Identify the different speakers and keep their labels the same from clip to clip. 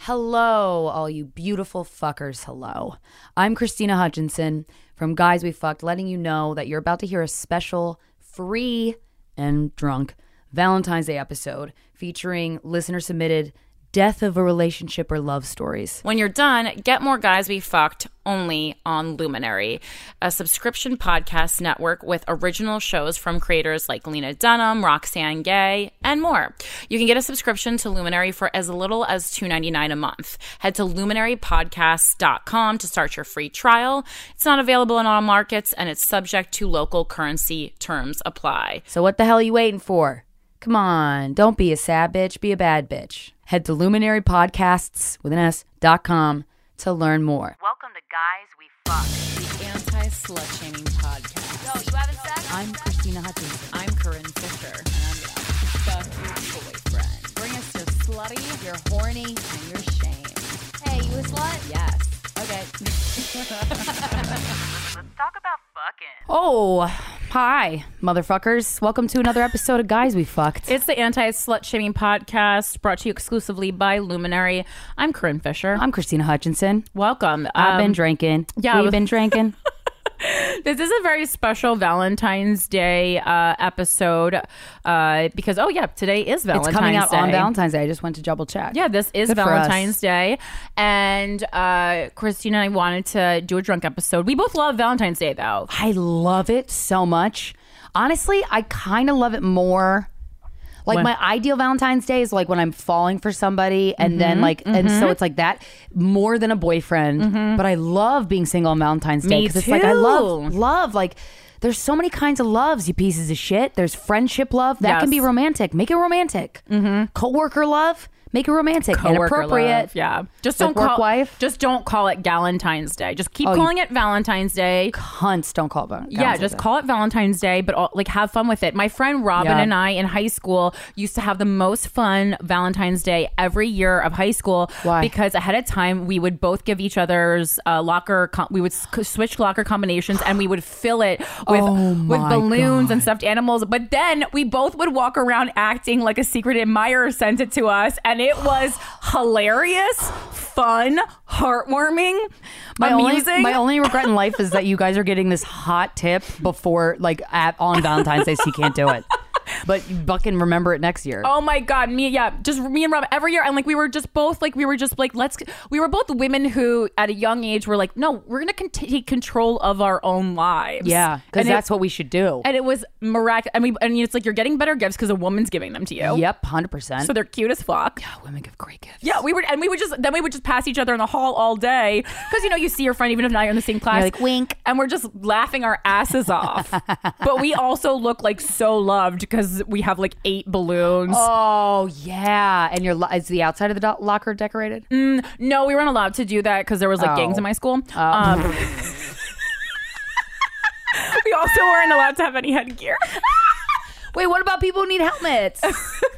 Speaker 1: Hello, all you beautiful fuckers. Hello. I'm Christina Hutchinson from Guys We Fucked, letting you know that you're about to hear a special, free, and drunk Valentine's Day episode featuring listener submitted death of a relationship or love stories.
Speaker 2: When you're done, get more Guys We Fucked only on Luminary, a subscription podcast network with original shows from creators like Lena Dunham, Roxanne Gay, and more. You can get a subscription to Luminary for as little as $2.99 a month. Head to luminarypodcast.com to start your free trial. It's not available in all markets and it's subject to local currency terms apply.
Speaker 1: So what the hell are you waiting for? Come on, don't be a sad bitch, be a bad bitch. Head to luminarypodcasts with an S dot com to learn more.
Speaker 3: Welcome to Guys We Fuck,
Speaker 4: the anti slut shaming podcast.
Speaker 3: Yo, you having sex?
Speaker 4: I'm Christina Hutchins.
Speaker 5: I'm Corinne
Speaker 4: And
Speaker 5: Fisher.
Speaker 4: I'm gonna fuck your boyfriend.
Speaker 5: Bring us your slutty, your horny, and your shame.
Speaker 3: Hey, you a slut?
Speaker 5: Yes.
Speaker 3: Okay. Let's
Speaker 5: talk about fucking.
Speaker 1: Oh, hi, motherfuckers. Welcome to another episode of Guys We Fucked.
Speaker 2: It's the anti slut shaming podcast brought to you exclusively by Luminary. I'm Corinne Fisher.
Speaker 1: I'm Christina Hutchinson.
Speaker 2: Welcome.
Speaker 1: I've um, been drinking.
Speaker 2: Yeah.
Speaker 1: We've been drinking.
Speaker 2: this is a very special Valentine's Day uh, episode uh, because oh yeah, today is Valentine's.
Speaker 1: It's coming out
Speaker 2: Day.
Speaker 1: on Valentine's Day. I just went to double check.
Speaker 2: Yeah, this is Good Valentine's Day, and uh, Christina and I wanted to do a drunk episode. We both love Valentine's Day though.
Speaker 1: I love it so much. Honestly, I kind of love it more like when? my ideal Valentine's Day is like when I'm falling for somebody, and mm-hmm, then like, mm-hmm. and so it's like that more than a boyfriend. Mm-hmm. But I love being single on Valentine's Day
Speaker 2: because
Speaker 1: it's like I love love like. There's so many kinds of loves, you pieces of shit. There's friendship love that yes. can be romantic. Make it romantic.
Speaker 6: Mm-hmm.
Speaker 1: Coworker love, make it romantic
Speaker 2: Coworker
Speaker 1: and appropriate.
Speaker 2: Love. Yeah, just don't
Speaker 1: work
Speaker 2: call
Speaker 1: wife.
Speaker 2: Just don't call it Valentine's Day. Just keep oh, calling it Valentine's Day.
Speaker 1: Cunts, don't call it. Val-
Speaker 2: yeah, Valentine's just Day. call it Valentine's Day, but all, like have fun with it. My friend Robin yeah. and I in high school used to have the most fun Valentine's Day every year of high school.
Speaker 1: Why?
Speaker 2: Because ahead of time we would both give each other's uh, locker. Com- we would switch locker combinations and we would fill it with
Speaker 1: oh
Speaker 2: with balloons
Speaker 1: God.
Speaker 2: and stuffed animals. But then we both would walk around acting like a secret admirer sent it to us, and it was hilarious, fun, heartwarming,
Speaker 1: my
Speaker 2: amazing.
Speaker 1: Only, my only regret in life is that you guys are getting this hot tip before, like, at on Valentine's Day, so you can't do it.
Speaker 2: but Buck can remember it next year.
Speaker 6: Oh my god, me yeah, just me and Rob every year, and like we were just both like we were just like let's we were both women who at a young age were like no, we're gonna con- take control of our own lives.
Speaker 2: Yeah, because
Speaker 6: And it-
Speaker 2: that's what we should do.
Speaker 6: And it was miraculous. And we and it's like you're getting better gifts because a woman's giving them to you.
Speaker 2: Yep, hundred percent.
Speaker 6: So they're cute as fuck. Yeah,
Speaker 2: women give great gifts.
Speaker 6: Yeah, we would, and we would just then we would just pass each other in the hall all day because you know you see your friend even if now you're in the same class,
Speaker 2: like, wink,
Speaker 6: and we're just laughing our asses off. but we also look like so loved because we have like eight balloons.
Speaker 2: Oh yeah, and your lo- is the outside of the do- locker decorated?
Speaker 6: Mm, no, we weren't allowed to do that because there was like
Speaker 2: Oh.
Speaker 6: gangs in my school. Um, we also weren't allowed to have any headgear.
Speaker 2: Wait, what about people who need helmets?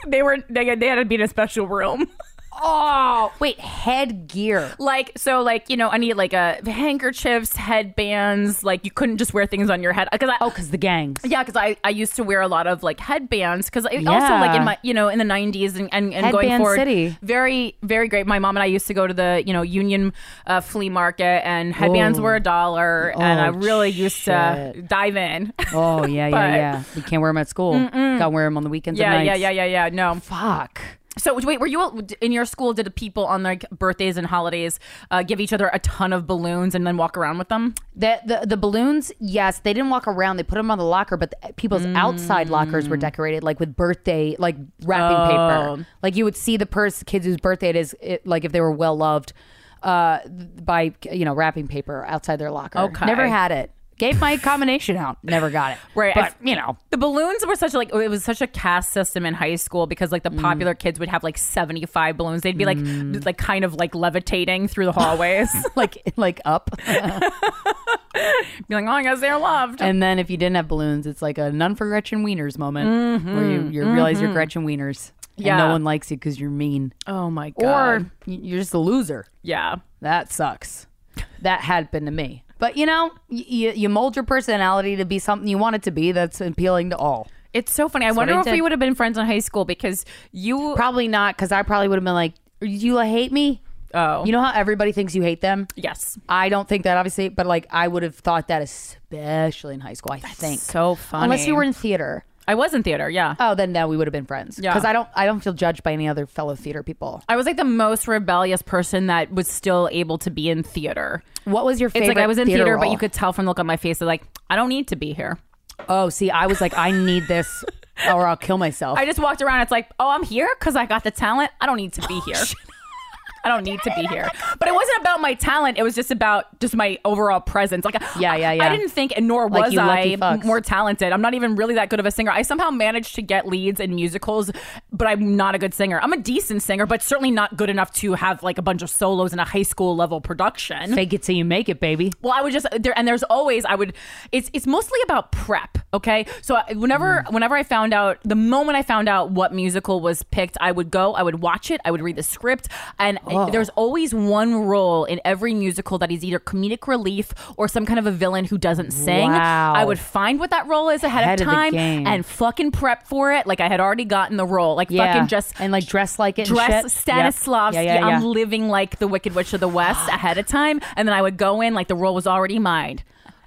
Speaker 6: they were they, they had to be in a special room.
Speaker 2: Oh wait, headgear.
Speaker 6: Like so, like you know, I need like a handkerchiefs, headbands. Like you couldn't just wear things on your head because I
Speaker 2: oh, because the gangs.
Speaker 6: Yeah, because I, I used to wear a lot of like headbands because also
Speaker 2: Yeah.
Speaker 6: like in my you know in the nineties and and, and going
Speaker 2: Headband
Speaker 6: forward,
Speaker 2: city.
Speaker 6: very very great. My mom and I used to go to the you know Union uh, flea market and headbands
Speaker 2: Whoa.
Speaker 6: were a dollar, and
Speaker 2: Oh,
Speaker 6: I really used to dive in.
Speaker 2: Oh yeah, yeah,
Speaker 6: But-
Speaker 2: yeah. You can't wear them at school.
Speaker 6: Mm-mm.
Speaker 2: Got to wear them on the weekends.
Speaker 6: yeah,
Speaker 2: and
Speaker 6: yeah,
Speaker 2: nights.
Speaker 6: yeah, yeah, yeah. No,
Speaker 2: fuck.
Speaker 6: So wait, were you in your school? Did the people on like birthdays and holidays uh, give each other a ton of balloons and then walk around with them?
Speaker 2: The, the the balloons, yes, they didn't walk around. They put them on the locker, but the, people's outside lockers were decorated like with birthday, like wrapping
Speaker 6: Mm. Oh.
Speaker 2: paper. Like you would see the person, kids whose birthday it is, it, like if they were well loved, uh, by you know wrapping paper outside their locker.
Speaker 6: Okay.
Speaker 2: never had it. Gave my combination out, never got it.
Speaker 6: Right,
Speaker 2: but
Speaker 6: I-
Speaker 2: you know,
Speaker 6: the balloons were such a, like it was such a caste system in high school because like the
Speaker 2: Mm.
Speaker 6: popular kids would have like seventy five balloons. They'd be like like kind of like levitating through the hallways,
Speaker 2: like like up.
Speaker 6: be like, oh, I guess they're loved.
Speaker 2: and then if you didn't have balloons, it's like a none for Gretchen Wieners moment where you, you realize you're
Speaker 6: mhm.
Speaker 2: Gretchen Wieners. And
Speaker 6: Yeah.
Speaker 2: no one likes you because you're mean.
Speaker 6: oh my
Speaker 2: Or
Speaker 6: god,
Speaker 2: y- you're just a loser.
Speaker 6: yeah,
Speaker 2: That sucks. That happened to me. But you know, y- you, you mold your personality to be something you want it to be that's appealing to all.
Speaker 6: it's so funny. I
Speaker 2: That's what
Speaker 6: wonder
Speaker 2: I
Speaker 6: if we
Speaker 2: did.
Speaker 6: would have been friends in high school because you
Speaker 2: Probably not, because I probably would have been like, You hate me?
Speaker 6: Oh.
Speaker 2: You know how everybody thinks you hate them?
Speaker 6: Yes.
Speaker 2: I don't think that, obviously, but like I would have thought that, especially in high school, I think.
Speaker 6: so funny.
Speaker 2: Unless you were in theater.
Speaker 6: I was in theater. Yeah.
Speaker 2: Oh, then now we would have been friends.
Speaker 6: Yeah.
Speaker 2: Because I don't, I don't feel judged by any other fellow theater people.
Speaker 6: I was like the most rebellious person that was still able to be in theater.
Speaker 2: What was your
Speaker 6: It's like I
Speaker 2: favorite
Speaker 6: was in
Speaker 2: theater
Speaker 6: theater, but
Speaker 2: role?
Speaker 6: you could tell from the look on my face that like I don't need to be here.
Speaker 2: Oh, see, I was like, I need this, or I'll kill myself.
Speaker 6: I just walked around. It's like, oh, I'm here because I got the talent. I don't need to
Speaker 2: Oh,
Speaker 6: be here. I don't need to be here. But it wasn't about my talent. It was just about just my overall presence. Like,
Speaker 2: Yeah, yeah, yeah.
Speaker 6: I didn't think, and nor
Speaker 2: Like
Speaker 6: was
Speaker 2: you
Speaker 6: I
Speaker 2: lucky fucks.
Speaker 6: more talented. I'm not even really that good of a singer. I somehow managed to get leads in musicals, but I'm not a good singer. I'm a decent singer, but certainly not good enough to have like a bunch of solos in a high school level production.
Speaker 2: Fake it till you make it, baby.
Speaker 6: Well, I would just there, and there's always I would. It's it's mostly about prep. Okay, so I- whenever
Speaker 2: Mm.
Speaker 6: whenever I found out, the moment I found out what musical was picked, I would go, I would watch it, I would read the script, and
Speaker 2: Oh.
Speaker 6: there's always one role in every musical that is either comedic relief or some kind of a villain who doesn't sing.
Speaker 2: Wow.
Speaker 6: I would find what that role is ahead
Speaker 2: Ahead
Speaker 6: of
Speaker 2: of the
Speaker 6: time
Speaker 2: game.
Speaker 6: and fucking prep for it, like I had already gotten the role, like
Speaker 2: Yeah.
Speaker 6: fucking just
Speaker 2: and like dress like it. and
Speaker 6: dress
Speaker 2: shit.
Speaker 6: Stanislavski.
Speaker 2: Yep. Yeah, yeah,
Speaker 6: I'm
Speaker 2: yeah.
Speaker 6: living like the Wicked Witch of the West ahead of time, and then I would go in like the role was already mine.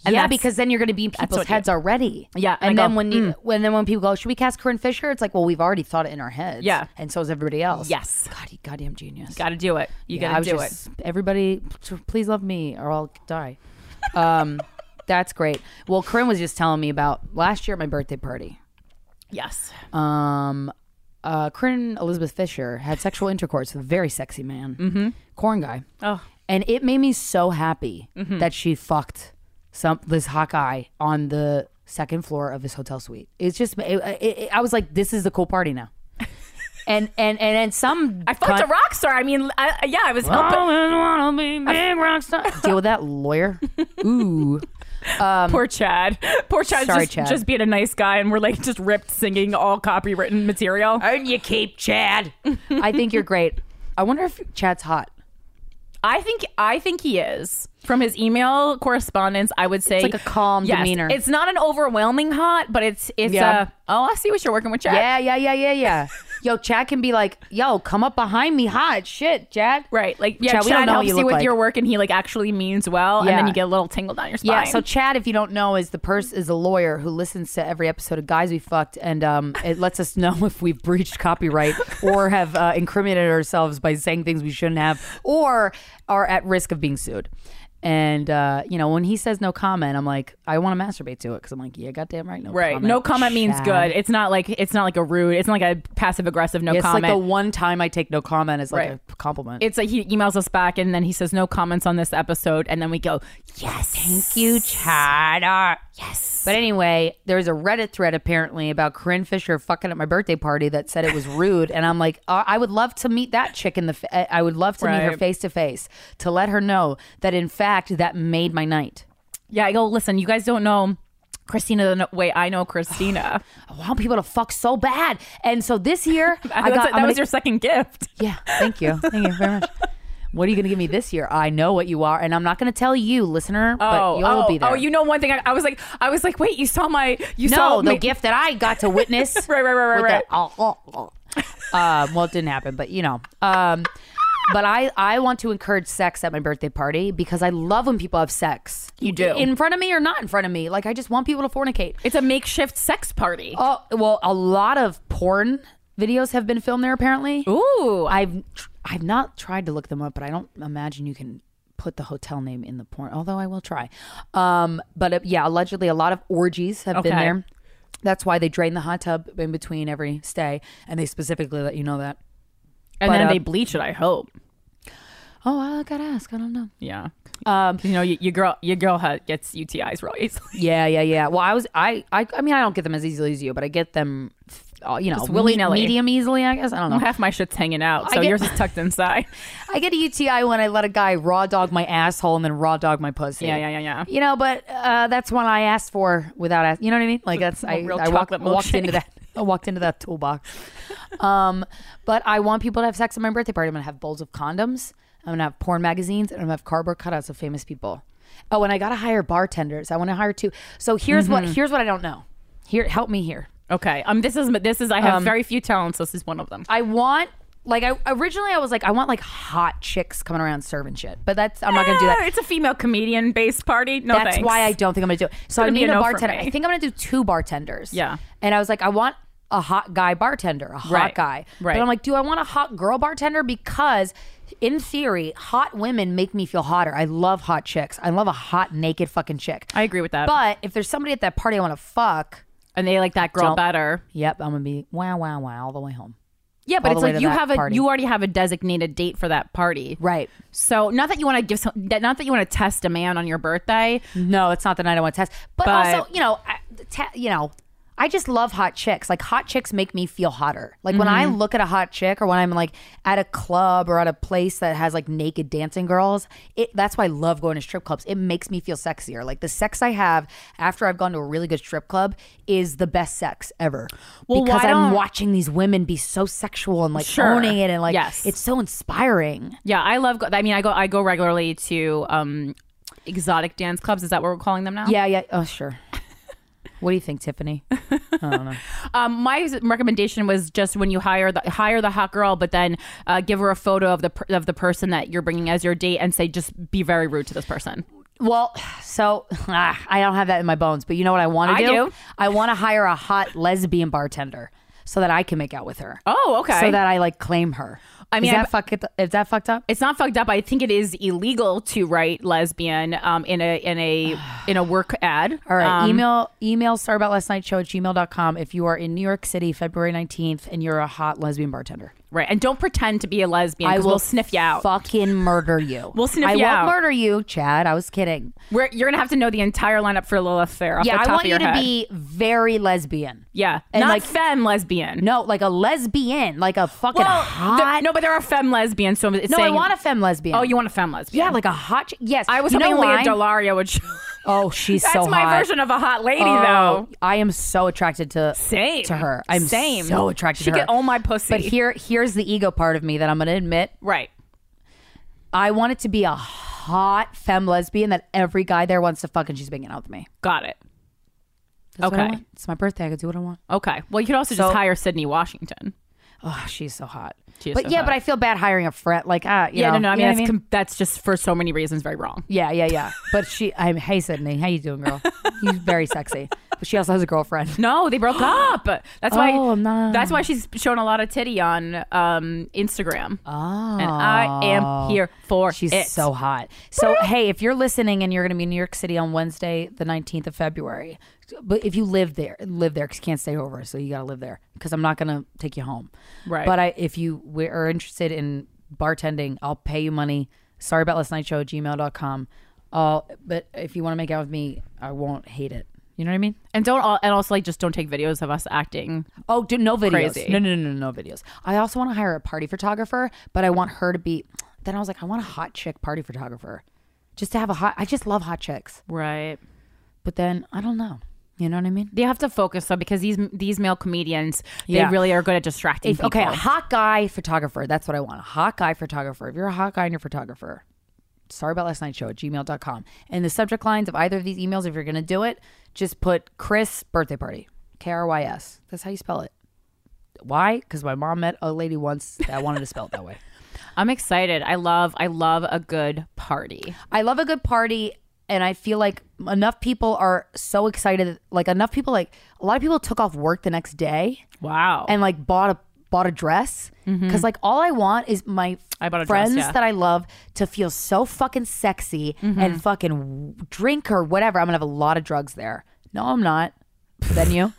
Speaker 6: And
Speaker 2: yeah,
Speaker 6: that's-
Speaker 2: because then you're going to be in
Speaker 6: what
Speaker 2: people's
Speaker 6: you-
Speaker 2: heads already.
Speaker 6: Yeah, and
Speaker 2: and
Speaker 6: I Mm.
Speaker 2: then
Speaker 6: go,
Speaker 2: when you, when then when people go, should we cast Corinne Fisher? It's like, well, we've already thought it in our heads.
Speaker 6: Yeah.
Speaker 2: and so is everybody else.
Speaker 6: yes,
Speaker 2: God, you goddamn genius.
Speaker 6: got to do it. You
Speaker 2: Yeah, I
Speaker 6: got
Speaker 2: was
Speaker 6: to do
Speaker 2: just- Everybody, t- please love me, or I'll die. Um, that's great. Well, Corinne was just telling me about last year at my birthday party.
Speaker 6: it. Yes.
Speaker 2: Um, uh, Corinne Elizabeth Fisher had sexual intercourse with a very sexy man, mm-hmm. corn guy.
Speaker 6: Oh.
Speaker 2: And it made me so happy
Speaker 6: Mhm.
Speaker 2: that she fucked some this hot guy on the second floor of his hotel suite. It's just, it, it, it- I was like, this is the cool party now. and and and and some
Speaker 6: I fucked a rock star. I mean, I, I- yeah, I was helping.
Speaker 2: wanna be big rock star. deal with that lawyer. Ooh, um,
Speaker 6: Poor Chad. Poor Chad
Speaker 2: Sorry,
Speaker 6: just,
Speaker 2: Chad.
Speaker 6: just being a nice guy, and we're like just ripped singing all copywritten material.
Speaker 2: Earn your keep, Chad. I think you're great. I wonder if Chad's hot.
Speaker 6: I think I think he is. From his email correspondence, I would say
Speaker 2: like a calm
Speaker 6: yes,
Speaker 2: demeanor.
Speaker 6: It's not an overwhelming hot, but it's it's
Speaker 2: Yeah.
Speaker 6: uh, oh, I see what you're working with, Chad.
Speaker 2: Yeah, yeah, yeah, yeah, yeah. Yo, Chad can be like, yo, come up behind me, hot shit, Chad.
Speaker 6: Right, like yeah,
Speaker 2: Chad,
Speaker 6: Chad,
Speaker 2: we don't know what
Speaker 6: helps
Speaker 2: you
Speaker 6: you,
Speaker 2: look
Speaker 6: with
Speaker 2: like.
Speaker 6: your work, and he like actually means well, and
Speaker 2: Yeah.
Speaker 6: then you get a little tingle down your spine.
Speaker 2: Yeah, so Chad, if you don't know, is the person is a lawyer who listens to every episode of Guys We Fucked, and um, it lets us know if we've breached copyright or have uh, incriminated ourselves by saying things we shouldn't have, or are at risk of being sued. And uh, you know, when he says no comment, I'm like, I want to masturbate to it because I'm like, yeah, goddamn right, no
Speaker 6: right,
Speaker 2: comment.
Speaker 6: no comment means
Speaker 2: Chad.
Speaker 6: good. It's not like it's not like a rude. It's not like a passive aggressive no
Speaker 2: Yeah, it's
Speaker 6: comment.
Speaker 2: like the one time I take no comment is like
Speaker 6: Right.
Speaker 2: a compliment.
Speaker 6: It's like he emails us back and then he says no comments on this episode and then we go, "Yes. Thank
Speaker 2: you, Chad." Yes. But anyway, there's a Reddit thread apparently about Corinne Fisher fucking at my birthday party that said it was rude, and I'm like, uh, I I would love to meet that chick in the. F- I I would love to meet her
Speaker 6: Right.
Speaker 2: face to face to let her know that in fact that made my night.
Speaker 6: Yeah, I go, "Listen, you guys don't know Christina the way I know Christina."
Speaker 2: I want people to fuck so bad. And so this year, I
Speaker 6: That's
Speaker 2: got,
Speaker 6: it. That was your second gift.
Speaker 2: Yeah, thank you, thank you very much. What are you going to give me this year? I know what you are, and I'm not going to tell you, listener, but you'll
Speaker 6: oh,
Speaker 2: be there.
Speaker 6: Oh, you know one thing. I, I was like, I was like, wait, you saw my, you
Speaker 2: No,
Speaker 6: saw
Speaker 2: the
Speaker 6: my-
Speaker 2: gift that I got to witness.
Speaker 6: right, right, right, right,
Speaker 2: with
Speaker 6: right.
Speaker 2: the- oh, oh, oh. um, well, it didn't happen, but you know. Um, but I, I want to encourage sex at my birthday party because I love when people have sex.
Speaker 6: You do.
Speaker 2: In front of me or not in front of me. Like, I just want people to fornicate.
Speaker 6: It's a makeshift sex party.
Speaker 2: Oh, well, a lot of porn videos have been filmed there, apparently.
Speaker 6: Ooh.
Speaker 2: I've, I've not tried to look them up, but I don't imagine you can put the hotel name in the porn, although I will try. Um, but uh, yeah, allegedly a lot of orgies have been
Speaker 6: Okay.
Speaker 2: there. That's why they drain the hot tub in between every stay, and they specifically let you know that.
Speaker 6: and
Speaker 2: But,
Speaker 6: then
Speaker 2: uh,
Speaker 6: they bleach it. I hope.
Speaker 2: Oh, I gotta ask. I don't know. Um,
Speaker 6: Yeah. you know, y- your girl, your girl ha- gets UTIs real easily.
Speaker 2: Yeah, yeah, yeah. Well, I was, I, I, I mean, I don't get them as easily as you, but I get them, uh, you know,
Speaker 6: Just willy-nilly.
Speaker 2: me- medium easily. I guess I don't know.
Speaker 6: Half my shit's hanging out,
Speaker 2: I
Speaker 6: so
Speaker 2: get-
Speaker 6: yours is tucked inside.
Speaker 2: I get a UTI when I let a guy raw dog my asshole and then raw dog my pussy.
Speaker 6: Yeah, yeah, yeah, yeah.
Speaker 2: You know, but uh, that's one I asked for without asking. You know what I mean? Like that's I,
Speaker 6: Real
Speaker 2: I walked,
Speaker 6: chocolate
Speaker 2: walked into
Speaker 6: milkshake.
Speaker 2: that. I walked into that toolbox. Um, but I want people to have sex at my birthday party. I'm gonna have bowls of condoms. I'm gonna have porn magazines, and I'm gonna have cardboard cutouts of famous people. Oh, and I gotta hire bartenders. I want to hire two. So here's what
Speaker 6: Mhm.
Speaker 2: here's what I don't know. Here, help me here.
Speaker 6: Okay. Um. This is. This is. I have
Speaker 2: Um,
Speaker 6: very few talents. This is one of them.
Speaker 2: I want like I originally I was like I want like hot chicks coming around serving shit, but that's I'm not gonna do that.
Speaker 6: Ah, It's a female comedian based party. No,
Speaker 2: that's
Speaker 6: thanks.
Speaker 2: why I don't think I'm gonna do it. So I
Speaker 6: Gonna be
Speaker 2: need
Speaker 6: a
Speaker 2: a
Speaker 6: no for
Speaker 2: bartender.
Speaker 6: me.
Speaker 2: I think I'm gonna do two bartenders.
Speaker 6: Yeah.
Speaker 2: And I was like, I want a hot guy bartender, a hot
Speaker 6: Right.
Speaker 2: guy.
Speaker 6: Right.
Speaker 2: But I'm like, do I want a hot girl bartender? Because in theory, hot women make me feel hotter. I love hot chicks. I love a hot naked fucking chick.
Speaker 6: I agree with that.
Speaker 2: But if there's somebody at that party I want to fuck,
Speaker 6: and they like that girl
Speaker 2: Don't-
Speaker 6: better.
Speaker 2: Yep, I'm gonna be wow, wow, wow all the way home.
Speaker 6: Yeah, but
Speaker 2: All
Speaker 6: it's
Speaker 2: the way
Speaker 6: like
Speaker 2: to
Speaker 6: you
Speaker 2: that
Speaker 6: have a
Speaker 2: party.
Speaker 6: you already have a designated date for that party,
Speaker 2: right?
Speaker 6: So not that you want to give some, that- not that you want to test a man on your birthday.
Speaker 2: No, it's not the night I want to test. But, also, you know, I, ta you know, I just love hot chicks. Like hot chicks make me feel hotter. Like when I
Speaker 6: Mhm.
Speaker 2: look at a hot chick, or when I'm like at a club or at a place that has like naked dancing girls, it that's why I love going to strip clubs. It makes me feel sexier. Like the sex I have after I've gone to a really good strip club is the best sex ever.
Speaker 6: Well,
Speaker 2: because
Speaker 6: why
Speaker 2: I'm
Speaker 6: don't-
Speaker 2: watching these women be so sexual and like
Speaker 6: Sure.
Speaker 2: owning it, and like
Speaker 6: Yes.
Speaker 2: it's so inspiring.
Speaker 6: yeah, I love. go- I mean, I go I go regularly to um exotic dance clubs. Is that what we're calling them now?
Speaker 2: Yeah, yeah. Oh, sure. what do you think, Tiffany?
Speaker 6: Um, my s- recommendation was just when you hire the hire the hot girl, but then uh, give her a photo of the per- of the person that you're bringing as your date, and say just be very rude to this person.
Speaker 2: Well, so ah, I don't have that in my bones, but you know what I want
Speaker 6: I
Speaker 2: to do?
Speaker 6: do.
Speaker 2: I want to hire a hot lesbian bartender so that I can make out with her.
Speaker 6: Oh, okay.
Speaker 2: So that I like claim her.
Speaker 6: I
Speaker 2: Is
Speaker 6: mean, I
Speaker 2: that
Speaker 6: b-
Speaker 2: fuck it, is that fucked up?
Speaker 6: It's not fucked up. I think it is illegal to write lesbian um, in a in a in a work ad.
Speaker 2: All right.
Speaker 6: Um,
Speaker 2: email email sorry about last night show at gmail.com if you are in New York City February 19th and you're a hot lesbian bartender.
Speaker 6: Right, and don't pretend to be a lesbian.
Speaker 2: I
Speaker 6: 'cause we'll
Speaker 2: will
Speaker 6: sniff you out.
Speaker 2: Fucking murder you.
Speaker 6: We'll sniff
Speaker 2: I
Speaker 6: you
Speaker 2: won't
Speaker 6: out.
Speaker 2: murder you, Chad. I was kidding.
Speaker 6: We're, you're gonna have to know the entire lineup for Lilith Fair. Off
Speaker 2: yeah,
Speaker 6: the top
Speaker 2: I want
Speaker 6: of
Speaker 2: you
Speaker 6: your
Speaker 2: to
Speaker 6: head.
Speaker 2: be very lesbian.
Speaker 6: yeah,
Speaker 2: and
Speaker 6: not
Speaker 2: like-
Speaker 6: femme lesbian.
Speaker 2: No, like a lesbian, like a fucking
Speaker 6: well,
Speaker 2: hot.
Speaker 6: th- no, but there are femme lesbians. So it's
Speaker 2: No, I
Speaker 6: saying-
Speaker 2: want a femme lesbian.
Speaker 6: Oh, you want a femme lesbian?
Speaker 2: Yeah, like a hot. Ch- yes,
Speaker 6: I was
Speaker 2: you
Speaker 6: hoping
Speaker 2: know
Speaker 6: Leah
Speaker 2: why?
Speaker 6: Delaria would. Show-
Speaker 2: Oh, she's
Speaker 6: That's
Speaker 2: so
Speaker 6: my
Speaker 2: hot.
Speaker 6: version of a hot lady,
Speaker 2: Oh,
Speaker 6: though.
Speaker 2: I am so attracted to
Speaker 6: Same
Speaker 2: to her. I'm
Speaker 6: Same.
Speaker 2: so attracted
Speaker 6: She
Speaker 2: to her.
Speaker 6: get all my pussy.
Speaker 2: But here, here's the ego part of me that I'm going to admit.
Speaker 6: Right.
Speaker 2: I want it to be a hot femme lesbian that every guy there wants to fuck, and she's making out with me.
Speaker 6: Got it.
Speaker 2: That's what I
Speaker 6: Okay.
Speaker 2: want. It's my birthday. I could do what I want.
Speaker 6: Okay. Well, you could also
Speaker 2: So-
Speaker 6: just hire Sydney Washington.
Speaker 2: oh, she's so hot.
Speaker 6: She is
Speaker 2: but
Speaker 6: so
Speaker 2: yeah,
Speaker 6: hot.
Speaker 2: but I feel bad hiring a fret. Like, ah, you
Speaker 6: yeah,
Speaker 2: know,
Speaker 6: no, no. I
Speaker 2: you
Speaker 6: mean,
Speaker 2: know
Speaker 6: that's,
Speaker 2: what
Speaker 6: com- that's just for so many reasons very wrong.
Speaker 2: Yeah, yeah, yeah. But she, I'm. Hey, Sydney, how you doing, girl? You're very sexy. But she also has a girlfriend.
Speaker 6: No, they broke up. That's why.
Speaker 2: Oh, no.
Speaker 6: That's why she's shown a lot of titty on um, Instagram.
Speaker 2: Oh,
Speaker 6: and I am here for
Speaker 2: She's
Speaker 6: it.
Speaker 2: so hot. So hey, if you're listening and you're going to be in New York City on Wednesday, the 19th of February, but if you live there, live there because you can't stay over, so you got to live there because I'm not going to take you home.
Speaker 6: Right.
Speaker 2: But I, if you we- are interested in bartending, I'll pay you money. Sorry about last night show gmail.com. Uh, but if you want to make out with me, I won't hate it. You know what I mean?
Speaker 6: And don't all, and also like just don't take videos of us acting.
Speaker 2: Oh, do, no videos.
Speaker 6: Crazy.
Speaker 2: No, no, no, no, no videos. I also want to hire a party photographer, but I want her to be. Then I was like, I want a hot chick party photographer, just to have a hot. I just love hot chicks.
Speaker 6: Right.
Speaker 2: But then I don't know. You know what I mean?
Speaker 6: They have to focus though because these these male comedians
Speaker 2: Yeah.
Speaker 6: they really are good at distracting.
Speaker 2: If, okay, a
Speaker 6: people.
Speaker 2: hot guy photographer. That's what I want. A hot guy photographer. If you're a hot guy and you're a photographer, sorry about last night's show at gmail.com. And the subject lines of either of these emails, if you're going to do it, just put Chris birthday party. K R Y S. That's how you spell it. Why? Because my mom met a lady once that wanted to spell it that way.
Speaker 6: I'm excited. I love I love a good party.
Speaker 2: I love a good party and I feel like enough people are so excited like enough people like a lot of people took off work the next day.
Speaker 6: Wow.
Speaker 2: And like bought a bought a dress
Speaker 6: Mhm.
Speaker 2: cuz like all I want is my
Speaker 6: bought a dress,
Speaker 2: friends
Speaker 6: yeah.
Speaker 2: that I love to feel so fucking sexy and fucking w- drink or whatever. I'm going to have a lot of drugs there. No, I'm not. Then you.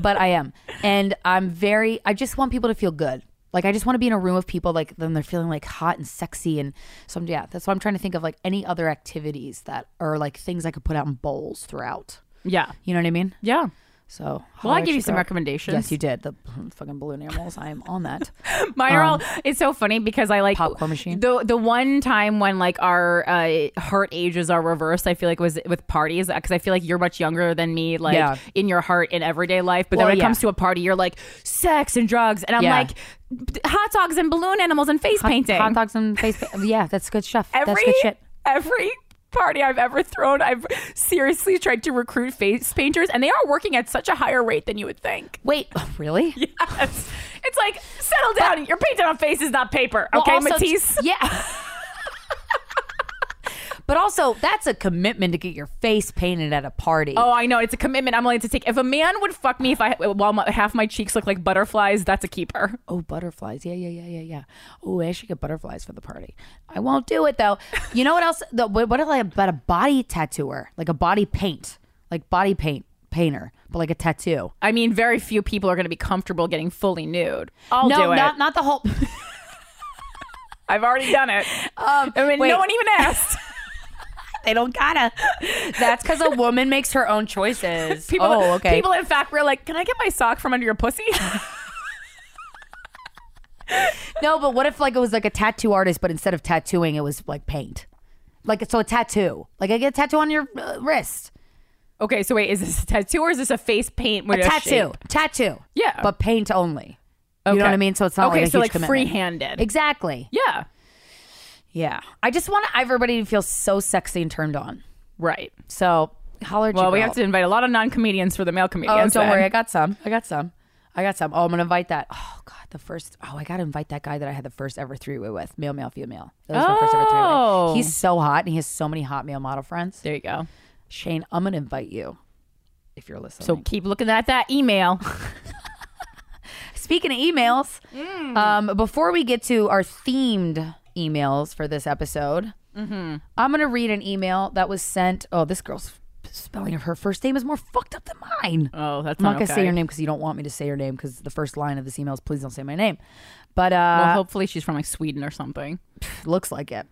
Speaker 2: but I am. And I'm very I just want people to feel good. Like I just want to be in a room of people like then they're feeling like hot and sexy and so I'm- yeah, that's what I'm trying to think of like any other activities that are like things I could put out in bowls throughout.
Speaker 6: Yeah.
Speaker 2: You know what I mean?
Speaker 6: Yeah.
Speaker 2: So
Speaker 6: Well, I
Speaker 2: holla
Speaker 6: gave
Speaker 2: at
Speaker 6: you
Speaker 2: your
Speaker 6: some
Speaker 2: girl.
Speaker 6: recommendations.
Speaker 2: Yes, you did. The fucking balloon animals. I am on that.
Speaker 6: Mine are
Speaker 2: Um,
Speaker 6: all. It's so funny because I like popcorn machine. The the one time when like our uh, heart ages are reversed, I feel like was with parties because I feel like you're much younger than me, like
Speaker 2: Yeah.
Speaker 6: in your heart in everyday life. But
Speaker 2: Well,
Speaker 6: then when it
Speaker 2: yeah.
Speaker 6: comes to a party, you're like sex and drugs, and I'm
Speaker 2: Yeah.
Speaker 6: like hot dogs and balloon animals and face painting.
Speaker 2: Hot dogs and face paint. Yeah, that's good stuff. that's
Speaker 6: Every-
Speaker 2: good shit.
Speaker 6: Every party I've ever thrown, I've seriously tried to recruit face painters, and they are working at such a higher rate than you would think.
Speaker 2: Wait, really?
Speaker 6: Yes. It's like settle down. You're painting on faces, not paper.
Speaker 2: Well,
Speaker 6: okay,
Speaker 2: also-
Speaker 6: Matisse.
Speaker 2: Yeah. But also, that's a commitment to get your face painted at a party.
Speaker 6: Oh, I know. It's a commitment I'm willing to take. If a man would fuck me if I while my, half my cheeks look like butterflies, that's a keeper.
Speaker 2: Oh, butterflies. Yeah, yeah, yeah, yeah, yeah. Oh, I should get butterflies for the party. I won't do it though. You know what else? The, what what about a body tattooer? Like a body paint, like body paint painter, but like a tattoo.
Speaker 6: I mean, very few people are going to be comfortable getting fully nude. I'll
Speaker 2: no,
Speaker 6: do it.
Speaker 2: not not the whole.
Speaker 6: I've already done it.
Speaker 2: Um,
Speaker 6: I mean, no one even asked.
Speaker 2: they don't gotta. That's because a woman makes her own choices.
Speaker 6: People,
Speaker 2: oh, okay.
Speaker 6: People, in fact, were like, "Can I get my sock from under your pussy?"
Speaker 2: no, but what if like it was like a tattoo artist, but instead of tattooing, it was like paint, like so a tattoo. Like I get a tattoo on your uh, wrist,
Speaker 6: okay, so wait, is this a tattoo or is this a face paint?
Speaker 2: a
Speaker 6: with
Speaker 2: tattoo,
Speaker 6: shape?
Speaker 2: tattoo.
Speaker 6: Yeah.
Speaker 2: but paint only. You know what I
Speaker 6: Okay.
Speaker 2: mean? So it's not
Speaker 6: okay.
Speaker 2: like a
Speaker 6: so
Speaker 2: huge
Speaker 6: like
Speaker 2: commitment.
Speaker 6: free-handed.
Speaker 2: Exactly.
Speaker 6: Yeah.
Speaker 2: Yeah. I just want everybody to feel so sexy and turned on.
Speaker 6: Right.
Speaker 2: So holler. at your
Speaker 6: Well, we
Speaker 2: girl.
Speaker 6: have to invite a lot of non-comedians for the male
Speaker 2: Oh,
Speaker 6: comedians.
Speaker 2: don't
Speaker 6: then.
Speaker 2: worry. I got some. I got some. I got some. Oh, I'm gonna invite that. Oh God, the first. Oh, I gotta invite that guy that I had the first ever three way with. Male, male, female. That was my first ever three
Speaker 6: Oh.
Speaker 2: way. He's so hot, and he has so many hot male model friends.
Speaker 6: There you go.
Speaker 2: Shane, I'm gonna invite you if you're listening.
Speaker 6: So keep looking at that email.
Speaker 2: Speaking of emails, um, before we get to our themed emails for this episode, I'm going to read an email that was sent. Oh, this girl's spelling of her first name is more fucked up than mine.
Speaker 6: Oh, that's
Speaker 2: I'm not
Speaker 6: not
Speaker 2: going to say
Speaker 6: okay.
Speaker 2: your name because you don't want me to say your name because the first line of this email is please don't say my name. But uh,
Speaker 6: well, hopefully she's from like Sweden or something.
Speaker 2: looks like it.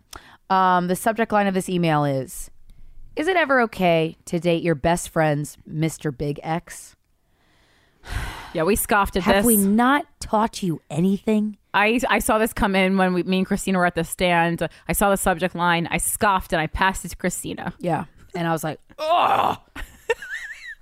Speaker 2: Um, the subject line of this email is Is it ever okay to date your best friend's Mr. Big X?
Speaker 6: Yeah, we scoffed at
Speaker 2: Have
Speaker 6: this.
Speaker 2: we not taught you anything?
Speaker 6: I, I saw this come in when we, me and Christina were at the stand. I saw the subject line. I scoffed and I passed it to Christina.
Speaker 2: Yeah. And I was like, oh.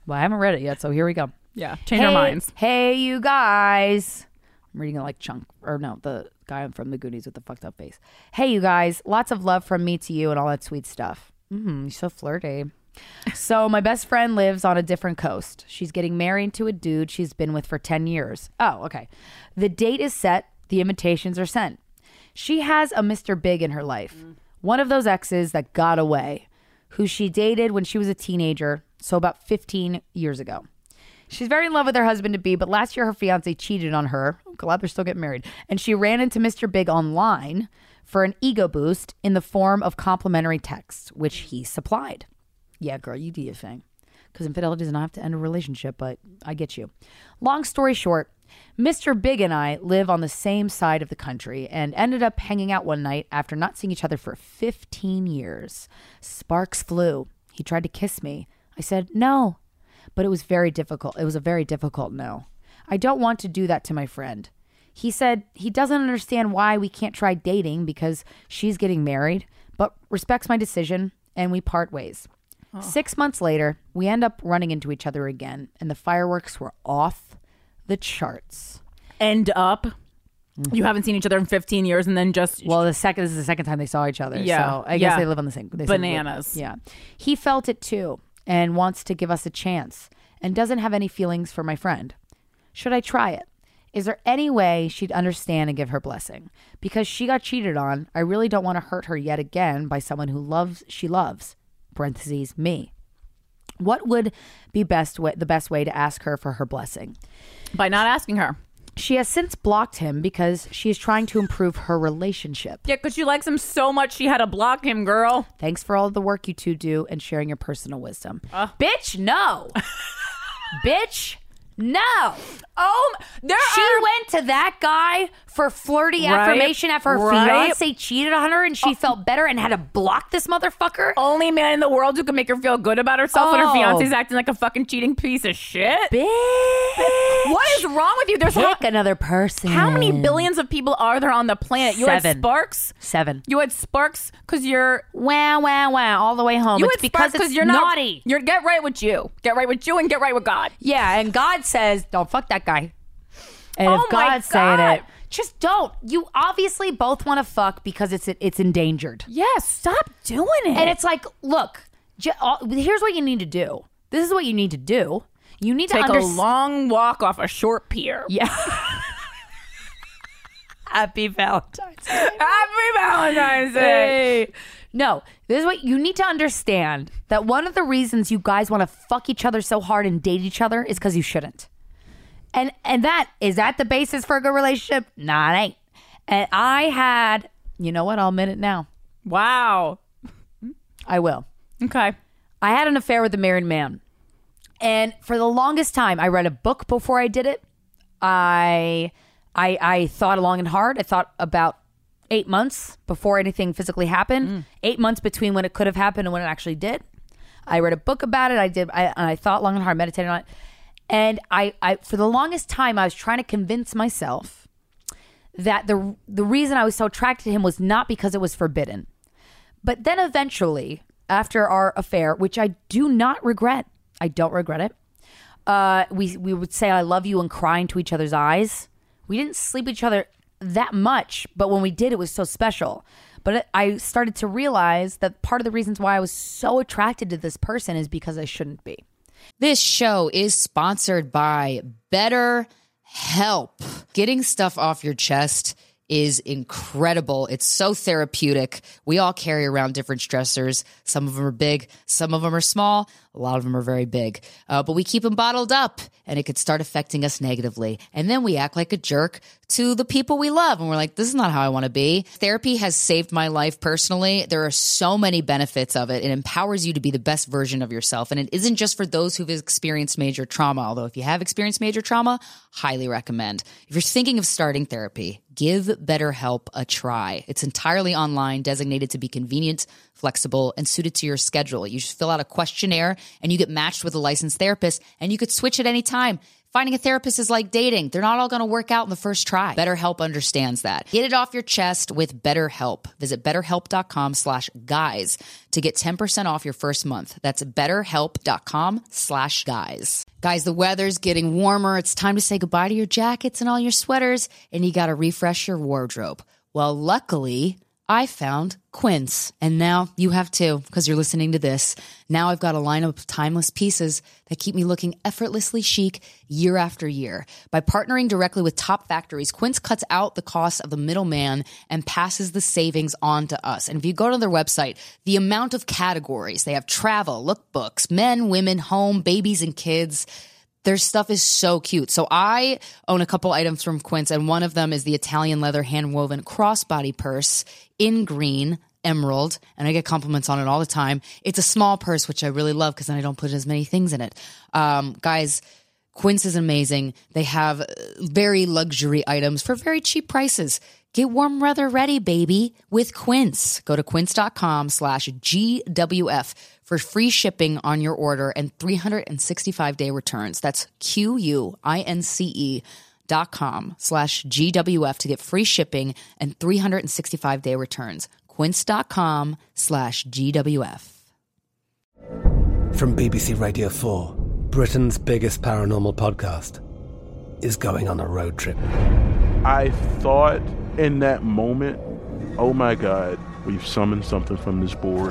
Speaker 2: well, I haven't read it yet, so here we go.
Speaker 6: Yeah, change our
Speaker 2: Hey-
Speaker 6: minds.
Speaker 2: Hey, you guys. I'm reading it like Chunk, or no, the guy from the Goonies with the fucked up face. Hey, you guys. Lots of love from me to you and all that sweet stuff. Mm, you're Mm-hmm, so flirty. So my best friend lives on a different coast. She's getting married to a dude she's been with for 10 years. Oh, okay. The date is set, the invitations are sent. She has a Mr. Big in her life.
Speaker 6: Mm.
Speaker 2: One of those exes that got away, who she dated when she was a teenager, so about 15 years ago. She's very in love with her husband to be, but last year her fiance cheated on her. I'm glad they're still getting married. And she ran into Mr. Big online for an ego boost in the form of complimentary texts, which he supplied. Yeah, girl, you do your thing. Because infidelity does not have to end a relationship, but I get you. Long story short, Mr. Big and I live on the same side of the country and ended up hanging out one night after not seeing each other for 15 years. Sparks flew. He tried to kiss me. I said, no, but it was very difficult. It was a very difficult no. I don't want to do that to my friend. He said he doesn't understand why we can't try dating because she's getting married, but respects my decision and we part ways.
Speaker 1: Oh.
Speaker 2: Six months later, we end up running into each other again, and the fireworks were off the charts.
Speaker 6: End up. You haven't seen each other in 15 years and then just.
Speaker 2: Mm. Well, the second this is the second time they saw each other. So I guess they live on the same. They said-
Speaker 6: Bananas.
Speaker 2: yeah. He felt it too and wants to give us a chance and doesn't have any feelings for my friend. Should I try it? Is there any way she'd understand and give her blessing? Because she got cheated on, I really don't want to hurt her yet again by someone who loves she loves. Parentheses me. What would be best way, the best way to ask her for her blessing?
Speaker 6: By not asking her.
Speaker 2: She has since blocked him because she is trying to improve her relationship.
Speaker 6: Yeah, because she likes him so much, she had to block him, girl.
Speaker 2: Thanks for all the work you two do and sharing your personal wisdom.
Speaker 6: Ah.
Speaker 2: Bitch, no. Bitch, no.
Speaker 6: Oh, there
Speaker 2: she went to that guy for flirty
Speaker 6: Right,
Speaker 2: affirmation after her
Speaker 6: right. Oh.
Speaker 2: fiance cheated on her and she felt better and had to block this motherfucker.
Speaker 6: Only man in the world who can make her feel good about herself when her
Speaker 2: Oh.
Speaker 6: fiance's acting like a fucking cheating piece of shit.
Speaker 2: Bitch.
Speaker 6: What is wrong with you? There's
Speaker 2: Pick
Speaker 6: how,
Speaker 2: another person.
Speaker 6: how many billions of people are there on the planet? You had
Speaker 2: Seven.
Speaker 6: sparks.
Speaker 2: Seven.
Speaker 6: You had sparks because you're
Speaker 2: wow, wow, wow, all the way home.
Speaker 6: You
Speaker 2: It's
Speaker 6: had
Speaker 2: because
Speaker 6: sparks because
Speaker 2: it's
Speaker 6: you're not-
Speaker 2: naughty.
Speaker 6: You're get right with you. Get right with you and get right with God.
Speaker 2: Yeah, and God says, don't fuck that guy. And
Speaker 6: Oh
Speaker 2: if
Speaker 6: my
Speaker 2: God's saying
Speaker 6: God.
Speaker 2: it, just don't. You obviously both want to fuck because it's it's endangered.
Speaker 6: Yes, stop doing it.
Speaker 2: And it's like, look, ju- all, here's what you need to do. This is what you need to do. You need
Speaker 6: Take
Speaker 2: to
Speaker 6: a
Speaker 2: understand.
Speaker 6: long walk off a short pier.
Speaker 2: Yeah. Happy Valentine's Day.
Speaker 6: Happy Valentine's Day.
Speaker 2: Hey. No, this is what you need to understand that one of the reasons you guys want to fuck each other so hard and date each other is because you shouldn't. And and that is that the basis for a good relationship? Nah, it ain't. And I had, you know what? I'll admit it now.
Speaker 6: Wow.
Speaker 2: I will.
Speaker 6: Okay.
Speaker 2: I had an affair with a married man. And for the longest time, I read a book before I did it. I I I thought long and hard. I thought about 8 months before anything physically happened. 8 months between when it could have happened and when it actually did. I read a book about it. I did I, and I thought long and hard, meditated on it. And I I for the longest time I was trying to convince myself that the the reason I was so attracted to him was not because it was forbidden. But then eventually, after our affair, which I do not regret, I don't regret it. Uh, we we would say I love you and cry into each other's eyes. We didn't sleep with each other that much, but when we did, it was so special. But it, I started to realize that part of the reasons why I was so attracted to this person is because I shouldn't be.
Speaker 1: This show is sponsored by Better Help. Getting stuff off your chest is incredible. It's so therapeutic. We all carry around different stressors. Some of them are big, some of them are small, a lot of them are very big. Uh, but we keep them bottled up and it could start affecting us negatively. And then we act like a jerk to the people we love. And we're like, this is not how I want to be. Therapy has saved my life personally. There are so many benefits of it. It empowers you to be the best version of yourself. And it isn't just for those who've experienced major trauma, although if you have experienced major trauma, highly recommend. If you're thinking of starting therapy, give BetterHelp a try. It's entirely online, designated to be convenient, flexible, and suited to your schedule. You just fill out a questionnaire and you get matched with a licensed therapist, and you could switch at any time. Finding a therapist is like dating. They're not all going to work out in the first try. BetterHelp understands that. Get it off your chest with BetterHelp. Visit betterhelp.com slash guys to get 10% off your first month. That's betterhelp.com slash guys. Guys, the weather's getting warmer. It's time to say goodbye to your jackets and all your sweaters, and you got to refresh your wardrobe. Well, luckily... I found Quince, and now you have too, because you're listening to this. Now I've got a lineup of timeless pieces that keep me looking effortlessly chic year after year. By partnering directly with top factories, Quince cuts out the cost of the middleman and passes the savings on to us. And if you go to their website, the amount of categories they have travel, lookbooks, men, women, home, babies, and kids. Their stuff is so cute. So I own a couple items from Quince, and one of them is the Italian leather hand woven crossbody purse in green emerald and i get compliments on it all the time it's a small purse which i really love because then i don't put as many things in it um, guys quince is amazing they have uh, very luxury items for very cheap prices get warm weather ready baby with quince go to quince.com slash gwf for free shipping on your order and 365 day returns that's q-u-i-n-c-e E dot com slash gwf to get free shipping and 365 day returns quince.com slash gwf
Speaker 7: From BBC Radio 4, Britain's biggest paranormal podcast is going on a road trip.
Speaker 8: I thought in that moment, oh my God, we've summoned something from this board.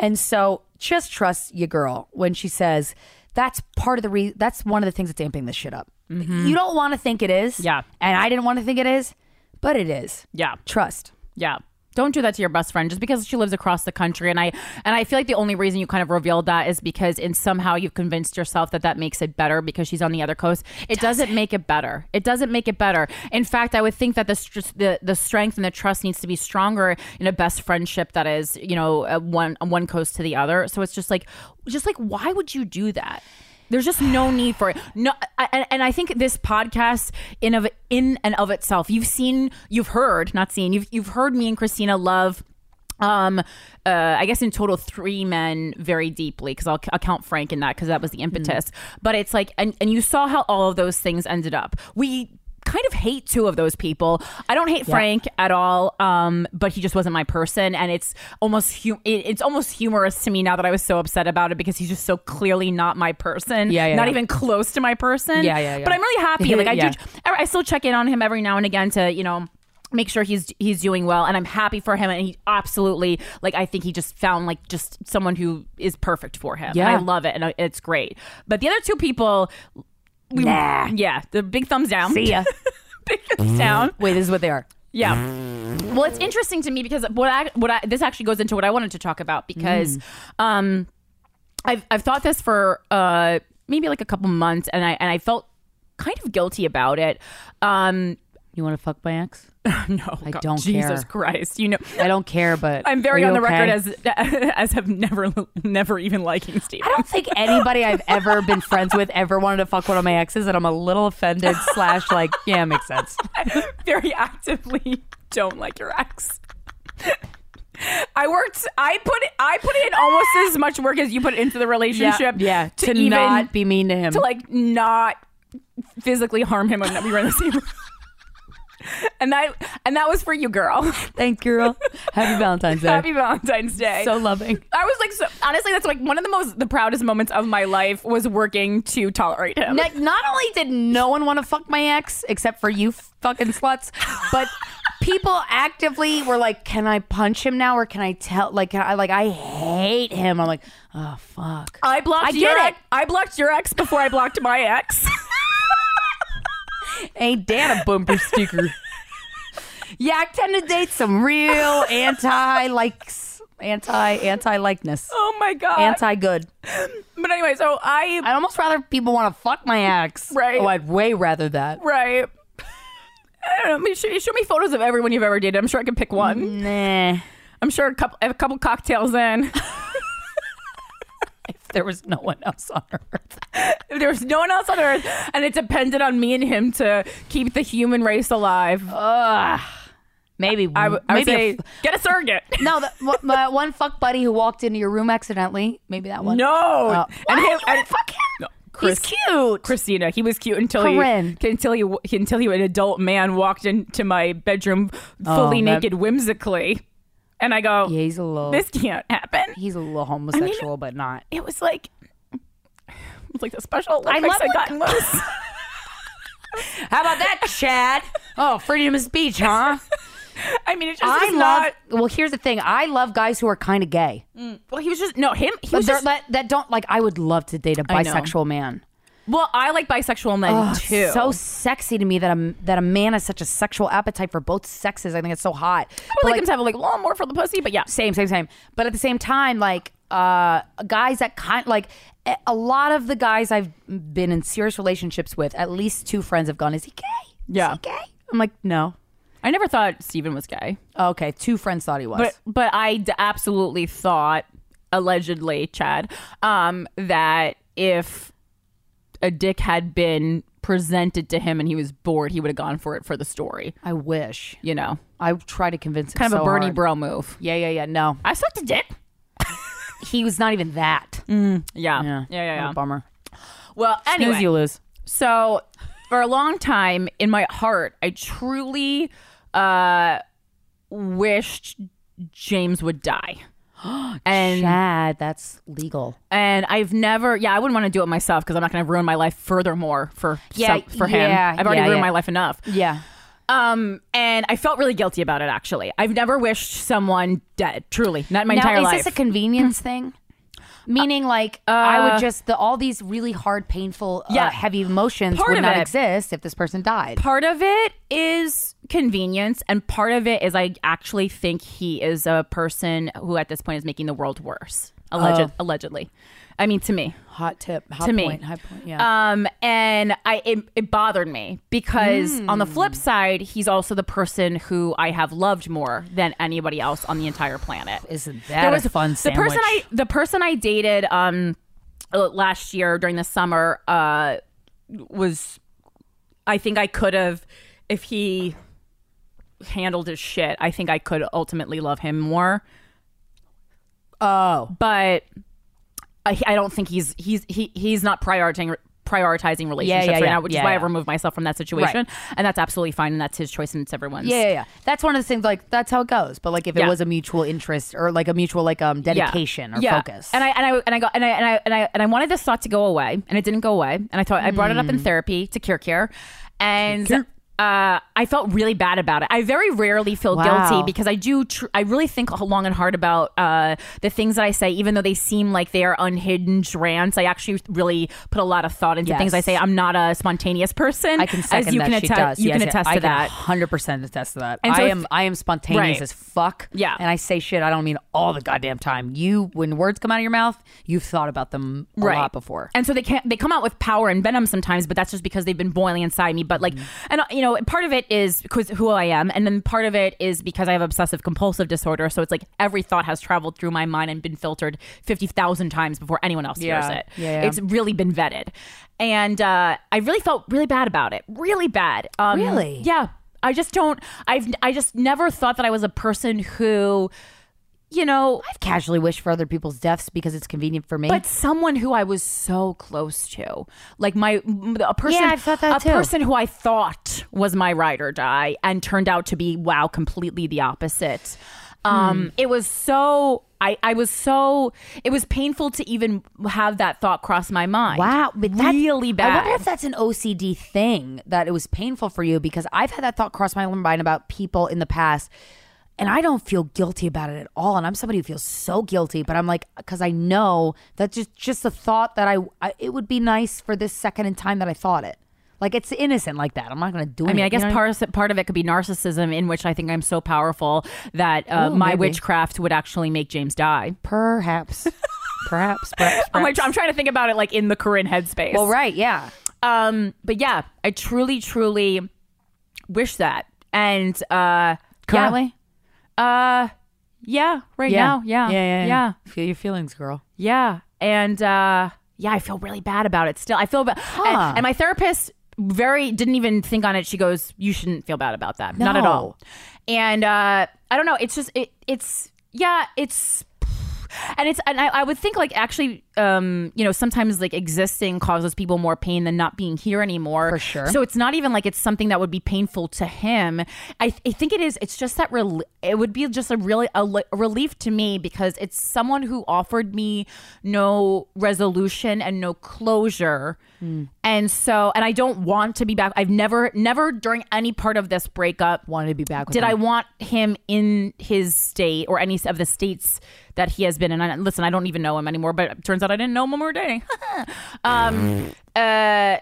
Speaker 2: And so just trust your girl when she says that's part of the re- that's one of the things that's amping this shit up. You don't want to think it is. Mm-hmm. Yeah. And I didn't want to think it is, but it is.
Speaker 6: Yeah.
Speaker 2: Trust.
Speaker 6: Yeah. Don't do that to your best friend just because she lives across the country. And I and I feel like the only reason you kind of revealed that is because in somehow you've convinced yourself that that makes it better because she's on the other coast. It doesn't make it better. It doesn't make it better. In fact, I would think that the str- the, the strength and the trust needs to be stronger in a best friendship that is you know uh, one on one coast to the other. So it's just like just like why would you do that? There's just no need for it. No, I, and, and I think this podcast in of in and of itself, you've seen, you've heard, not seen, you've you've heard me and Christina love. Um, uh, I guess in total three men very deeply because I'll, I'll count Frank in that because that was the impetus. But it's like, and and you saw how all of those things ended up. We kind of hate two of those people. I don't hate
Speaker 9: Yeah.
Speaker 6: Frank at all, um, but he just wasn't my person, and it's almost hu- it, it's almost humorous to me now that I was so upset about it because he's just so clearly not my person.
Speaker 9: Yeah, yeah,
Speaker 6: not
Speaker 9: yeah.
Speaker 6: even close to my person.
Speaker 9: Yeah, yeah, yeah.
Speaker 6: But I'm really happy. Like I
Speaker 9: Yeah.
Speaker 6: do, I still check in on him every now and again to you know. Make sure he's he's doing well, and I'm happy for him. And he absolutely like I think he just found like just someone who is perfect for him. And
Speaker 9: Yeah.
Speaker 6: I love it, and I- it's great. But the other two people, we
Speaker 2: Nah.
Speaker 6: yeah, the big thumbs down.
Speaker 2: See ya.
Speaker 6: down.
Speaker 2: Wait, this is what they are.
Speaker 6: Yeah. Well, it's interesting to me because what I what I this actually goes into what I wanted to talk about because
Speaker 9: Mm.
Speaker 6: um I've I've thought this for uh maybe like a couple months and I and I felt kind of guilty about it. Um
Speaker 2: You want to fuck my ex?
Speaker 6: no,
Speaker 2: I don't care.
Speaker 6: Jesus Christ. You know
Speaker 2: I don't care, but
Speaker 6: I'm very
Speaker 2: are
Speaker 6: on
Speaker 2: you
Speaker 6: the record
Speaker 2: okay?
Speaker 6: as as have never never even liking Steve.
Speaker 2: I don't think anybody I've ever been friends with ever wanted to fuck one of my exes, and I'm a little offended. Slash, like, yeah, it makes sense.
Speaker 6: very actively don't like your ex. I worked. I put. I put in almost as much work as you put into the relationship.
Speaker 2: yeah, to
Speaker 6: even-
Speaker 2: not be mean to him.
Speaker 6: To like not physically harm him when we were in the same. room. and that and that was for you, girl.
Speaker 2: Thank you, girl. Happy Valentine's Day.
Speaker 6: Happy Valentine's Day.
Speaker 2: So loving.
Speaker 6: I was like, so, honestly, that's like one of the most the proudest moments of my life was working to tolerate him.
Speaker 2: Not, not only did no one want to fuck my ex except for you fucking sluts, but people actively were like, "Can I punch him now, or can I tell?" Like, I like I hate him. I'm like, oh fuck.
Speaker 6: I blocked.
Speaker 2: I
Speaker 6: your
Speaker 2: get
Speaker 6: ex- I blocked your ex before I blocked my ex.
Speaker 2: Ain't Dan a bumper sticker? yeah, I tend to date some real anti likes anti anti likeness.
Speaker 6: Oh my god.
Speaker 2: Anti good.
Speaker 6: But anyway, so I
Speaker 2: I almost rather people want to fuck my ex.
Speaker 6: Right.
Speaker 2: Oh, I'd way rather that.
Speaker 6: Right. I don't know. I mean, show, show me photos of everyone you've ever dated. I'm sure I can pick one.
Speaker 2: Nah.
Speaker 6: I'm sure a couple a couple cocktails in.
Speaker 2: if there was no one else on earth.
Speaker 6: if there was no one else on earth and it depended on me and him to keep the human race alive.
Speaker 2: Ugh. Maybe
Speaker 6: I, w- I would
Speaker 2: maybe a
Speaker 6: say,
Speaker 2: f-
Speaker 6: get a surrogate.
Speaker 2: No, the, wha- my one fuck buddy who walked into your room accidentally. Maybe that one.
Speaker 6: No.
Speaker 2: Uh,
Speaker 6: and
Speaker 2: why?
Speaker 6: him,
Speaker 2: You wanna
Speaker 6: fuck him.
Speaker 2: He's cute.
Speaker 6: Christina, he was cute until
Speaker 2: Corinne.
Speaker 6: he until he until he an adult man walked into my bedroom
Speaker 2: Oh,
Speaker 6: fully
Speaker 2: that-
Speaker 6: naked whimsically, and I go,
Speaker 2: Yeah, he's a little.
Speaker 6: this can't happen.
Speaker 2: he's a little homosexual, but not.
Speaker 6: It was like it was like the special Olympics I,
Speaker 2: love when-
Speaker 6: got in loose.
Speaker 2: How about that, Chad? oh, freedom of speech, huh?
Speaker 6: I mean, it just
Speaker 2: I
Speaker 6: was
Speaker 2: love.
Speaker 6: not.
Speaker 2: Well, here's the thing. I love guys who are kind of gay.
Speaker 6: Mm. Well, he was just no him. He
Speaker 2: But
Speaker 6: was
Speaker 2: they're-
Speaker 6: just,
Speaker 2: that, that don't like. I would love to date a
Speaker 6: I know.
Speaker 2: bisexual man.
Speaker 6: well, I like bisexual men
Speaker 2: Oh,
Speaker 6: too.
Speaker 2: it's so sexy to me that a um, that a man has such a sexual appetite for both sexes. I think it's so hot.
Speaker 6: I would like, him to have like a little more for the pussy, but yeah,
Speaker 2: same, same, same. But at the same time, like uh guys that kind like a- a lot of the guys I've been in serious relationships with, at least two friends have gone. Is he gay?
Speaker 6: yeah.
Speaker 2: Gay? I'm like, no.
Speaker 6: I never thought Steven was gay,
Speaker 2: Okay, two friends thought he was.
Speaker 6: but but I d- absolutely thought allegedly, Chad, um, that if a dick had been presented to him and he was bored, he would have gone for it for the story.
Speaker 2: I wish.
Speaker 6: You know,
Speaker 2: I try to convince him.
Speaker 6: kind of
Speaker 2: so
Speaker 6: a Bernie
Speaker 2: hard.
Speaker 6: Bro move.
Speaker 2: Yeah, yeah, yeah. No,
Speaker 6: I sucked a dick. Mm,
Speaker 2: he was not even that.
Speaker 6: Yeah, yeah, yeah, yeah.
Speaker 2: What a bummer.
Speaker 6: Well, anyway,
Speaker 2: Snooze, you lose.
Speaker 6: So, for a long time in my heart, I truly uh, wished James would die. And
Speaker 2: Chad, that's legal.
Speaker 6: and I've never, yeah, I wouldn't want to do it myself because I'm not going to ruin my life furthermore for
Speaker 2: Yeah,
Speaker 6: some- for him.
Speaker 2: yeah,
Speaker 6: I've already
Speaker 2: yeah,
Speaker 6: ruined
Speaker 2: yeah.
Speaker 6: my life enough.
Speaker 2: Yeah.
Speaker 6: Um, and I felt really guilty about it. Actually, I've never wished someone dead. Truly, not in my
Speaker 2: now,
Speaker 6: entire
Speaker 2: is
Speaker 6: life.
Speaker 2: this a convenience thing? Meaning, like, I would just the all these really hard, painful, uh,
Speaker 6: Uh, Yeah.
Speaker 2: heavy emotions
Speaker 6: Part
Speaker 2: would
Speaker 6: of
Speaker 2: not
Speaker 6: it.
Speaker 2: exist if this person died.
Speaker 6: part of it is convenience and part of it is i actually think he is a person who at this point is making the world worse Alleged,
Speaker 2: Oh.
Speaker 6: allegedly i mean to me
Speaker 2: Hot tip. Hot
Speaker 6: to
Speaker 2: point.
Speaker 6: me
Speaker 2: High point. Yeah.
Speaker 6: um and i it, it bothered me because on the flip side he's also the person who i have loved more than anybody else on the entire planet
Speaker 2: Isn't that a fun
Speaker 6: the person I the person I dated um uh, last year during the summer uh was I think I could have if he handled his shit I think I could ultimately love him more
Speaker 2: Oh.
Speaker 6: but I, I don't think he's he's he, he's not prioritizing prioritizing relationships
Speaker 2: yeah,
Speaker 6: right
Speaker 2: yeah.
Speaker 6: now which
Speaker 2: Yeah,
Speaker 6: is why
Speaker 2: yeah.
Speaker 6: I've removed myself from that situation and that's absolutely fine and that's his choice and it's everyone's
Speaker 2: Yeah, yeah, yeah. That's one of the things. Like, that's how it goes. But like, if it
Speaker 6: Yeah.
Speaker 2: was a mutual interest or like a mutual like um dedication or focus,
Speaker 6: And I and I and I got and I and I and I and I wanted this thought to go away, and it didn't go away. And I thought I brought it
Speaker 2: Mm.
Speaker 6: up in therapy to Cure Cure, and. Uh, I felt really bad about it. I very rarely feel
Speaker 2: Wow.
Speaker 6: guilty because I do. Tr- I really think long and hard about uh, the things that I say, even though they seem like they are unhinged rants. I actually really put a lot of thought into things I
Speaker 2: Yes.
Speaker 6: say. I'm not a spontaneous person.
Speaker 2: I can second
Speaker 6: as you
Speaker 2: that.
Speaker 6: can
Speaker 2: she
Speaker 6: attest.
Speaker 2: does.
Speaker 6: You
Speaker 2: Yes,
Speaker 6: can
Speaker 2: yes,
Speaker 6: attest
Speaker 2: I
Speaker 6: to that.
Speaker 2: Hundred percent attest to that.
Speaker 6: And so
Speaker 2: I
Speaker 6: if-
Speaker 2: am. I am spontaneous
Speaker 6: Right.
Speaker 2: as fuck.
Speaker 6: Yeah.
Speaker 2: And I say shit I don't mean all the goddamn time. You, when words come out of your mouth, you've thought about them a
Speaker 6: Right.
Speaker 2: lot before.
Speaker 6: And so they can't they come out with power and venom sometimes, but that's just because they've been boiling inside me. But like,
Speaker 2: Mm-hmm.
Speaker 6: and uh, you know, part of it is because who I am, and then part of it is because I have obsessive compulsive disorder. So it's like every thought has traveled through my mind and been filtered fifty thousand times before anyone else
Speaker 2: Yeah.
Speaker 6: hears it.
Speaker 2: Yeah, yeah.
Speaker 6: It's really been vetted, and uh, I really felt really bad about it. Really bad. Um,
Speaker 2: Really?
Speaker 6: Yeah. I just don't. I've. I just never thought that I was a person who, you know,
Speaker 2: I've casually wished for other people's deaths because it's convenient for me.
Speaker 6: but someone who I was so close to, like my m- a person,
Speaker 2: Yeah, I've thought that
Speaker 6: a
Speaker 2: too.
Speaker 6: person who I thought was my ride or die, and turned out to be wow, completely the opposite. Um,
Speaker 2: Hmm.
Speaker 6: it was so I I was so it was painful to even have that thought cross my mind.
Speaker 2: Wow, but that's,
Speaker 6: really
Speaker 2: I
Speaker 6: bad.
Speaker 2: wonder if that's an OCD thing that it was painful for you because I've had that thought cross my mind about people in the past, and I don't feel guilty about it at all. And I'm somebody who feels so guilty, but I'm like, because I know that just just the thought that I, I it would be nice for this second in time that I thought it.
Speaker 1: Like it's innocent like that. I'm not going to do
Speaker 6: I
Speaker 1: anything.
Speaker 6: mean, I guess
Speaker 1: you know?
Speaker 6: part of, part of it could be narcissism, in which I think I'm so powerful that uh,
Speaker 1: Ooh,
Speaker 6: my
Speaker 1: maybe.
Speaker 6: witchcraft would actually make James die.
Speaker 1: Perhaps. perhaps, perhaps.
Speaker 6: I'm, like, I'm trying to think about it like in the Corinne headspace.
Speaker 1: Well, right, yeah.
Speaker 6: Um, but yeah, I truly, truly wish that. And uh,
Speaker 1: Currently?
Speaker 6: yeah. uh, yeah, right
Speaker 1: Yeah.
Speaker 6: now, yeah,
Speaker 1: Yeah, yeah, yeah.
Speaker 6: yeah.
Speaker 1: Feel your feelings, girl.
Speaker 6: Yeah. And uh yeah, I feel really bad about it still. I feel bad. And, and my therapist very didn't even think on it. She goes, "You shouldn't feel bad about that. Not at
Speaker 1: No.
Speaker 6: all." And uh I don't know, it's just it it's yeah, it's and it's and I, I would think like actually um you know sometimes like existing causes people more pain than not being here anymore for sure so it's not even like it's something that would be painful to him i, I think it is it's just that rel- it would be just a really a, li- a relief to me because it's someone who offered me no resolution and no closure
Speaker 1: Hmm.
Speaker 6: and so and i don't want to be back i've never never during any part of this breakup
Speaker 1: wanted to be back with
Speaker 6: did
Speaker 1: him.
Speaker 6: i want him in his state or any of the states that he has been in. And listen, I don't even know him anymore, but it turns out I didn't know him when we were dating. um, uh,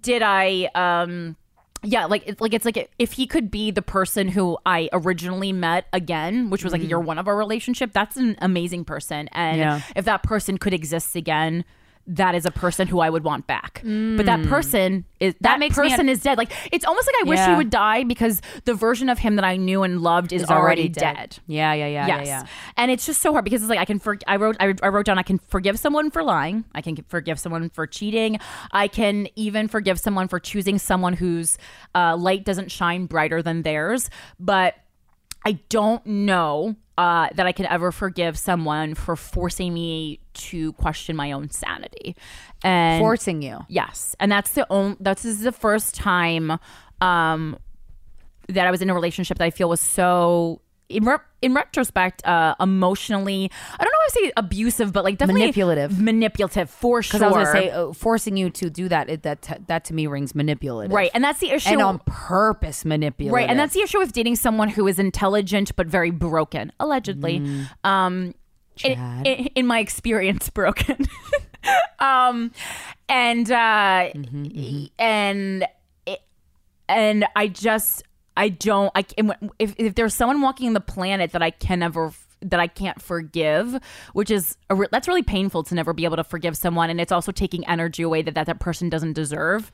Speaker 6: did I? Um, yeah, like it's like it's like if he could be the person who I originally met again, which was like
Speaker 1: Mm.
Speaker 6: year one of our relationship, that's an amazing person. And
Speaker 1: Yeah.
Speaker 6: if that person could exist again. That is a person who I would want back, but that
Speaker 1: Mm.
Speaker 6: person is that,
Speaker 1: makes me-
Speaker 6: person is dead. Like it's almost like I wish he
Speaker 1: Yeah.
Speaker 6: would die because the version of him that I knew and loved is, already, dead.
Speaker 1: Yeah, yeah, yeah,
Speaker 6: yes.
Speaker 1: yeah, yeah.
Speaker 6: And it's just so hard because it's like I can for- I wrote I, I wrote down I can forgive someone for lying. I can forgive someone for cheating. I can even forgive someone for choosing someone whose uh, light doesn't shine brighter than theirs. But I don't know uh, that I can ever forgive someone for forcing me to question my own sanity and
Speaker 1: Forcing you.
Speaker 6: Yes, and that's the only that's this is the first time um, that I was in a relationship that I feel was so. In, re- in retrospect, uh, emotionally, I don't know if I say abusive, but like definitely
Speaker 1: Manipulative.
Speaker 6: manipulative for sure.
Speaker 1: Because I was going to say, uh, forcing you to do that, it, that, t- that to me rings manipulative.
Speaker 6: Right, and that's the issue-
Speaker 1: And um, on purpose manipulative.
Speaker 6: Right, and that's the issue with dating someone who is intelligent but very broken, allegedly. Um, in, in, in my experience, broken. um, and uh, e, and it, and I just I don't I can if if there's someone walking the planet that I can never that I can't forgive, which is a re- that's really painful to never be able to forgive someone, and it's also taking energy away that that, that person doesn't deserve.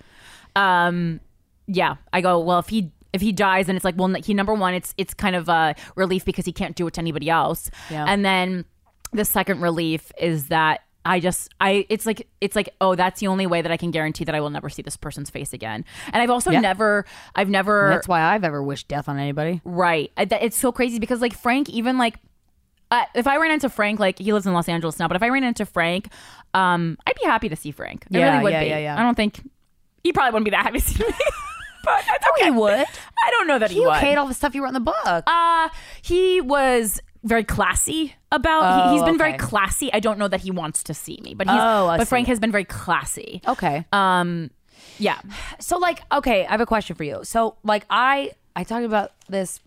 Speaker 6: Um, yeah, I go well if he if he dies, then it's like well he number one it's it's kind of a relief because he can't do it to anybody else,
Speaker 1: Yeah.
Speaker 6: and then the second relief is that I just I it's like it's like oh that's the only way that I can guarantee that I will never see this person's face again, and I've also
Speaker 1: Yeah.
Speaker 6: never I've never
Speaker 1: That's why I've ever wished death on anybody.
Speaker 6: Right. I- that- It's so crazy because like Frank, even like uh, if I ran into Frank, like he lives in Los Angeles now, but if I ran into Frank, um, I'd be happy to see Frank. I
Speaker 1: Yeah,
Speaker 6: really would
Speaker 1: yeah,
Speaker 6: be.
Speaker 1: yeah, yeah.
Speaker 6: I don't think he probably wouldn't be that happy to see me. but that's okay.
Speaker 1: He would.
Speaker 6: I don't know that he,
Speaker 1: He
Speaker 6: would.
Speaker 1: okayed all the stuff you wrote in the book.
Speaker 6: Uh, he was very classy about. he,
Speaker 1: Oh,
Speaker 6: he's been very
Speaker 1: okay.
Speaker 6: classy. I don't know that he wants to see me, but he's.
Speaker 1: Oh, I
Speaker 6: but
Speaker 1: see.
Speaker 6: Frank has been very classy.
Speaker 1: Okay.
Speaker 6: Um, yeah.
Speaker 1: So like, okay, I have a question for you. So like, I I talked about this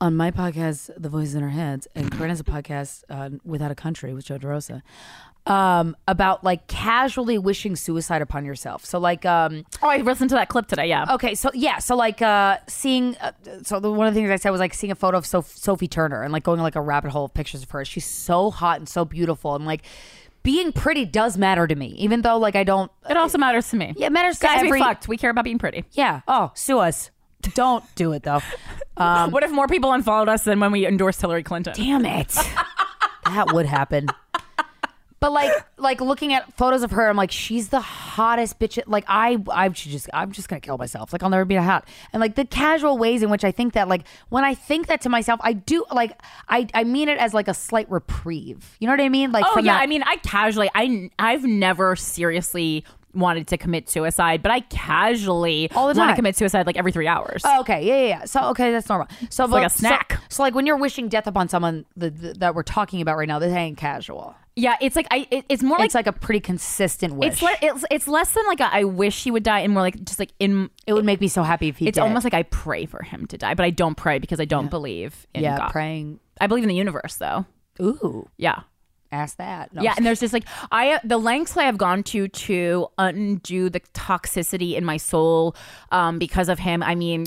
Speaker 1: on my podcast, The Voices in Our Heads, and Corinne has a podcast uh, without a country with Joe DeRosa, um, about like casually wishing suicide upon yourself. So like, um,
Speaker 6: oh, I listened to that clip today. Yeah.
Speaker 1: Okay, so yeah, so like uh, seeing, uh, so the, one of the things I said was like seeing a photo of Soph- Sophie Turner and like going like a rabbit hole of pictures of her. She's so hot and so beautiful, and like. Being pretty does matter to me, even though like I don't.
Speaker 6: It also matters to me.
Speaker 1: Yeah, it matters to
Speaker 6: Guys,
Speaker 1: every.
Speaker 6: we fucked. We care about being pretty.
Speaker 1: Yeah. Oh, sue us. Don't do it though. Um,
Speaker 6: what if more people unfollowed us than when we endorsed Hillary Clinton?
Speaker 1: Damn it. that would happen. But like, like looking at photos of her, I'm like, she's the hottest bitch. Like, I, I should just, I'm just gonna kill myself. Like, I'll never be that hot. And like the casual ways in which I think that, like, when I think that to myself, I do, like, I, I mean it as like a slight reprieve. You know what I mean? Like,
Speaker 6: oh
Speaker 1: from
Speaker 6: yeah,
Speaker 1: that-
Speaker 6: I mean, I casually, I I've never seriously wanted to commit suicide, but I casually all
Speaker 1: the
Speaker 6: want to
Speaker 1: time.
Speaker 6: commit suicide like every three hours.
Speaker 1: Oh, okay, yeah, yeah, yeah. So okay, that's normal. So
Speaker 6: It's like a
Speaker 1: so-
Speaker 6: snack.
Speaker 1: So, like when you're wishing death upon someone th- th- that we're talking about right now, this ain't casual.
Speaker 6: Yeah, it's like I. It, it's more
Speaker 1: like it's like a pretty consistent wish.
Speaker 6: It's, le- it's it's less than like a, I wish he would die, and more like just like in.
Speaker 1: It would make me so happy if he.
Speaker 6: It's
Speaker 1: did.
Speaker 6: almost like I pray for him to die, but I don't pray because I don't believe in
Speaker 1: Yeah,
Speaker 6: God.
Speaker 1: praying.
Speaker 6: I believe in the universe, though.
Speaker 1: Ooh.
Speaker 6: Yeah.
Speaker 2: ask that. No,
Speaker 6: yeah, and there's just like I the lengths I have gone to to undo the toxicity in my soul um, because of him. I mean,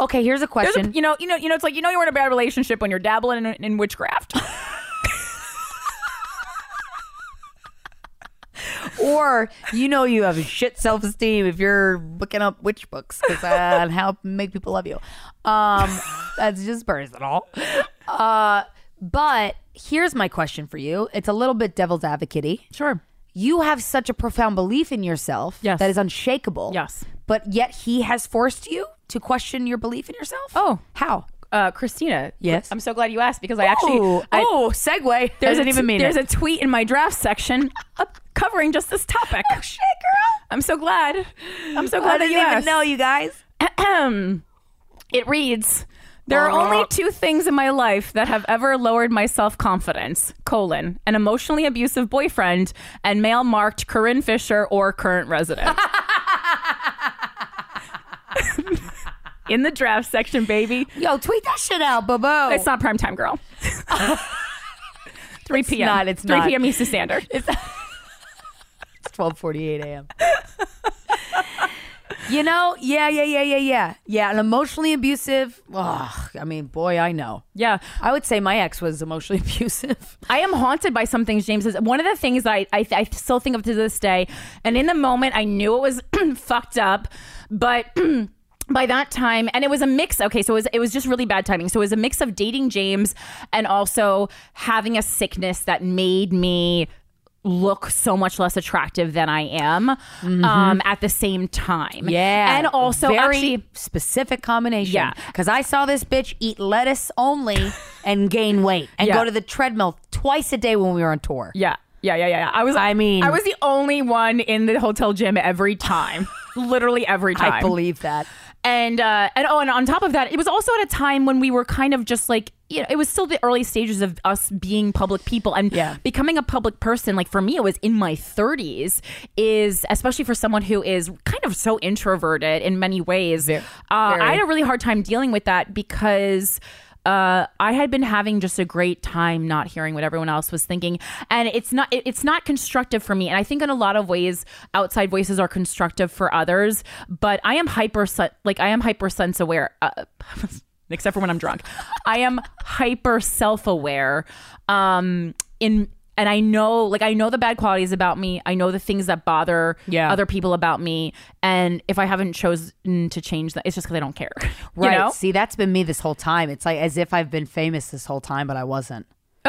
Speaker 2: okay, here's a question.
Speaker 6: you know, you know, you know, it's like you know you're in a bad relationship when you're dabbling in, in witchcraft.
Speaker 2: or you know you have shit self esteem if you're looking up witch books because that help make people love you. Um, that's just personal. Uh, but here's my question for you. It's a little bit devil's advocate.
Speaker 6: Sure.
Speaker 2: You have such a profound belief in yourself
Speaker 6: Yes.
Speaker 2: that is unshakable.
Speaker 6: Yes.
Speaker 2: But yet he has forced you to question your belief in yourself.
Speaker 6: Oh,
Speaker 2: how?
Speaker 6: Uh, Christina.
Speaker 2: Yes.
Speaker 6: I'm so glad you asked because I actually.
Speaker 2: Oh,
Speaker 6: I,
Speaker 2: oh, segue. I
Speaker 6: There's
Speaker 2: didn't
Speaker 6: a,
Speaker 2: even mean
Speaker 6: There's
Speaker 2: it.
Speaker 6: a tweet in my draft section uh, covering just this topic. Oh shit,
Speaker 2: girl!
Speaker 6: I'm so glad. I'm so
Speaker 2: I
Speaker 6: glad that
Speaker 2: didn't
Speaker 6: you
Speaker 2: even
Speaker 6: asked.
Speaker 2: know, you guys.
Speaker 6: it reads. There are only two things in my life that have ever lowered my self confidence: colon, an emotionally abusive boyfriend, and mail marked Corinne Fisher or current resident. in the draft section, baby.
Speaker 2: Yo, tweet that shit out, Bobo.
Speaker 6: It's not prime time, girl. 3 p.m.
Speaker 2: not, it's
Speaker 6: 3
Speaker 2: not.
Speaker 6: p.m. Eastern Standard.
Speaker 2: It's twelve forty eight a.m. you know, yeah, yeah, yeah, yeah, yeah, yeah. An emotionally abusive. Ugh, I mean, boy, I know.
Speaker 6: Yeah,
Speaker 2: I would say my ex was emotionally abusive.
Speaker 6: I am haunted by some things, James. Is one of the things that I, I, I still think of to this day. And in the moment, I knew it was fucked up, but. By that time, and it was a mix. Okay, so it was, it was just really bad timing. So it was a mix of dating James and also having a sickness that made me look so much less attractive than I am um, at the same time.
Speaker 2: Mm-hmm. Yeah,
Speaker 6: And also,
Speaker 2: very
Speaker 6: actually,
Speaker 2: specific combination.
Speaker 6: Yeah.
Speaker 2: because I saw this bitch eat lettuce only and gain weight and
Speaker 6: Yeah.
Speaker 2: go to the treadmill twice a day when we were on tour.
Speaker 6: Yeah. Yeah, yeah, yeah, yeah. I was I
Speaker 2: mean-
Speaker 6: I was the only one in the hotel gym every time. Literally every time.
Speaker 2: I believe that.
Speaker 6: And uh and oh and on top of that, it was also at a time when we were kind of just like you know, it was still the early stages of us being public people and becoming a public person. Like for me, it was in my 30s. Is especially for someone who is kind of so introverted in many ways. uh, I had a really hard time dealing with that because uh, I had been having just a great time not hearing what everyone else was thinking, and it's not it- it's not constructive for me. And I think in a lot of ways, outside voices are constructive for others, but I am hyper sen- like I am hyper sense aware. Uh, except for when I'm drunk, I am hyper self aware. Um, in and I know like I know the bad qualities about me. I know the things that bother
Speaker 2: Yeah.
Speaker 6: other people about me, and if I haven't chosen to change that, it's just because I don't care. you
Speaker 2: Right.
Speaker 6: know?
Speaker 2: See, that's been me this whole time. It's like as if I've been famous this whole time, but I wasn't.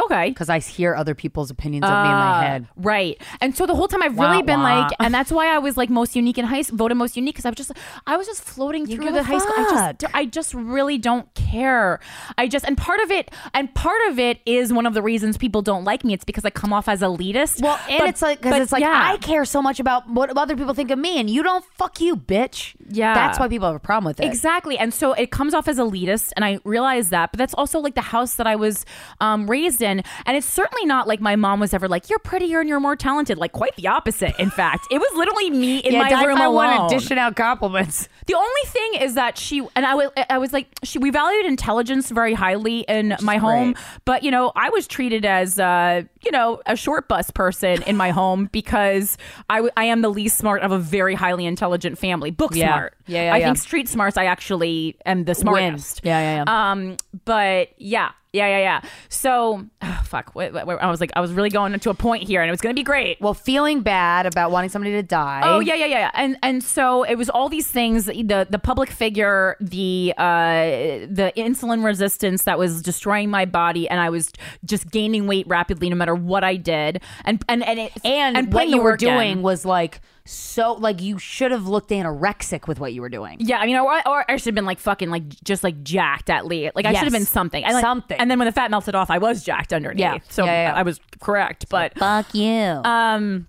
Speaker 6: Okay.
Speaker 2: Because I hear other people's opinions of me in
Speaker 6: Ah,
Speaker 2: my head.
Speaker 6: Right. And so the whole time I've really
Speaker 2: Wah,
Speaker 6: been
Speaker 2: wah.
Speaker 6: like, and that's why I was like most unique in high school, voted most unique because I was just, I was just floating through
Speaker 2: give
Speaker 6: the
Speaker 2: a
Speaker 6: high school. I just, I just really don't care. I just, and part of it, and part of it is one of the reasons people don't like me. It's because I come off as elitist. Well,
Speaker 2: And it's like because it's like I care so much about what other people think of me, and you don't. Fuck you, bitch.
Speaker 6: Yeah.
Speaker 2: That's why people have a problem with it.
Speaker 6: Exactly. And so it comes off as elitist, and I realize that, but that's also like the house that I was um, raised in. And it's certainly not like my mom was ever like, you're prettier and you're more talented. Like, quite the opposite, in fact. It was literally me in
Speaker 2: yeah,
Speaker 6: my
Speaker 2: Di-
Speaker 6: room
Speaker 2: I
Speaker 6: alone.
Speaker 2: want to dish out compliments.
Speaker 6: the only thing is that she and I was I was like she we valued intelligence very highly in my home, but you know I was treated as uh, you know a short bus person in my home because I, w- I am the least smart of a very highly intelligent family, book
Speaker 2: Yeah.
Speaker 6: smart.
Speaker 2: Yeah, yeah,
Speaker 6: I
Speaker 2: yeah.
Speaker 6: think street smarts I actually am the smartest.
Speaker 2: Yeah, yeah, yeah.
Speaker 6: Um, but yeah, yeah, yeah, yeah. So oh, fuck. Wait, wait, wait, I was like, I was really going into a point here, and it was gonna be great.
Speaker 2: Well, feeling bad about wanting somebody to die.
Speaker 6: Oh yeah, yeah, yeah, yeah. And and so it was all these things: the the public figure, the uh, the insulin resistance that was destroying my body, and I was just gaining weight rapidly, no matter what I did. And and and it,
Speaker 2: And, what
Speaker 6: putting the
Speaker 2: you were
Speaker 6: work in.
Speaker 2: doing was like so like you should have looked anorexic with what you were doing.
Speaker 6: Yeah, I mean, or, or I should have been like fucking like just like jacked at least. Like I should have
Speaker 2: Yes.
Speaker 6: been something. And, like,
Speaker 2: Something.
Speaker 6: And then when the fat melted off, I was jacked underneath.
Speaker 2: Yeah.
Speaker 6: So
Speaker 2: Yeah, yeah, yeah.
Speaker 6: I was correct. But
Speaker 2: fuck you.
Speaker 6: Um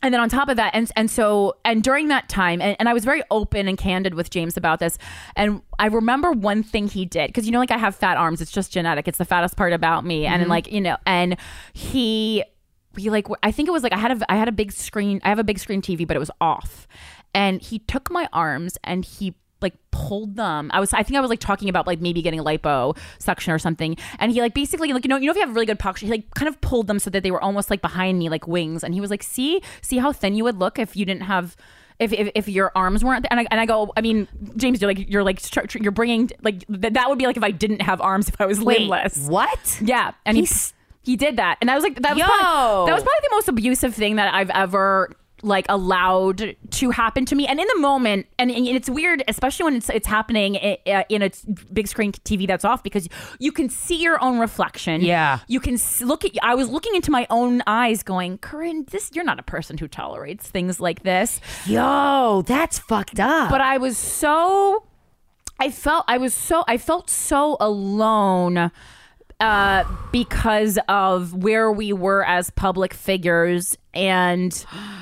Speaker 6: and then on top of that, and and so and during that time, and, and I was very open and candid with James about this. And I remember one thing he did because you know, like I have fat arms; it's just genetic. It's the fattest part about me, and
Speaker 2: Mhm.
Speaker 6: like you know, and he we like I think it was like I had a I had a big screen. I have a big screen TV, but it was off, and he took my arms and he like pulled them. I was I think I was like talking about like maybe getting liposuction or something. And he like basically like you know you know if you have really good posture, he like kind of pulled them so that they were almost like behind me like wings. And he was like, see see how thin you would look if you didn't have. If, if, if your arms weren't and I, and I go I mean James you're like you're like str- tr- you're bringing like th- that would be like if I didn't have arms if I was
Speaker 1: Wait,
Speaker 6: limbless
Speaker 1: what
Speaker 6: yeah and he he did that and I was like that was probably,
Speaker 1: Yo.
Speaker 6: that was probably the most abusive thing that I've ever like allowed to happen to me and in the moment and, and it's weird especially when it's it's happening i- uh, in a big screen TV that's off because you can see your own reflection
Speaker 1: Yeah.
Speaker 6: you can s- look at I was looking into my own eyes going Corinne this you're not a person who tolerates things like this
Speaker 1: Yo, that's fucked up.
Speaker 6: but I was so I felt I was so I felt so alone uh because of where we were as public figures and uh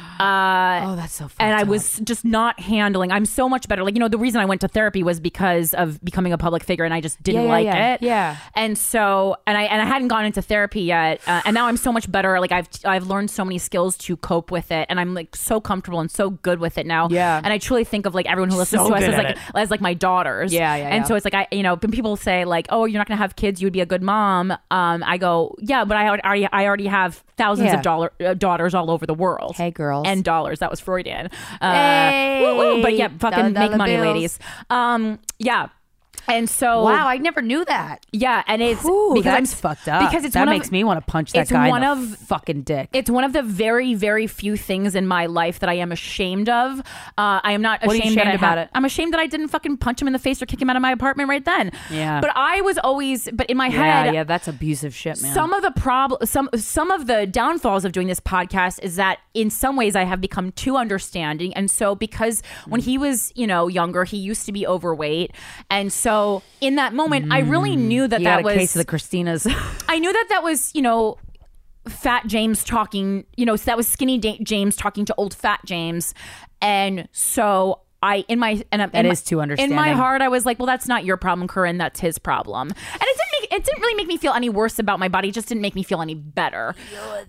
Speaker 1: oh that's so
Speaker 6: and I was just not handling I'm so much better like you know the reason I went to therapy was because of becoming a public figure and I just didn't
Speaker 1: Yeah, yeah,
Speaker 6: like
Speaker 1: yeah.
Speaker 6: it
Speaker 1: Yeah.
Speaker 6: and so and I and I hadn't gone into therapy yet uh, and now I'm so much better like I've I've learned so many skills to cope with it and I'm like so comfortable and so good with it now
Speaker 1: Yeah.
Speaker 6: and I truly think of like everyone who listens
Speaker 1: So
Speaker 6: to us
Speaker 1: good
Speaker 6: as
Speaker 1: at
Speaker 6: like
Speaker 1: it.
Speaker 6: as like my daughters
Speaker 1: Yeah, yeah,
Speaker 6: and
Speaker 1: yeah.
Speaker 6: so it's like I you know when people say like oh you're not gonna have kids you would be a good mom um I go yeah but I already I already have thousands
Speaker 1: Yeah.
Speaker 6: of dollar uh, daughters all over the world
Speaker 1: hey girls
Speaker 6: and dollars that was Freudian uh, woo, woo. but yeah
Speaker 1: Hey,
Speaker 6: fucking
Speaker 1: dollar
Speaker 6: make money
Speaker 1: bills.
Speaker 6: ladies um yeah and so
Speaker 1: wow, I never knew that.
Speaker 6: yeah, and it's because
Speaker 1: that's
Speaker 6: I'm,
Speaker 1: fucked up.
Speaker 6: Because it's
Speaker 1: that
Speaker 6: one
Speaker 1: makes
Speaker 6: of,
Speaker 1: me want to punch that
Speaker 6: it's
Speaker 1: guy
Speaker 6: one
Speaker 1: in
Speaker 6: of-
Speaker 1: the fucking dick.
Speaker 6: It's one of the very, very few things in my life that I am ashamed of. Uh, I am not
Speaker 1: What are you
Speaker 6: ashamed, that I
Speaker 1: ashamed
Speaker 6: had-
Speaker 1: about it?
Speaker 6: I'm ashamed that I didn't fucking punch him in the face or kick him out of my apartment right then.
Speaker 1: Yeah.
Speaker 6: But I was always, but in my
Speaker 1: yeah,
Speaker 6: head,
Speaker 1: yeah, that's abusive shit, man.
Speaker 6: some of the problem some some of the downfalls of doing this podcast is that in some ways I have become too understanding and so because
Speaker 1: Mm.
Speaker 6: when he was you know younger he used to be overweight and so in that moment I really knew that
Speaker 1: you
Speaker 6: that
Speaker 1: got Mm.
Speaker 6: was
Speaker 1: a case of the Christinas.
Speaker 6: I knew that that was, you know, fat James talking, you know, so that was skinny da- James talking to old fat James. And so I, in my, and I'm,
Speaker 1: That
Speaker 6: in
Speaker 1: is
Speaker 6: my-
Speaker 1: too
Speaker 6: In my
Speaker 1: understanding.
Speaker 6: heart, I was like, well, that's not your problem, Corinne. That's his problem. And it didn't make, it didn't really make me feel any worse about my body. It just didn't make me feel any better.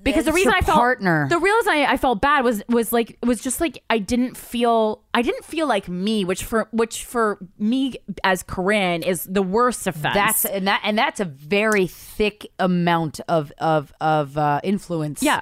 Speaker 6: Because the
Speaker 1: it's
Speaker 6: reason
Speaker 1: your
Speaker 6: I felt,
Speaker 1: partner.
Speaker 6: the real reason I, I felt bad was, was like, was just like, I didn't feel, I didn't feel like me, which for, which for me as Corinne is the worst offense.
Speaker 1: that's and that and that's a very thick amount of of of uh, influence.
Speaker 6: Yeah.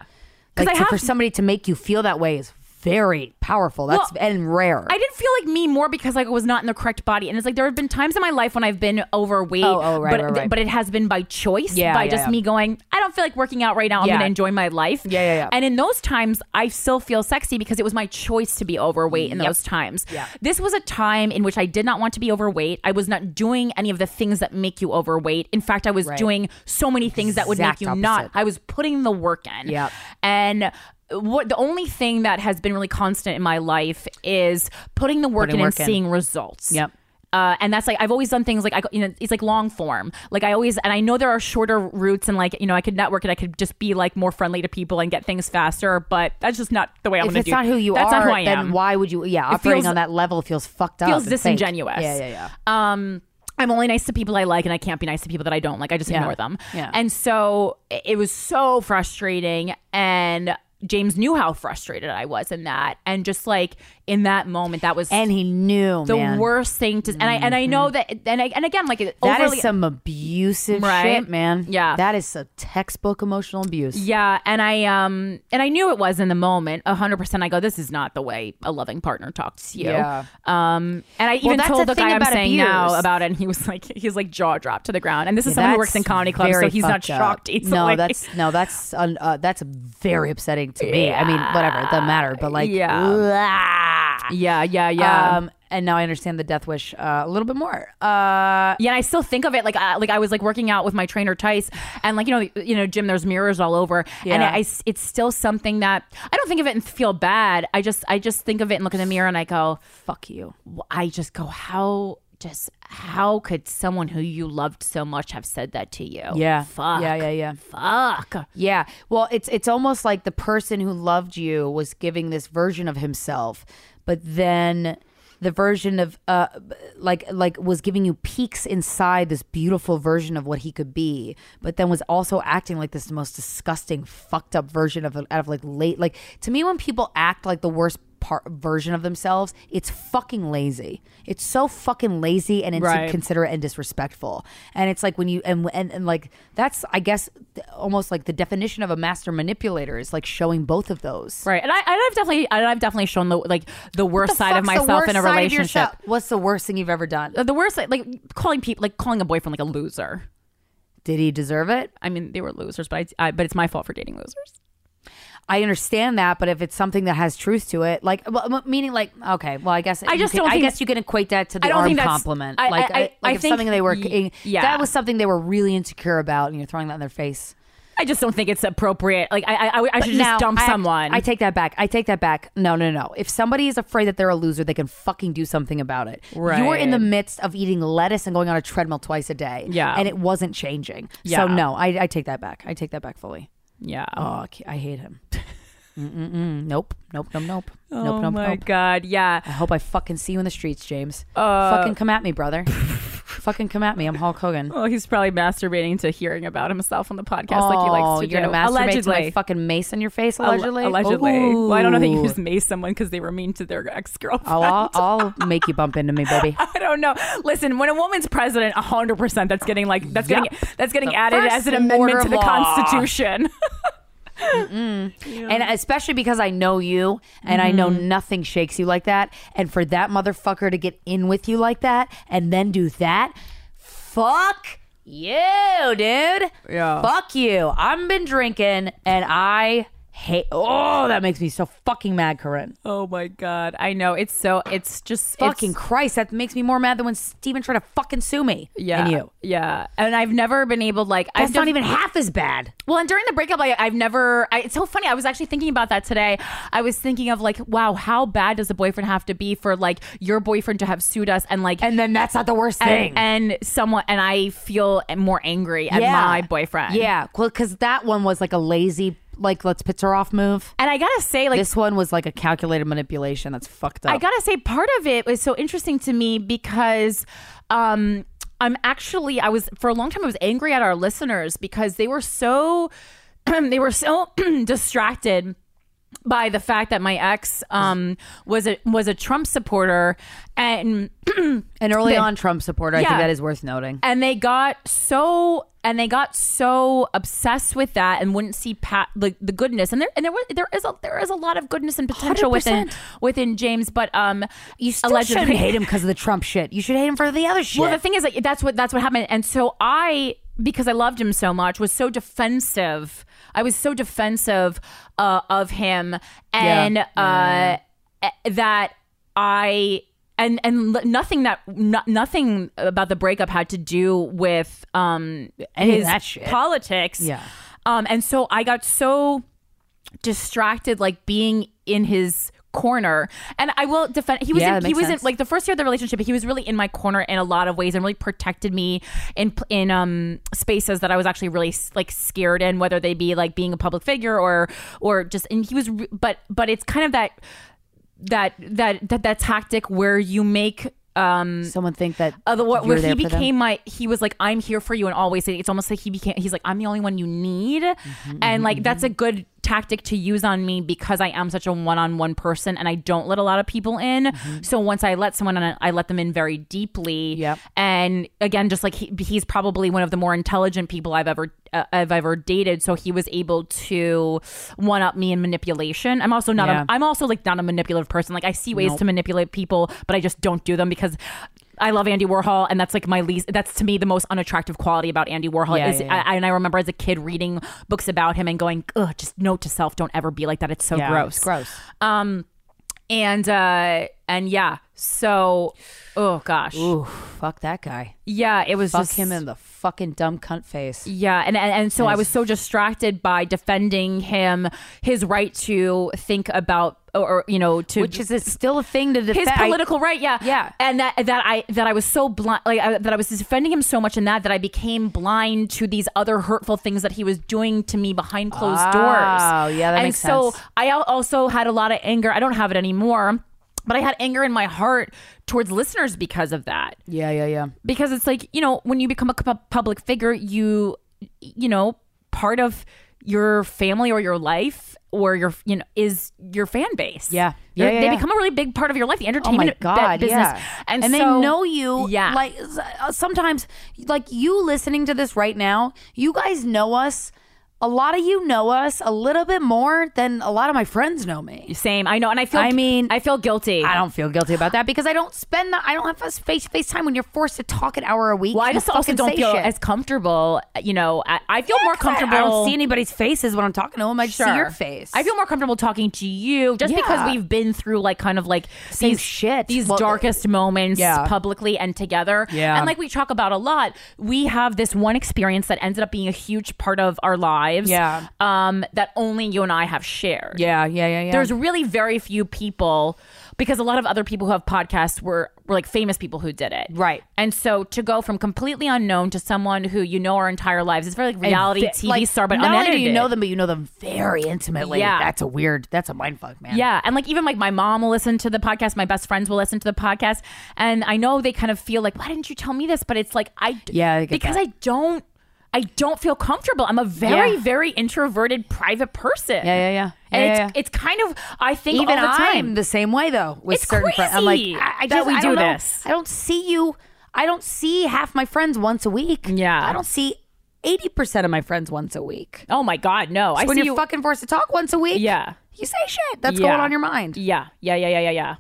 Speaker 6: 'Cause
Speaker 1: Like,
Speaker 6: I
Speaker 1: to- for
Speaker 6: have-
Speaker 1: somebody to make you feel that way is very powerful. That's
Speaker 6: Well,
Speaker 1: and rare.
Speaker 6: I didn't feel like me more because like I was not in the correct body, and it's like there have been times in my life when I've been overweight,
Speaker 1: Oh, oh, right,
Speaker 6: but
Speaker 1: right, right.
Speaker 6: but it has been by choice,
Speaker 1: Yeah,
Speaker 6: by
Speaker 1: yeah,
Speaker 6: just
Speaker 1: yeah.
Speaker 6: me going, I don't feel like working out right now. I'm
Speaker 1: Yeah.
Speaker 6: gonna enjoy my life.
Speaker 1: Yeah, yeah, yeah.
Speaker 6: And in those times, I still feel sexy because it was my choice to be overweight in those times.
Speaker 1: Yeah.
Speaker 6: This was a time in which I did not want to be overweight. I was not doing any of the things that make you overweight. In fact, I was
Speaker 1: Right.
Speaker 6: doing so many things that would make
Speaker 1: Exact
Speaker 6: you not.
Speaker 1: opposite.
Speaker 6: I was putting the work in.
Speaker 1: Yep.
Speaker 6: And what the only thing that has been really constant in my life is putting the work
Speaker 1: Putting
Speaker 6: in
Speaker 1: work
Speaker 6: and
Speaker 1: in.
Speaker 6: seeing results.
Speaker 1: Yep.
Speaker 6: Uh, and that's like I've always done things like I go- you know it's like long form like I always and I know there are shorter routes and like you know I could network and I could just be like more friendly to people and get things faster but that's just not the way I want
Speaker 1: if
Speaker 6: to
Speaker 1: it's
Speaker 6: do
Speaker 1: not who you
Speaker 6: that's
Speaker 1: are,
Speaker 6: not who I
Speaker 1: then
Speaker 6: am
Speaker 1: why would you? Yeah,
Speaker 6: It
Speaker 1: operating
Speaker 6: feels-
Speaker 1: on that level feels fucked up.
Speaker 6: feels
Speaker 1: and fake.
Speaker 6: disingenuous
Speaker 1: Yeah, yeah, yeah.
Speaker 6: um I'm only nice to people I like, and I can't be nice to people that I don't like. I just
Speaker 1: Yeah.
Speaker 6: ignore them.
Speaker 1: Yeah.
Speaker 6: And so i- it was so frustrating. And James knew how frustrated I was in that. And just like in that moment, that was
Speaker 1: And he knew
Speaker 6: the
Speaker 1: man. Mm-hmm.
Speaker 6: worst thing to. And I and I know that. And I, and again, like it
Speaker 1: That is
Speaker 6: overly-
Speaker 1: some abusive
Speaker 6: Right?
Speaker 1: shit, man.
Speaker 6: Yeah.
Speaker 1: That is a textbook emotional abuse.
Speaker 6: Yeah, and I um and I knew it was in the moment, hundred percent. I go, this is not the way a loving partner talks to you.
Speaker 1: Yeah.
Speaker 6: Um, and I even
Speaker 1: that's
Speaker 6: told
Speaker 1: the
Speaker 6: the guy
Speaker 1: thing
Speaker 6: I'm
Speaker 1: about
Speaker 6: saying now
Speaker 1: abuse.
Speaker 6: about it, and he was like, he's like jaw dropped to the ground. And this is
Speaker 1: Yeah,
Speaker 6: someone who
Speaker 1: that's
Speaker 6: works in comedy clubs, so
Speaker 1: very
Speaker 6: he's not
Speaker 1: fucked up.
Speaker 6: shocked easily.
Speaker 1: No, that's no, that's un, uh, that's very upsetting to me. I mean, whatever, it doesn't matter. But like,
Speaker 6: yeah, yeah, yeah, yeah.
Speaker 1: Um, and now I understand the death wish uh, a little bit more. Uh,
Speaker 6: yeah, and I still think of it like uh, like I was like working out with my trainer Tice, and like you know you know Jim, there's mirrors all over, and
Speaker 1: Yeah.
Speaker 6: I, I- it's still something that I don't think of it and feel bad. I just I just think of it and look in the mirror and I go,
Speaker 1: fuck you.
Speaker 6: I just go, how just how could someone who you loved so much have said that to you?
Speaker 1: Yeah.
Speaker 6: Fuck.
Speaker 1: Yeah, yeah, yeah.
Speaker 6: Fuck.
Speaker 1: Yeah. Well, it's it's almost like the person who loved you was giving this version of himself, but then the version of uh b- like like was giving you peaks inside this beautiful version of what he could be, but then was also acting like this most disgusting fucked up version of out of like late like to me when people act like the worst par- version of themselves, it's fucking lazy. It's so fucking lazy and
Speaker 2: Right.
Speaker 1: inconsiderate and disrespectful. And it's like when you and and, and like that's I guess th- almost like the definition of a master manipulator is like showing both of those.
Speaker 6: Right, and I, and I've definitely, and I've definitely shown the like the worst
Speaker 1: the
Speaker 6: side of
Speaker 1: fuck's the
Speaker 6: myself in
Speaker 1: worst
Speaker 6: a
Speaker 1: side of
Speaker 6: relationship.
Speaker 1: yourself? What's the worst thing you've ever done?
Speaker 6: The worst, like, like calling people, like calling a boyfriend like a loser.
Speaker 1: Did he deserve it?
Speaker 6: I mean, they were losers, but I, I but it's my fault for dating losers.
Speaker 1: I understand that, but if it's something that has truth to it, like well, m- meaning like okay, well I guess
Speaker 6: I
Speaker 1: you
Speaker 6: just
Speaker 1: could-
Speaker 6: don't
Speaker 1: I
Speaker 6: think-
Speaker 1: guess you can equate that to the
Speaker 6: I don't
Speaker 1: arm
Speaker 6: think that's-
Speaker 1: compliment.
Speaker 6: I-
Speaker 1: like uh,
Speaker 6: I- I-
Speaker 1: like
Speaker 6: I
Speaker 1: if
Speaker 6: think
Speaker 1: something they were
Speaker 6: y- yeah.
Speaker 1: that was something they were really insecure about, and you're throwing that in their face.
Speaker 6: I just don't think it's appropriate. Like I, I, I
Speaker 1: But
Speaker 6: should just
Speaker 1: now,
Speaker 6: dump
Speaker 1: I-
Speaker 6: someone.
Speaker 1: I take that back. I take that back. No, no, no. If somebody is afraid that they're a loser, they can fucking do something about it. You were in the
Speaker 6: Right.
Speaker 1: midst of eating lettuce and going on a treadmill twice a day.
Speaker 6: Yeah.
Speaker 1: And it wasn't changing.
Speaker 6: Yeah.
Speaker 1: So no, I, I take that back. I take that back fully.
Speaker 6: Yeah.
Speaker 1: Oh, I ca- I hate him. Mm-mm-mm. Nope. Nope. Nope. Nope.
Speaker 6: Oh
Speaker 1: nope. Nope.
Speaker 6: my
Speaker 1: nope.
Speaker 6: god, yeah.
Speaker 1: I hope I fucking see you in the streets, James.
Speaker 6: Uh,
Speaker 1: fucking come at me, brother. fucking come at me. I'm Hulk Hogan.
Speaker 6: Oh, he's probably masturbating to hearing about himself on the podcast, like he likes to
Speaker 1: Oh, you're
Speaker 6: do.
Speaker 1: gonna masturbate
Speaker 6: allegedly,
Speaker 1: to my fucking mace in your face.
Speaker 6: Al-
Speaker 1: Allegedly,
Speaker 6: allegedly. Well, I don't know if they
Speaker 1: Ooh.
Speaker 6: used mace someone because they were mean to their ex girlfriend.
Speaker 1: Oh, I'll, I'll make you bump into me, baby.
Speaker 6: I don't know. Listen, when a woman's president, hundred percent, that's getting like that's
Speaker 1: Yep.
Speaker 6: getting that's getting
Speaker 1: The
Speaker 6: added
Speaker 1: first
Speaker 6: as an
Speaker 1: order
Speaker 6: amendment to
Speaker 1: of
Speaker 6: the
Speaker 1: law.
Speaker 6: Constitution.
Speaker 1: Mm. And especially because I know you and I know nothing shakes you like that. And for that motherfucker to get in with you like that and then do that, fuck you, dude.
Speaker 6: Yeah.
Speaker 1: Fuck you. I've been drinking and I hate. Oh, that makes me so fucking mad, Corinne.
Speaker 6: oh my god, I know. It's so. It's just
Speaker 1: Fucking
Speaker 6: It's,
Speaker 1: Christ. That makes me more mad than when Steven tried to fucking sue me.
Speaker 6: yeah,
Speaker 1: And you.
Speaker 6: yeah, and I've never been able like
Speaker 1: That's
Speaker 6: I've
Speaker 1: not
Speaker 6: def-
Speaker 1: even half as bad.
Speaker 6: Well, and during the breakup, I, I've never. I, it's so funny. I was actually thinking about that today. I was thinking of like, wow, how bad does a boyfriend have to be for like your boyfriend to have sued us and like,
Speaker 1: and then that's not the worst thing.
Speaker 6: And, someone, and I feel more angry at my boyfriend.
Speaker 1: Yeah, well, because that one was like a lazy, like let's piss her off move.
Speaker 6: And I gotta say, like
Speaker 1: this one was like a calculated manipulation. That's fucked up.
Speaker 6: I gotta say, part of it was so interesting to me because um, I'm actually I was for a long time I was angry at our listeners because they were so they were so distracted by the fact that my ex um, was a was a Trump supporter and
Speaker 1: an early
Speaker 6: they-
Speaker 1: on Trump supporter. I
Speaker 6: Yeah.
Speaker 1: think that is worth noting.
Speaker 6: and they got so and they got so obsessed with that and wouldn't see pat the, the goodness and there and there was there is a there is a lot of goodness and potential within
Speaker 1: 100%.
Speaker 6: within James but um you
Speaker 1: Still shouldn't hate him because of the Trump shit. You should hate him for the other shit.
Speaker 6: well, the thing is, like, that's what that's what happened, and so I, because I loved him so much, was so defensive. I was so defensive uh, of him, and uh, e- that I and and l- nothing that no, nothing about the breakup had to do with um
Speaker 1: Any of
Speaker 6: his
Speaker 1: that shit.
Speaker 6: politics.
Speaker 1: Yeah.
Speaker 6: Um, and so I got so distracted, like being in his corner. And I will defend. He was
Speaker 1: Yeah,
Speaker 6: in,
Speaker 1: that
Speaker 6: he
Speaker 1: makes
Speaker 6: was in,
Speaker 1: sense.
Speaker 6: like the first year of the relationship. He was really in my corner in a lot of ways and really protected me in pl- in um spaces that I was actually really s- like scared in, whether they be like being a public figure or or just. And he was, re- but but it's kind of that that that that that tactic where you make um
Speaker 1: someone think that
Speaker 6: uh, the, where,
Speaker 1: you're
Speaker 6: where he
Speaker 1: there for them.
Speaker 6: became my he was like i'm here for you and always it's almost like he became he's like i'm the only one you need
Speaker 1: Mm-hmm,
Speaker 6: and like that's a good tactic to use on me because i am such a one-on-one person and i don't let a lot of people in so once i let someone in i let them in very deeply
Speaker 1: Mm-hmm. Yep.
Speaker 6: and again just like he, he's probably one of the more intelligent people i've ever uh, i've ever dated so he was able to one up me in manipulation i'm also not
Speaker 1: Yeah.
Speaker 6: a, i'm also like not a manipulative person like i see ways
Speaker 1: Nope.
Speaker 6: to manipulate people but i just don't do them because I love Andy Warhol, and that's like my least. That's to me the most unattractive quality about Andy Warhol.
Speaker 1: Yeah,
Speaker 6: is
Speaker 1: yeah, yeah.
Speaker 6: I, I- and I remember as a kid reading books about him and going, "Ugh, just note to self: don't ever be like that. It's so
Speaker 1: Yeah,
Speaker 6: gross."
Speaker 1: it's gross.
Speaker 6: Um, and uh, and yeah, so oh gosh,
Speaker 1: Ooh, fuck that guy.
Speaker 6: yeah, it was
Speaker 1: Fuck
Speaker 6: just
Speaker 1: him in the fucking dumb cunt face.
Speaker 6: yeah, and and, and so I
Speaker 1: Yes.
Speaker 6: was so distracted by defending him, his right to think about or, or, you know to
Speaker 1: Which is it's still a thing to defend.
Speaker 6: his political right, yeah,
Speaker 1: Yeah.
Speaker 6: and that that I that I was so blind, like I, that I was defending him so much in that that I became blind to these other hurtful things that he was doing to me behind closed
Speaker 1: Oh,
Speaker 6: doors.
Speaker 1: yeah, that
Speaker 6: and
Speaker 1: makes
Speaker 6: so
Speaker 1: sense.
Speaker 6: I al- also had a lot of anger. I don't have it anymore, but I had anger in my heart towards listeners because of that
Speaker 1: I, yeah, yeah, yeah.
Speaker 6: because it's like you know when you become a cu- public figure you you know part of your family or your life or your you know is your fan base.
Speaker 1: Yeah.
Speaker 6: They're-
Speaker 1: Yeah, yeah,
Speaker 6: they
Speaker 1: yeah. Oh
Speaker 6: become a really big part of your life. The entertainment be-
Speaker 1: God,
Speaker 6: business,
Speaker 1: yeah.
Speaker 6: and,
Speaker 1: And they
Speaker 6: so-
Speaker 1: know you,
Speaker 6: Yeah,
Speaker 1: like s- uh, sometimes, like you listening to this right now, you guys know us. A lot of you know us a little bit more than a lot of my friends know me.
Speaker 6: Same, I know, and I feel.
Speaker 1: I mean,
Speaker 6: I feel guilty.
Speaker 1: I don't feel guilty about that because I don't spend the, I don't have face face time when you're forced to talk an hour a week.
Speaker 6: Well, I
Speaker 1: You
Speaker 6: just also
Speaker 1: fucking
Speaker 6: don't
Speaker 1: say
Speaker 6: feel
Speaker 1: shit.
Speaker 6: as comfortable. You know, I, I feel more
Speaker 1: 'cause I- I don't
Speaker 6: comfortable.
Speaker 1: see anybody's faces when I'm talking to them. I just see your face.
Speaker 6: I feel more comfortable talking to you just because
Speaker 1: Yeah.
Speaker 6: we've been through like kind of like these shit, these darkest moments
Speaker 1: yeah.
Speaker 6: publicly and together.
Speaker 1: Yeah.
Speaker 6: and like we talk about a lot, we have this one experience that ended up being a huge part of our lives.
Speaker 1: Yeah.
Speaker 6: um, that only you and I have shared.
Speaker 1: Yeah, yeah, yeah, yeah.
Speaker 6: There's really very few people because a lot of other people who have podcasts were, were like famous people who did it. Right. And so to go from completely unknown to someone who you know our entire lives, it's very like
Speaker 1: And
Speaker 6: reality
Speaker 1: ve-
Speaker 6: TV
Speaker 1: like,
Speaker 6: star, but
Speaker 1: not
Speaker 6: unedited.
Speaker 1: only do you know them, but you know them very intimately.
Speaker 6: Yeah.
Speaker 1: that's a weird. That's a mind fuck, man.
Speaker 6: Yeah, and like even like my mom will listen to the podcast, my best friends will listen to the podcast, and I know they kind of feel like, why didn't you tell me this? But it's like I
Speaker 1: Yeah, I get
Speaker 6: because
Speaker 1: that.
Speaker 6: I don't I don't feel comfortable. I'm a very
Speaker 1: Yeah.
Speaker 6: very introverted private person.
Speaker 1: Yeah, yeah, yeah.
Speaker 6: And
Speaker 1: Yeah,
Speaker 6: it's
Speaker 1: yeah, yeah.
Speaker 6: it's kind of I think
Speaker 1: even
Speaker 6: all the time
Speaker 1: I'm the same way though with
Speaker 6: It's
Speaker 1: certain friends. I'm like,
Speaker 6: crazy
Speaker 1: I, I
Speaker 6: that
Speaker 1: just
Speaker 6: we
Speaker 1: I
Speaker 6: do
Speaker 1: don't know.
Speaker 6: this.
Speaker 1: I don't see you. I don't see half my friends once a week. Yeah, I don't see eighty percent of my friends once a week.
Speaker 6: Oh my god, no!
Speaker 1: So
Speaker 6: I
Speaker 1: when
Speaker 6: see
Speaker 1: you're
Speaker 6: you-
Speaker 1: fucking forced to talk once a week,
Speaker 6: Yeah.
Speaker 1: you say shit that's
Speaker 6: Yeah.
Speaker 1: going on your mind.
Speaker 6: Yeah, yeah, yeah, yeah, yeah, yeah.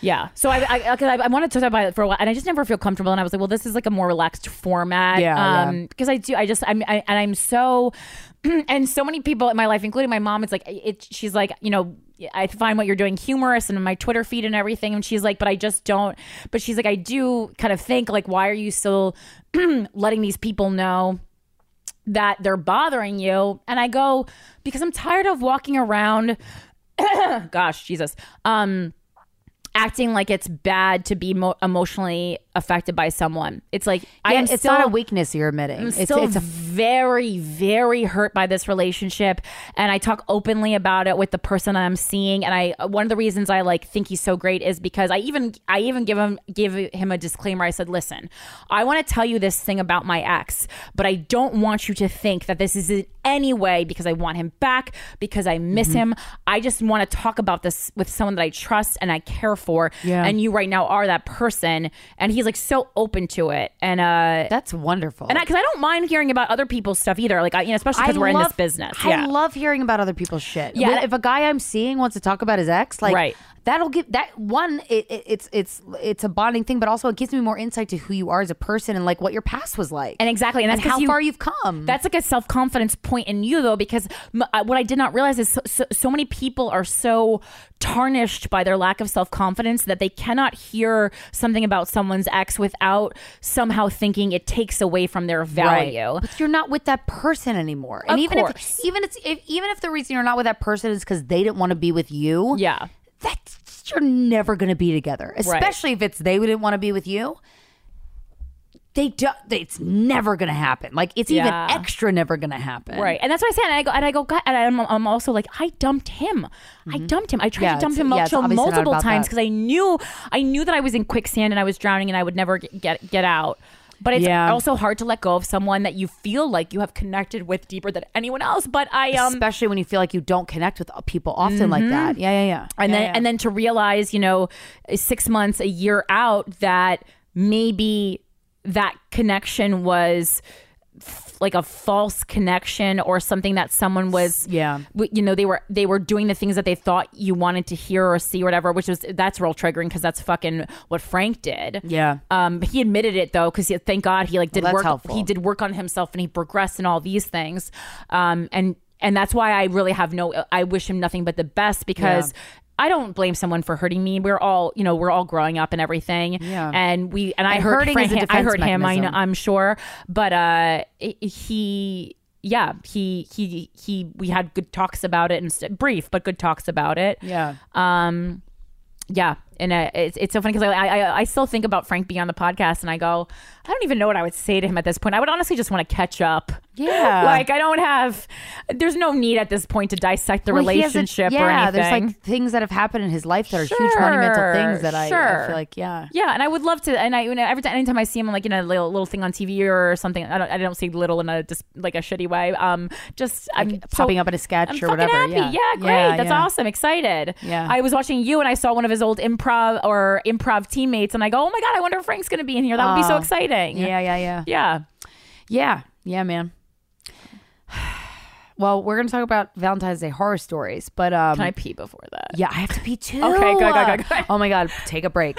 Speaker 6: Yeah. So I I, I, uh, 'cause I, I wanted to talk about it for a while, and I just never feel comfortable. And I was like, well, this is like a more relaxed format.
Speaker 1: Yeah, yeah.
Speaker 6: Because I do, I just, I'm, I, and I'm so, and so many people in my life, including my mom, it's like, it. She's like, you know. I find what you're doing humorous and in my Twitter feed and everything. And she's like, but I just don't. But she's like, I do kind of think, like, why are you still letting these people know that they're bothering you and i go because i'm tired of walking around gosh jesus um acting like it's bad to be mo- emotionally affected by someone it's like i
Speaker 1: Yeah,
Speaker 6: am
Speaker 1: it's
Speaker 6: still
Speaker 1: not a weakness you're admitting.
Speaker 6: I'm
Speaker 1: it's,
Speaker 6: still
Speaker 1: it's a
Speaker 6: very, very hurt by this relationship, and I talk openly about it with the person I'm seeing. And I, one of the reasons I like think he's so great is because I even, I even give him, give him a disclaimer. I said, listen, I want to tell you this thing about my ex, but I don't want you to think that this is in any way because I want him back because I miss
Speaker 1: Mhm.
Speaker 6: him. I just want to talk about this with someone that I trust and I care for.
Speaker 1: Yeah.
Speaker 6: And you right now are that person. And he's like so open to it. And uh,
Speaker 1: that's wonderful.
Speaker 6: and I, because I don't mind hearing about other people's stuff either. Like, I, you know, especially because
Speaker 1: I
Speaker 6: we're in this
Speaker 1: love-
Speaker 6: business.
Speaker 1: I
Speaker 6: yeah.
Speaker 1: love hearing about other people's shit.
Speaker 6: Yeah.
Speaker 1: When- if a guy I'm seeing wants to talk about his ex, like
Speaker 6: Right.
Speaker 1: that'll give that one. It, it, it's it's it's a bonding thing, but also it gives me more insight to who you are as a person and like what your past was like.
Speaker 6: and exactly, and that's 'cause
Speaker 1: how
Speaker 6: you-
Speaker 1: far you've come.
Speaker 6: That's like a self confidence point in you, though, because m- I- what I did not realize is so, so, so many people are so tarnished by their lack of self confidence that they cannot hear something about someone's ex without somehow thinking it takes away from their value.
Speaker 1: But you're not with that person anymore. And
Speaker 6: Of
Speaker 1: even
Speaker 6: course.
Speaker 1: if even it's if even if the reason you're not with that person is because they didn't want to be with you.
Speaker 6: Yeah.
Speaker 1: That's you're never gonna be together.
Speaker 6: Right.
Speaker 1: Especially if it's they didn't want to be with you. They do it's never gonna happen. Like it's
Speaker 6: Yeah.
Speaker 1: even extra never gonna happen.
Speaker 6: Right, and that's what I said. And I go, and I go, God, and I'm, I'm also like, I dumped him. I dumped him. I tried
Speaker 1: Mm-hmm. Yeah,
Speaker 6: to dump
Speaker 1: it's-
Speaker 6: him
Speaker 1: yeah, it's
Speaker 6: multiple,
Speaker 1: obviously not
Speaker 6: multiple
Speaker 1: about
Speaker 6: times
Speaker 1: that.
Speaker 6: because I knew, I knew that I was in quicksand and I was drowning and I would never get get, get out. But it's
Speaker 1: Yeah.
Speaker 6: also hard to let go of someone that you feel like you have connected with deeper than anyone else. But I um,
Speaker 1: especially when you feel like you don't connect with people often like
Speaker 6: Mhm.
Speaker 1: that. Yeah, yeah, yeah.
Speaker 6: and
Speaker 1: Yeah,
Speaker 6: then
Speaker 1: yeah.
Speaker 6: and then to realize you know six months a year out that maybe that connection was f- like a false connection or something that someone was
Speaker 1: yeah
Speaker 6: you know they were they were doing the things that they thought you wanted to hear or see or whatever which was that's real triggering because that's fucking what frank did
Speaker 1: Yeah.
Speaker 6: um he admitted it though because thank god he like did
Speaker 1: Well,
Speaker 6: work
Speaker 1: that's helpful.
Speaker 6: he did work on himself and he progressed in all these things um and and that's why i really have no i wish him nothing but the best because
Speaker 1: Yeah.
Speaker 6: I don't blame someone for hurting me. We're all, you know, we're all growing up and everything.
Speaker 1: Yeah.
Speaker 6: And we, and I
Speaker 1: And
Speaker 6: heard
Speaker 1: hurting
Speaker 6: Frank,
Speaker 1: is a
Speaker 6: I
Speaker 1: defense
Speaker 6: heard him. I know,
Speaker 1: mechanism.
Speaker 6: I'm sure, but uh, i- he, yeah, he, he, he. We had good talks about it, and st- brief but good talks about it.
Speaker 1: Yeah.
Speaker 6: Um, yeah, and uh, it's it's so funny because I, I I still think about Frank being on the podcast, and I go, I don't even know what I would say to him at this point. I would honestly just want to catch up
Speaker 1: Yeah.
Speaker 6: like I don't have. There's no need at this point to dissect the
Speaker 1: Well, he hasn't-
Speaker 6: relationship or
Speaker 1: yeah,
Speaker 6: anything.
Speaker 1: there's like things that have happened in his life that are huge monumental things that I, I
Speaker 6: sure.
Speaker 1: feel like, yeah.
Speaker 6: Yeah, and I would love to. And I, you know, every time, anytime I see him, like you know, a little, little thing on TV or something. I don't, I don't see little in a just like a shitty way. Um, just I'm
Speaker 1: popping
Speaker 6: so-
Speaker 1: up in a sketch
Speaker 6: I'm
Speaker 1: or
Speaker 6: fucking
Speaker 1: whatever.
Speaker 6: Happy.
Speaker 1: Yeah.
Speaker 6: Yeah. great.
Speaker 1: Yeah,
Speaker 6: That's
Speaker 1: yeah.
Speaker 6: awesome. Excited.
Speaker 1: Yeah.
Speaker 6: I was watching you, and I saw one of his old improv or improv teammates, and I go, oh my god, I wonder if Frank's gonna be in here. That would be so
Speaker 1: Oh.
Speaker 6: exciting.
Speaker 1: Yeah, yeah, yeah.
Speaker 6: Yeah.
Speaker 1: Yeah. Yeah, man.
Speaker 6: Oh,
Speaker 1: Well, we're going to talk about Valentine's Day horror stories, but um
Speaker 6: Can I pee before that?
Speaker 1: Yeah, I have to pee too.
Speaker 6: Okay, good, good, good,
Speaker 1: Oh my god, take a break.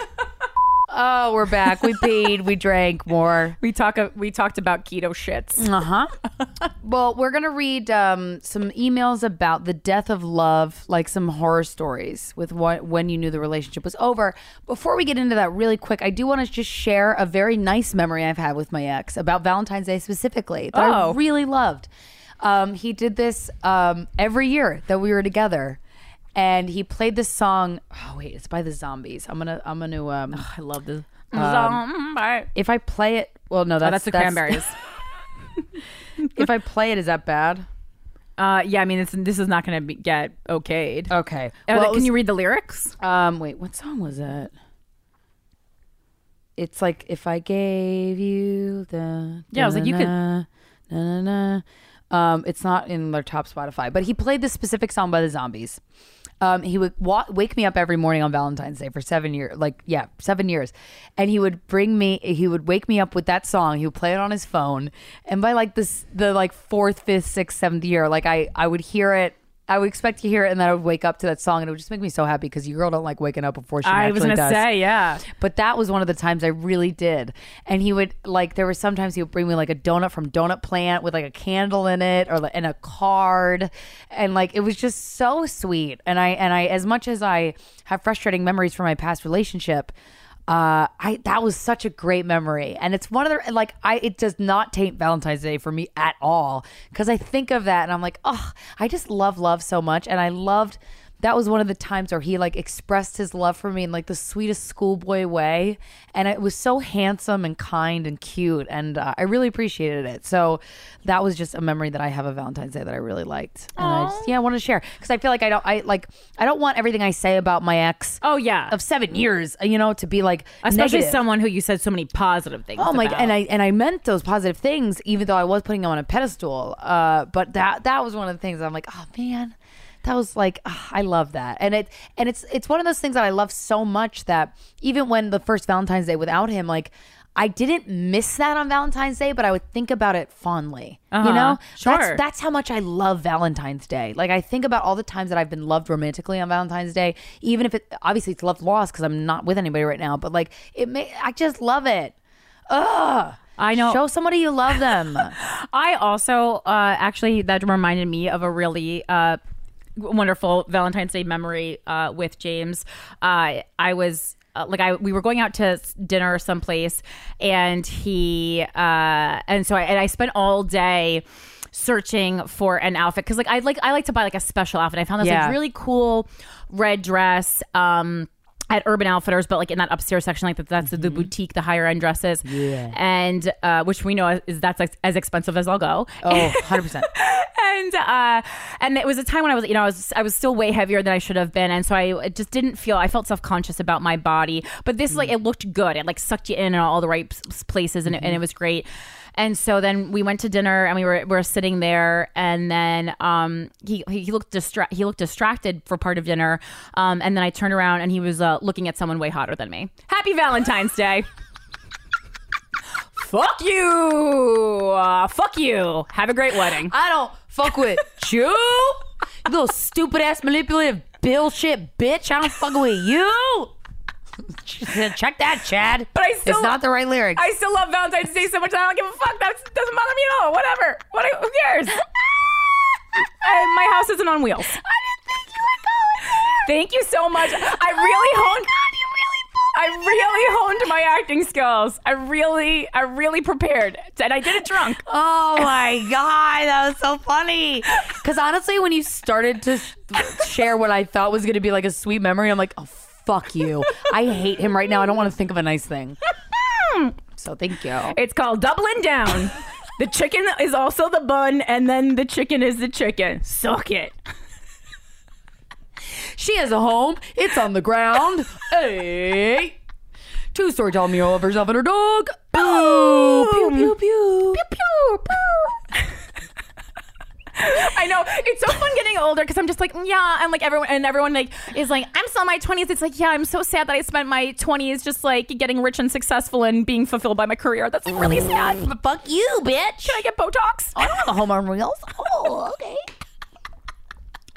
Speaker 1: oh, we're back. We peed, we drank more.
Speaker 6: We talk. uh, We talked about keto shits.
Speaker 1: Uh huh. well, we're gonna read um, some emails about the death of love, like some horror stories with what, when you knew the relationship was over. Before we get into that, really quick, I do want to just share a very nice memory I've had with my ex about Valentine's Day specifically that
Speaker 6: Oh.
Speaker 1: I really loved. Um, he did this um, every year that we were together. And he played this song. Oh wait, it's by the Zombies. I'm gonna, I'm gonna. Um, I
Speaker 6: love this.
Speaker 1: Um, if I play it, well, no,
Speaker 6: Oh,
Speaker 1: that's
Speaker 6: that's the Cranberries.
Speaker 1: if I play it, is that bad?
Speaker 6: Uh, yeah. I mean, it's, this is not gonna be, get okayed.
Speaker 1: Okay.
Speaker 6: Are
Speaker 1: Well,
Speaker 6: they-
Speaker 1: it
Speaker 6: can
Speaker 1: was-
Speaker 6: you read the lyrics?
Speaker 1: Um, wait, what song was that? It's like if I gave you the
Speaker 6: Yeah, I was like, you could-
Speaker 1: na na na. Um, it's not in their top Spotify, but he played this specific song by the Zombies. Um, he would wa- wake me up every morning on Valentine's Day for seven years, like yeah, seven years, and he would bring me. He would wake me up with that song. He would play it on his phone, and by like this, the like fourth, fifth, sixth, seventh year, like I, I would hear it. I would expect to hear it, and then I would wake up to that song, and it would just make me so happy because your girl don't like waking up before she.
Speaker 6: I was
Speaker 1: naturally
Speaker 6: gonna
Speaker 1: does.
Speaker 6: say, yeah.
Speaker 1: But that was one of the times I really did. And he would like there were sometimes he would bring me like a donut from Donut Plant with like a candle in it or like and a card. And like it was just so sweet. And I and I as much as I have frustrating memories from my past relationship, uh I that was such a great memory. And it's one of the like I it does not taint Valentine's Day for me at all. Cause I think of that and I'm like, oh, I just love love so much. And I loved that was one of the times where he like expressed his love for me in like the sweetest schoolboy way and it was so handsome and kind and cute and uh, i really appreciated it so that was just a memory that i have of valentine's day that i really liked and i just yeah i wanted to share because i feel like i don't i like i don't want everything i say about my ex
Speaker 6: oh yeah
Speaker 1: of seven years you know to be like
Speaker 6: Especially
Speaker 1: negative.
Speaker 6: someone who you said so many positive things.
Speaker 1: Oh my!
Speaker 6: about.
Speaker 1: And I and I meant those positive things, even though I was putting them on a pedestal. Uh, but that that was one of the things I'm like, oh man, that was like ah, I love that, and it and it's it's one of those things that I love so much that even when the first Valentine's Day without him, like I didn't miss that on Valentine's Day, but I would think about it fondly.
Speaker 6: Uh-huh.
Speaker 1: You know,
Speaker 6: Sure.
Speaker 1: That's, that's how much I love Valentine's Day. Like I think about all the times that I've been loved romantically on Valentine's Day, even if it obviously it's love lost because I'm not with anybody right now. But like it, may, I just love it. Ugh.
Speaker 6: I know.
Speaker 1: Show somebody you love them.
Speaker 6: I also uh, actually that reminded me of a really uh, w- wonderful Valentine's Day memory uh, with James. Uh, I was. Uh, like I, we were going out to s- dinner someplace, and he, uh, and so I, and I spent all day searching for an outfit because, like, I like I like to buy like a special outfit. I found this
Speaker 1: Yeah.
Speaker 6: like really cool red dress. Um, at Urban Outfitters, but like in that upstairs section, like that, that's the boutique, the higher end dresses.
Speaker 1: Mm-hmm. Yeah.
Speaker 6: And uh, which we know is that's ex- as expensive as I'll go.
Speaker 1: Oh, 100%.
Speaker 6: and uh, and it was a time when I was, you know, I was I was still way heavier than I should have been, and so I just didn't feel I felt self conscious about my body. But this like it looked good. It like sucked you in in all the right s- s- places, and, it, and it was great. And so then we went to dinner, and we were we were sitting there, and then um he he looked distra- he looked distracted for part of dinner, um and then I turned around and he was uh, looking at someone way hotter than me. Happy Valentine's Day. Fuck you. Uh, fuck you. Have a great wedding.
Speaker 1: I don't fuck with you. You little stupid ass manipulative bullshit bitch. I don't fuck with you. Check that, Chad.
Speaker 6: But I still
Speaker 1: It's not the right lyrics.
Speaker 6: I still love Valentine's Day so much that I don't give a fuck. That doesn't bother me at all. Whatever. What, who cares? Uh, my house isn't on wheels. I didn't think you would go Thank you so much. I
Speaker 1: Oh
Speaker 6: really honed. I really honed my acting skills. I really, I really prepared, and I did it drunk.
Speaker 1: Oh my god, that was so funny. Because honestly, when you started to sh- share what I thought was going to be like a sweet memory, I'm like, oh fuck you. I hate him right now. I don't want to think of a nice thing. So thank you.
Speaker 6: It's called doubling down.
Speaker 1: The chicken is also the bun, and then the chicken is the chicken. Suck it.
Speaker 6: She has a home. It's on the ground. hey. Two story tall mural of herself and her dog. Boo! Pew, pew, pew. Pew, pew,
Speaker 10: I know it's so fun getting older because I'm just like mm, yeah I'm like everyone and everyone like is like I'm still in my 20s it's like yeah I'm so sad that I spent my 20s just like getting rich and successful and being fulfilled by my career that's really sad but fuck you bitch should I get Botox
Speaker 6: I don't have a home on wheels oh okay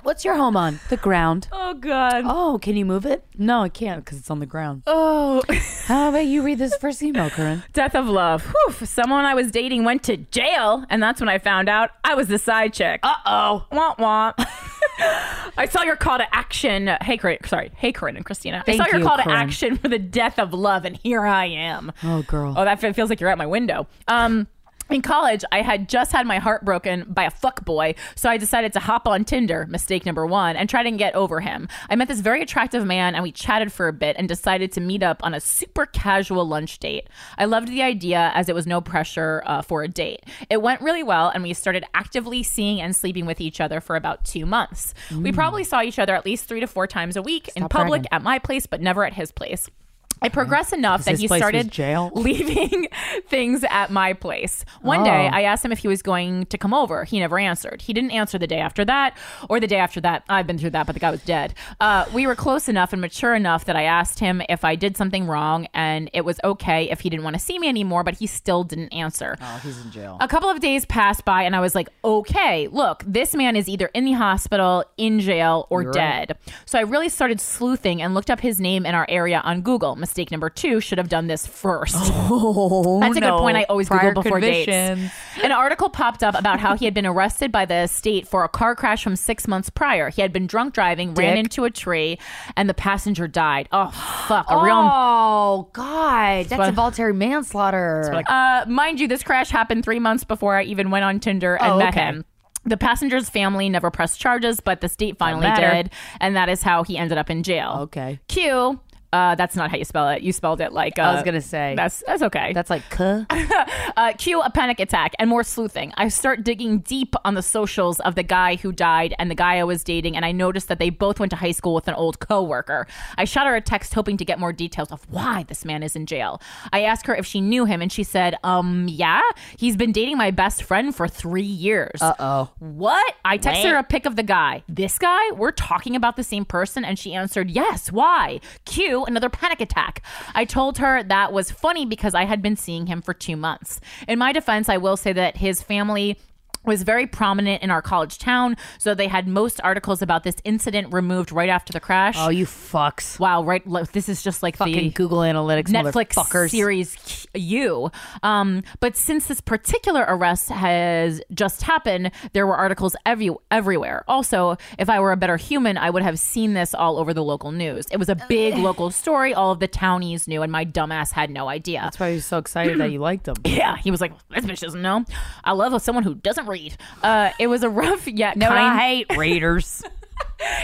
Speaker 6: What's your home on? The ground.
Speaker 10: Oh, God.
Speaker 6: Oh, can you move it? No, I can't because it's on the ground.
Speaker 10: Oh,
Speaker 6: How about you read this first email, Corinne?
Speaker 1: Death of love. Whew. Someone I was dating went to jail, and that's when I found out I was the side chick. Uh
Speaker 6: oh.
Speaker 1: Womp womp. I saw your call to action. Hey, Corinne. Sorry. Hey, Corinne and Christina.
Speaker 6: Thank
Speaker 1: I saw your
Speaker 6: you,
Speaker 1: call to
Speaker 6: Corinne.
Speaker 1: action for the death of love, and here I am.
Speaker 6: Oh, girl.
Speaker 1: Oh, that fe- feels like you're at my window. Um, in college, I had just had my heart broken by a fuck boy, so I decided to hop on Tinder, mistake number one, and try to get over him. I met this very attractive man, and we chatted for a bit and decided to meet up on a super casual lunch date. I loved the idea as it was no pressure uh, for a date. It went really well, and we started actively seeing and sleeping with each other for about two months. We
Speaker 11: Mm.
Speaker 1: probably saw each other at least three to four times a week in
Speaker 11: Stop
Speaker 1: public,
Speaker 11: bragging.
Speaker 1: at my place, but never at his place. I progressed enough that
Speaker 6: his
Speaker 1: he
Speaker 6: place was
Speaker 1: started
Speaker 6: jail?
Speaker 1: leaving things at my place. One
Speaker 6: Oh.
Speaker 1: day, I asked him if he was going to come over. He never answered. He didn't answer the day after that or the day after that. I've been through that, but the guy was dead. Uh, we were close enough and mature enough that I asked him if I did something wrong and it was okay if he didn't want to see me anymore, but he still didn't answer.
Speaker 6: Oh, he's in jail.
Speaker 1: A couple of days passed by, and I was like, okay, look, this man is either in the hospital, in jail, or
Speaker 6: You're right.
Speaker 1: dead. So I really started sleuthing and looked up his name in our area on Google. Mistake number two should have done this first.
Speaker 6: Oh,
Speaker 1: That's a
Speaker 6: no.
Speaker 1: good point. I always
Speaker 6: Prior
Speaker 1: Google before
Speaker 6: convictions.
Speaker 1: dates. An article popped up about how he had been arrested by the state for a car crash from six months prior. He had been drunk driving, ran
Speaker 6: Dick.
Speaker 1: into a tree, and the passenger died. Oh, fuck. A real
Speaker 6: Oh, God. That's
Speaker 1: what-
Speaker 6: involuntary manslaughter.
Speaker 1: uh, mind you, this crash happened three months before I even went on Tinder and
Speaker 6: Oh,
Speaker 1: met
Speaker 6: okay.
Speaker 1: him. The passenger's family never pressed charges, but the state finally
Speaker 6: matter.
Speaker 1: did, and that is how he ended up in jail.
Speaker 6: Oh, Okay.
Speaker 1: Q. Uh, that's not how you spell it. You spelled it like uh,
Speaker 6: I was gonna say.
Speaker 1: that's that's okay.
Speaker 6: That's like cuh.
Speaker 1: uh, cue a panic attack and more sleuthing. I start digging deep on the socials of the guy who died and the guy I was dating, and I noticed that they both went to high school with an old coworker. I shot her a text hoping to get more details of why this man is in jail. I asked her if she knew him, and she said, "Um, yeah, he's been dating my best friend for three years."
Speaker 6: Uh oh.
Speaker 1: What? I texted
Speaker 6: Wait.
Speaker 1: her a pic of the guy. This guy? We're talking about the same person? And she answered, yes. Why? Q, another panic attack. I told her that was funny because I had been seeing him for two months. In my defense, I will say that his family. Was very prominent in our college town, so they had most articles about this incident removed right after the crash.
Speaker 6: Oh, you fucks.
Speaker 1: Wow, right? look, This is just like
Speaker 6: Fucking
Speaker 1: the
Speaker 6: Google Analytics
Speaker 1: Netflix
Speaker 6: motherfuckers.
Speaker 1: series you. Um, but since this particular arrest has just happened, there were articles every everywhere. Also, if I were a better human, I would have seen this all over the local news. It was a big local story. All of the townies knew, and my dumbass had no idea.
Speaker 6: That's why you're so excited that you liked him.
Speaker 1: yeah, he was like, "This bitch doesn't know." I love someone who doesn't read. Uh, it was a rough yet
Speaker 6: No,
Speaker 1: kind.
Speaker 6: I hate readers.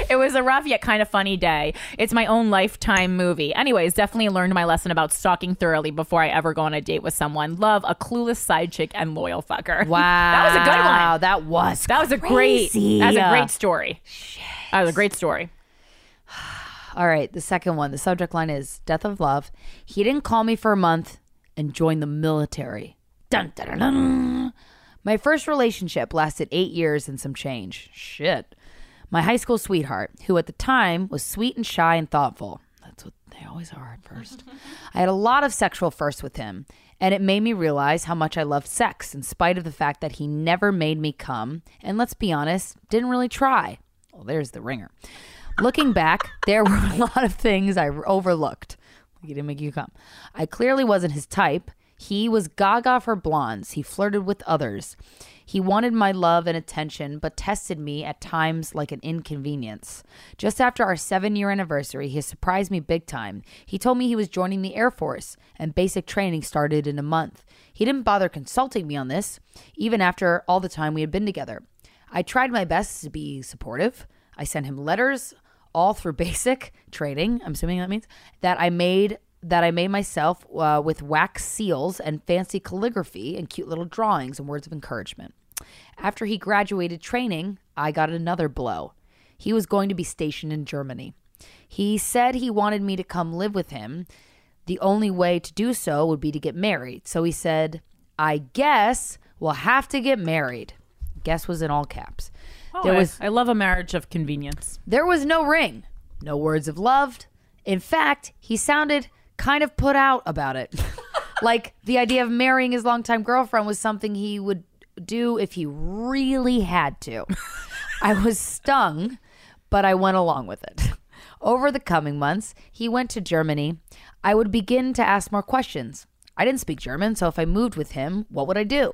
Speaker 1: It was a rough yet kind of funny day. It's my own lifetime movie. Anyways, definitely learned my lesson about stalking thoroughly before I ever go on a date with someone. Love a clueless side chick and loyal fucker.
Speaker 6: Wow.
Speaker 1: that was a good one.
Speaker 6: That was
Speaker 1: That was a great.
Speaker 6: crazy.
Speaker 1: That was a great story. That was a great story.
Speaker 6: All right, the second one. The subject line is Death of Love. He didn't call me for a month and joined the military. Dun, dun, dun, dun. My first relationship lasted eight years and some change. Shit. My high school sweetheart, who at the time was sweet and shy and thoughtful. That's what they always are at first. I had a lot of sexual firsts with him, and it made me realize how much I loved sex in spite of the fact that he never made me come, and let's be honest, didn't really try. Well, there's the ringer. Looking back, there were a lot of things I overlooked. He didn't make you come. I clearly wasn't his type. He was gaga for blondes. He flirted with others. He wanted my love and attention, but tested me at times like an inconvenience. Just after our seven year anniversary, he surprised me big time. He told me he was joining the Air Force, and basic training started in a month. He didn't bother consulting me on this, even after all the time we had been together. I tried my best to be supportive. I sent him letters all through basic training, I'm assuming that means, that I made
Speaker 1: that I made myself uh, with wax seals and fancy calligraphy and cute little drawings and words of encouragement. After he graduated training, I got another blow. He was going to be stationed in Germany. He said he wanted me to come live with him. The only way to do so would be to get married. So he said, I guess we'll have to get married. Guess was in all caps.
Speaker 6: there was, Oh, I love a marriage of convenience.
Speaker 1: There was no ring, no words of love. In fact, he sounded kind of put out about it. like the idea of marrying his longtime girlfriend was something he would do if he really had to. I was stung, but I went along with it. Over the coming months, he went to Germany. I would begin to ask more questions. I didn't speak German, so if I moved with him, what would I do?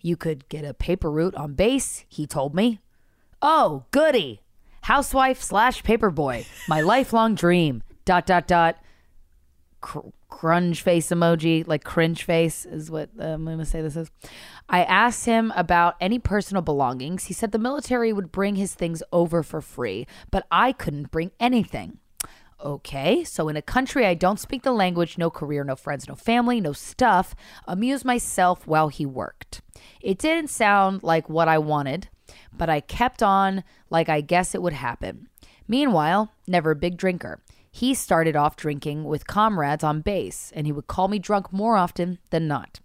Speaker 1: You could get a paper route on base, he told me. Oh, goody. Housewife slash paperboy. My lifelong dream. Dot, dot, dot. Cr- crunge face emoji, like cringe face is what um, I'm going to say this is. I asked him about any personal belongings. He said the military would bring his things over for free, but I couldn't bring anything. Okay, so in a country I don't speak the language, no career, no friends, no family, no stuff, amuse myself while he worked. It didn't sound like what I wanted, but I kept on like I guess it would happen. Meanwhile, never a big drinker. He started off drinking with comrades on base, and he would call me drunk more often than not.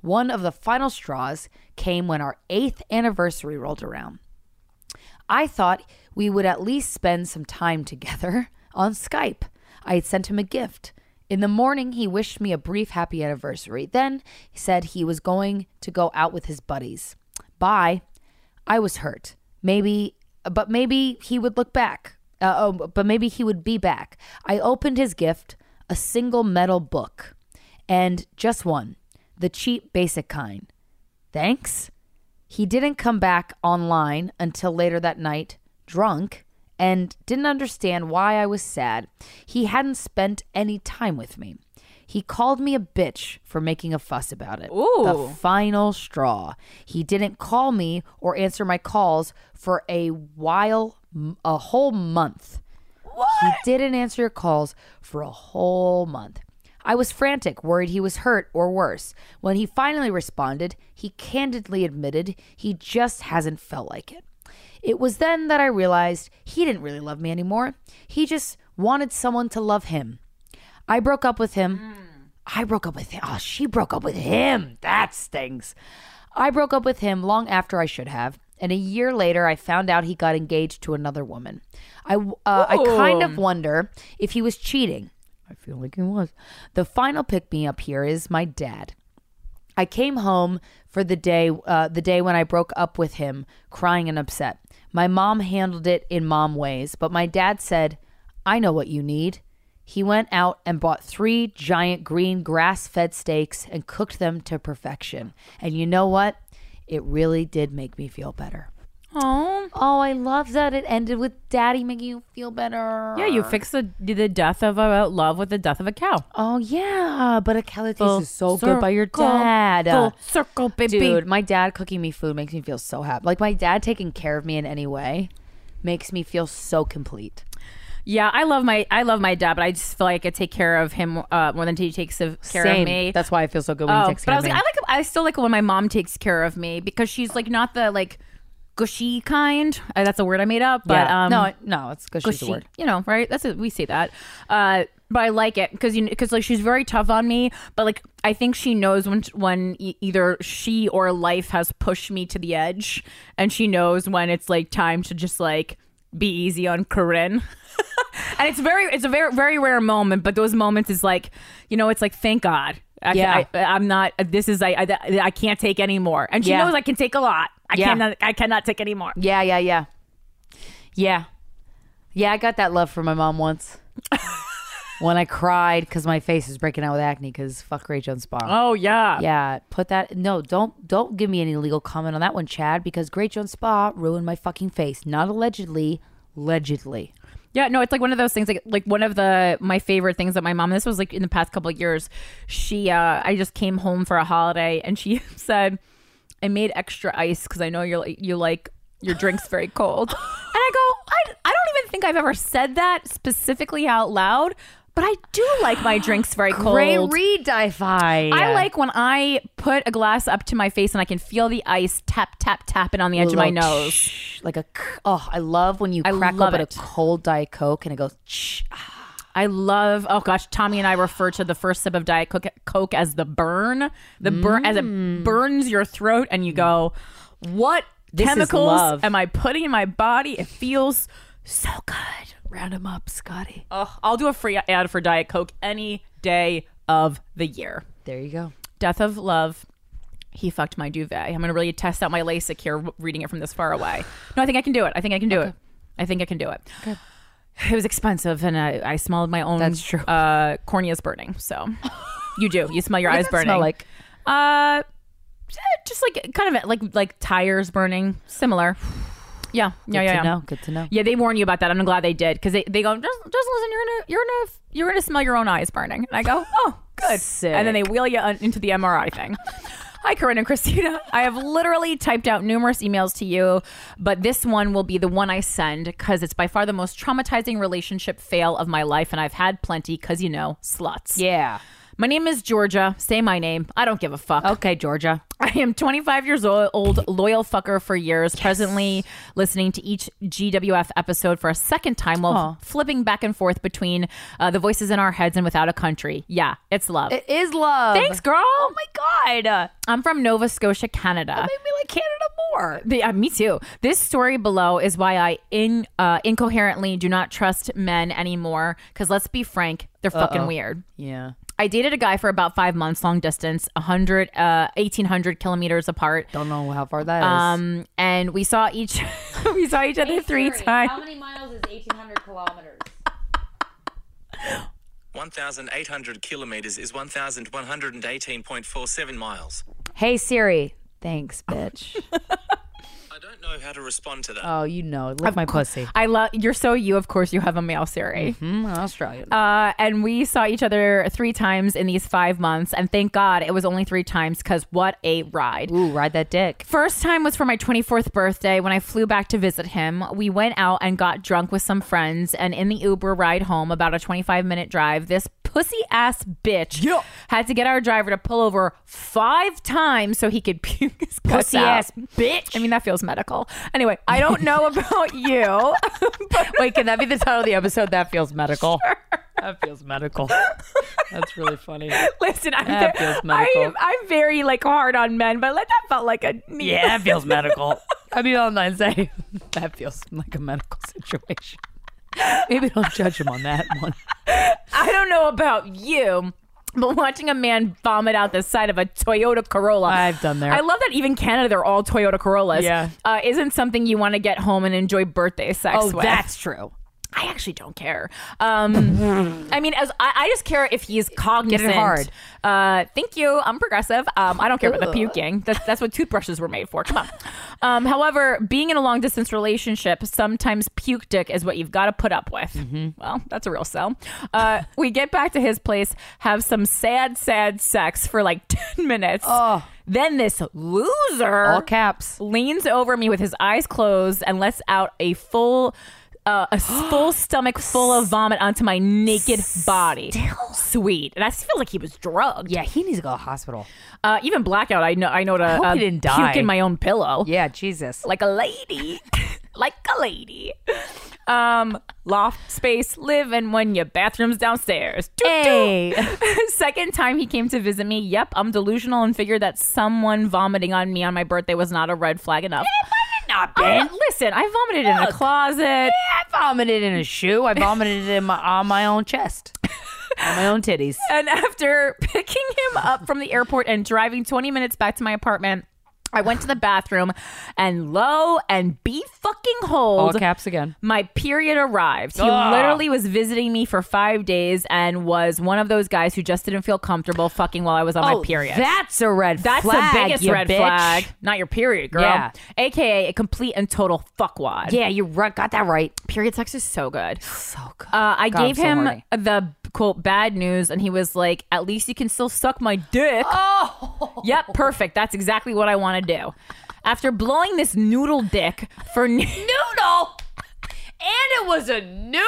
Speaker 1: One of the final straws came when our eighth anniversary rolled around. I thought we would at least spend some time together on Skype. I had sent him a gift. In the morning, he wished me a brief happy anniversary. Then he said he was going to go out with his buddies. Bye. I was hurt. Maybe, but maybe he would look back. Uh, oh, but maybe he would be back. I opened his gift, a single metal book, and just one, the cheap basic kind. Thanks. He didn't come back online until later that night, drunk, and didn't understand why I was sad. He hadn't spent any time with me. He called me a bitch for making a fuss about it. The
Speaker 6: Ooh.
Speaker 1: final straw. He didn't call me or answer my calls for a while, m- a whole month. He didn't answer your calls for a whole month. I was frantic, worried he was hurt or worse. When he finally responded, he candidly admitted he just hasn't felt like it. It was then that I realized he didn't really love me anymore. He just wanted someone to love him. I broke up with him. I broke up with him. Oh, she broke up with him. That stings. I broke up with him long after I should have. And a year later, I found out he got engaged to another woman. I, uh, I kind of
Speaker 2: Ooh.
Speaker 1: wonder if he was cheating. I feel like he was. The final pick me up here is my dad. I came home for the day, uh, the day when I broke up with him, crying and upset. My mom handled it in mom ways, but my dad said, "I know what you need." He went out and bought three giant green grass-fed steaks and cooked them to perfection. And you know what? It really did make me feel better.
Speaker 6: Oh,
Speaker 1: oh, I love that it ended with Daddy making you feel better.
Speaker 6: Yeah, you fix the the death of a love with the death of a cow.
Speaker 1: Oh yeah, but a calitis
Speaker 6: Full
Speaker 1: is so good by your
Speaker 6: circle,
Speaker 1: dad.
Speaker 6: full circle, baby.
Speaker 1: Dude, my dad cooking me food makes me feel so happy. Like my dad taking care of me in any way makes me feel so complete.
Speaker 6: Yeah, I love my I love my dad, but I just feel like I take care of him uh, more than he takes of, care
Speaker 1: Same.
Speaker 6: of me.
Speaker 1: That's why I feel so good when he
Speaker 6: Oh,
Speaker 1: takes
Speaker 6: but
Speaker 1: care
Speaker 6: I
Speaker 1: of
Speaker 6: was
Speaker 1: me.
Speaker 6: like, I like I still like when my mom takes care of me because she's like not the like gushy kind. Uh, that's a word I made up, but
Speaker 1: Yeah.
Speaker 6: um,
Speaker 1: No, I- no, it's gushy's a word.
Speaker 6: You know, right? That's it. We say that. Uh, but I like it because you because like she's very tough on me, but like I think she knows when when e- either she or life has pushed me to the edge, and she knows when it's like time to just like be easy on Corinne. and it's very it's a very very rare moment, but those moments is like you know it's like thank God. I,
Speaker 1: Yeah.
Speaker 6: I, I'm not. This is I, I. I can't take anymore, and she
Speaker 1: Yeah.
Speaker 6: knows I can take a lot. I
Speaker 1: Yeah.
Speaker 6: cannot. I cannot take anymore.
Speaker 1: Yeah, yeah, yeah. Yeah. Yeah, I got that love from my mom once. when I cried because my face was breaking out with acne because fuck Ray Jones Spa.
Speaker 6: Oh yeah.
Speaker 1: Yeah. Put that no, don't don't give me any legal comment on that one, Chad, because Great Jones Spa ruined my fucking face. Not allegedly, allegedly.
Speaker 6: Yeah, no, it's like one of those things. Like, like one of the my favorite things that my mom. This was like in the past couple of years. She, uh, I just came home for a holiday, and she said, "I made extra ice because I know you're like you like your drinks very cold." and I go, I, I don't even think I've ever said that specifically out loud, But I do like my drinks very cold.
Speaker 1: Great read, Di-Fi.
Speaker 6: I like when I put a glass up to my face and I can feel the ice tap, tap, tapping on the edge of my
Speaker 1: Little
Speaker 6: nose.
Speaker 1: Like a, oh, I love when you
Speaker 6: I
Speaker 1: crack
Speaker 6: love
Speaker 1: open
Speaker 6: it.
Speaker 1: a cold Diet Coke and it goes, ah, shh.
Speaker 6: I love. Oh gosh, Tommy and I refer to the first sip of Diet Coke, Coke as the burn. The burn as it burns your throat, and you go, "What
Speaker 12: This is
Speaker 6: chemicals
Speaker 12: love.
Speaker 6: am I putting in my body? It feels so good." Round them up, Scotty. Oh, I'll do a free ad for Diet Coke any day of the year.
Speaker 2: There you go.
Speaker 6: Death of Love. He fucked my duvet. I'm gonna really test out my LASIK here, w- reading it from this far away. No, I think I can do it. I think I can do it. I think I can do it. It was expensive, and I, I smelled my own. That's true. Uh, corneas burning. So you do. You smell your
Speaker 1: What
Speaker 6: eyes
Speaker 1: does it
Speaker 6: burning.
Speaker 1: smell like?
Speaker 6: Uh, just like kind of like like tires burning. Similar. Yeah. Yeah.
Speaker 1: Good
Speaker 6: yeah.
Speaker 1: to
Speaker 6: yeah.
Speaker 1: know. Good to know.
Speaker 6: Yeah, they warn you about that. I'm glad they did because they, they go just just listen. You're gonna you're gonna you're gonna smell your own eyes burning. And I go, oh, good. And then they wheel you un- into the MRI thing. Hi, Corinne and Christina. I have literally typed out numerous emails to you, but this one will be the one I send because it's by far the most traumatizing relationship fail of my life, and I've had plenty because you know sluts.
Speaker 1: Yeah.
Speaker 6: My name is Georgia. Say my name. I don't give a fuck.
Speaker 1: Okay, Georgia.
Speaker 6: I am 25 years o- old, loyal fucker for years, presently listening to each GWF episode for a second time while f- flipping back and forth between uh, the voices in our heads and without a country. Yeah, it's love.
Speaker 1: It is love.
Speaker 6: Thanks, girl.
Speaker 1: Oh my God.
Speaker 6: I'm from Nova Scotia, Canada.
Speaker 1: Made me like Canada more.
Speaker 6: The- uh, me too. This story below is why I in uh, incoherently do not trust men anymore. Because let's be frank, they're fucking
Speaker 1: Uh-oh.
Speaker 6: weird.
Speaker 1: Yeah.
Speaker 6: I dated a guy for about five months, long distance, 100, uh, 1,800 kilometers apart.
Speaker 1: Don't know how far that is.
Speaker 6: Um, and we saw each we saw each other three
Speaker 4: How
Speaker 6: times.
Speaker 4: many miles is 1,800 kilometers?
Speaker 13: 1,800 kilometers is 1,118.47 miles.
Speaker 1: hey, Siri. Thanks, bitch.
Speaker 13: I don't know how to respond to that.
Speaker 1: oh, you know. Lick my pussy.
Speaker 6: I love you're so you. Of course, you have a male Siri.
Speaker 1: Mm, Australian.
Speaker 6: Uh, and we saw each other three times in these five months, and thank God it was only three times because what a ride!
Speaker 1: Ooh, ride that dick.
Speaker 6: First time was for my 24th birthday when I flew back to visit him. We went out and got drunk with some friends, and in the Uber ride home, about a 25 minute drive, this pussy ass bitch had to get our driver to pull over five times so he could puke his guts
Speaker 1: Pussy
Speaker 6: out.
Speaker 1: ass
Speaker 6: bitch. I mean, that feels medical. Anyway, I don't know about you.
Speaker 1: Wait, can that be the title of the episode? That feels medical. That feels medical. That's really funny.
Speaker 6: Listen, I'm,
Speaker 1: That
Speaker 6: ve-
Speaker 1: feels medical.
Speaker 6: I'm, I'm very like hard on men, but like, that felt like a
Speaker 1: Yeah, it feels medical. I mean, on that say that feels like a medical situation. Maybe don't judge him on that one.
Speaker 6: I don't know about you, but watching a man vomit out the side of a Toyota Corolla.
Speaker 1: I've done there.
Speaker 6: I love that even Canada, they're all Toyota Corollas.
Speaker 1: Yeah.
Speaker 6: Uh, isn't something you want to get home and enjoy birthday sex
Speaker 1: Oh,
Speaker 6: with.
Speaker 1: that's true.
Speaker 6: I actually don't care. Um, I mean, as I, I just care if he's cognizant.
Speaker 1: hard.
Speaker 6: Uh, thank you. I'm progressive. Um, I don't care about the puking. That's that's what toothbrushes were made for. Come on. Um, however, being in a long distance relationship, sometimes puke dick is what you've got to put up with. Well, that's a real sell. Uh, we get back to his place, have some sad, sad sex for like ten minutes. Oh. Then this loser
Speaker 1: All caps.
Speaker 6: leans over me with his eyes closed and lets out a full uh, a full stomach full of vomit onto my naked body. Sweet. And I just feel like he was drugged.
Speaker 1: Yeah, he needs to go to hospital.
Speaker 6: Uh, even blackout, I know I know to
Speaker 1: hope
Speaker 6: uh,
Speaker 1: he didn't
Speaker 6: puke
Speaker 1: die.
Speaker 6: in my own pillow.
Speaker 1: Yeah, Jesus.
Speaker 6: Like a lady. like a lady. Um, loft space, live in one your bathrooms downstairs. Toot, toot. Second time he came to visit me, yep, I'm delusional and figured that someone vomiting on me on my birthday was not a red flag enough.
Speaker 1: not
Speaker 6: I- Oh, listen, I vomited in a
Speaker 1: Look.
Speaker 6: closet.
Speaker 1: I vomited in a shoe. I vomited in my on my own chest, on my own titties.
Speaker 6: And after picking him up from the airport and driving 20 minutes back to my apartment, I went to the bathroom and lo and be fucking
Speaker 1: All
Speaker 6: hold.
Speaker 1: caps again.
Speaker 6: My period arrived. He
Speaker 1: Ugh.
Speaker 6: literally was visiting me for five days and was one of those guys who just didn't feel comfortable fucking while I was on my period.
Speaker 1: That's a red
Speaker 6: That's
Speaker 1: Oh, flag.
Speaker 6: the biggest
Speaker 1: you
Speaker 6: red
Speaker 1: bitch.
Speaker 6: flag. Not your period, girl.
Speaker 1: Yeah.
Speaker 6: AKA a complete and total fuckwad.
Speaker 1: Yeah, you right, got that right.
Speaker 6: Period sex is so good. So good. Uh, I
Speaker 1: Oh, God, I'm
Speaker 6: gave
Speaker 1: so
Speaker 6: him
Speaker 1: horny.
Speaker 6: the quote bad news, and he was like, "At least you can still suck my dick." Oh, yep, perfect. That's exactly what I want to do. After blowing this noodle dick for noodle,
Speaker 1: And it was a noodle.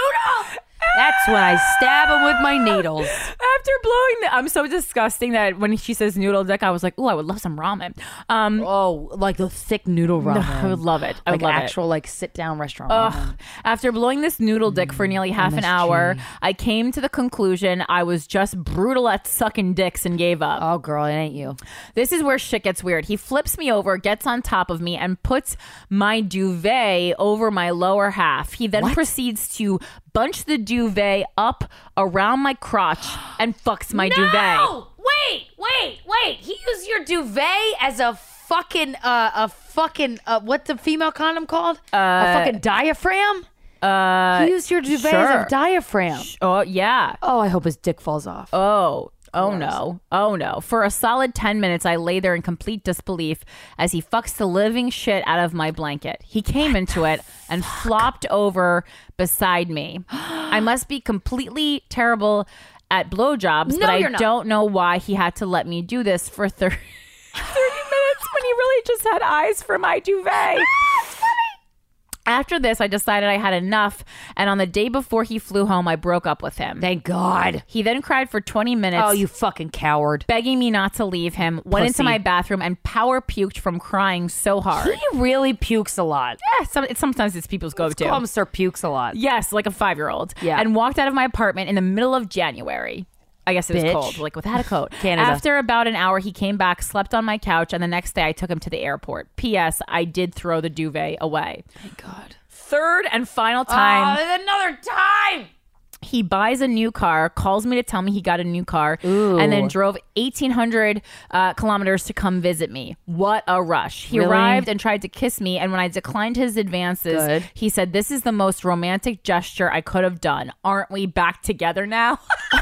Speaker 1: That's when I stab him with my needles.
Speaker 6: After blowing the, I'm so disgusting that when she says noodle dick, I was like, oh, I would love some ramen. Um,
Speaker 1: oh, like the thick noodle ramen.
Speaker 6: I would love it. I
Speaker 1: like
Speaker 6: would love
Speaker 1: actual
Speaker 6: it.
Speaker 1: like sit down restaurant.
Speaker 6: Ugh. After blowing this noodle dick for
Speaker 1: Mm,
Speaker 6: nearly half an hour, I came to the conclusion I was just brutal at sucking dicks and gave up.
Speaker 1: Oh, girl, it ain't you.
Speaker 6: This is where shit gets weird. He flips me over, gets on top of me, and puts my duvet over my lower half. He then proceeds to bunch the duvet up around my crotch and fucks my duvet.
Speaker 1: No! Wait, wait, wait. He used your duvet as a fucking uh, a fucking uh, what the female condom called? a fucking diaphragm?
Speaker 6: Uh,
Speaker 1: he used your duvet as
Speaker 6: sure.
Speaker 1: a diaphragm.
Speaker 6: Oh, yeah.
Speaker 1: Oh, I hope his dick falls off.
Speaker 6: Oh. Oh no. Oh no. For a solid 10 minutes, I lay there in complete disbelief as he fucks the living shit out of my blanket. He came into it and flopped over beside me. I must be completely terrible at blowjobs,
Speaker 1: No,
Speaker 6: but I
Speaker 1: you're not.
Speaker 6: don't know why he had to let me do this for 30 minutes when he really just had eyes for my duvet. After this, I decided I had enough, and on the day before he flew home, I broke up with him.
Speaker 1: Thank God.
Speaker 6: He then cried for 20 minutes.
Speaker 1: Oh, you fucking coward.
Speaker 6: Begging me not to leave him, went into
Speaker 1: Pussy.
Speaker 6: my bathroom and power puked from crying so hard.
Speaker 1: He really pukes a lot.
Speaker 6: Yeah, some, it, sometimes it's people's go to.
Speaker 1: Call him Sir Pukes a lot.
Speaker 6: Yes, like a five year old.
Speaker 1: Yeah.
Speaker 6: And walked out of my apartment in the middle of January. I guess it was
Speaker 1: Bitch.
Speaker 6: cold, like without a coat.
Speaker 1: Canada.
Speaker 6: After about an hour, he came back, slept on my couch, and the next day I took him to the airport. P.S. I did throw the duvet away. Thank God. Third and final time.
Speaker 1: Oh, another time.
Speaker 6: He buys a new car, calls me to tell me he got a new car, and then drove 1,800 uh, kilometers to come visit me. What a rush. He
Speaker 1: Really?
Speaker 6: arrived and tried to kiss me, and when I declined his advances,
Speaker 1: Good.
Speaker 6: he said, This is the most romantic gesture I could have done. Aren't we back together now?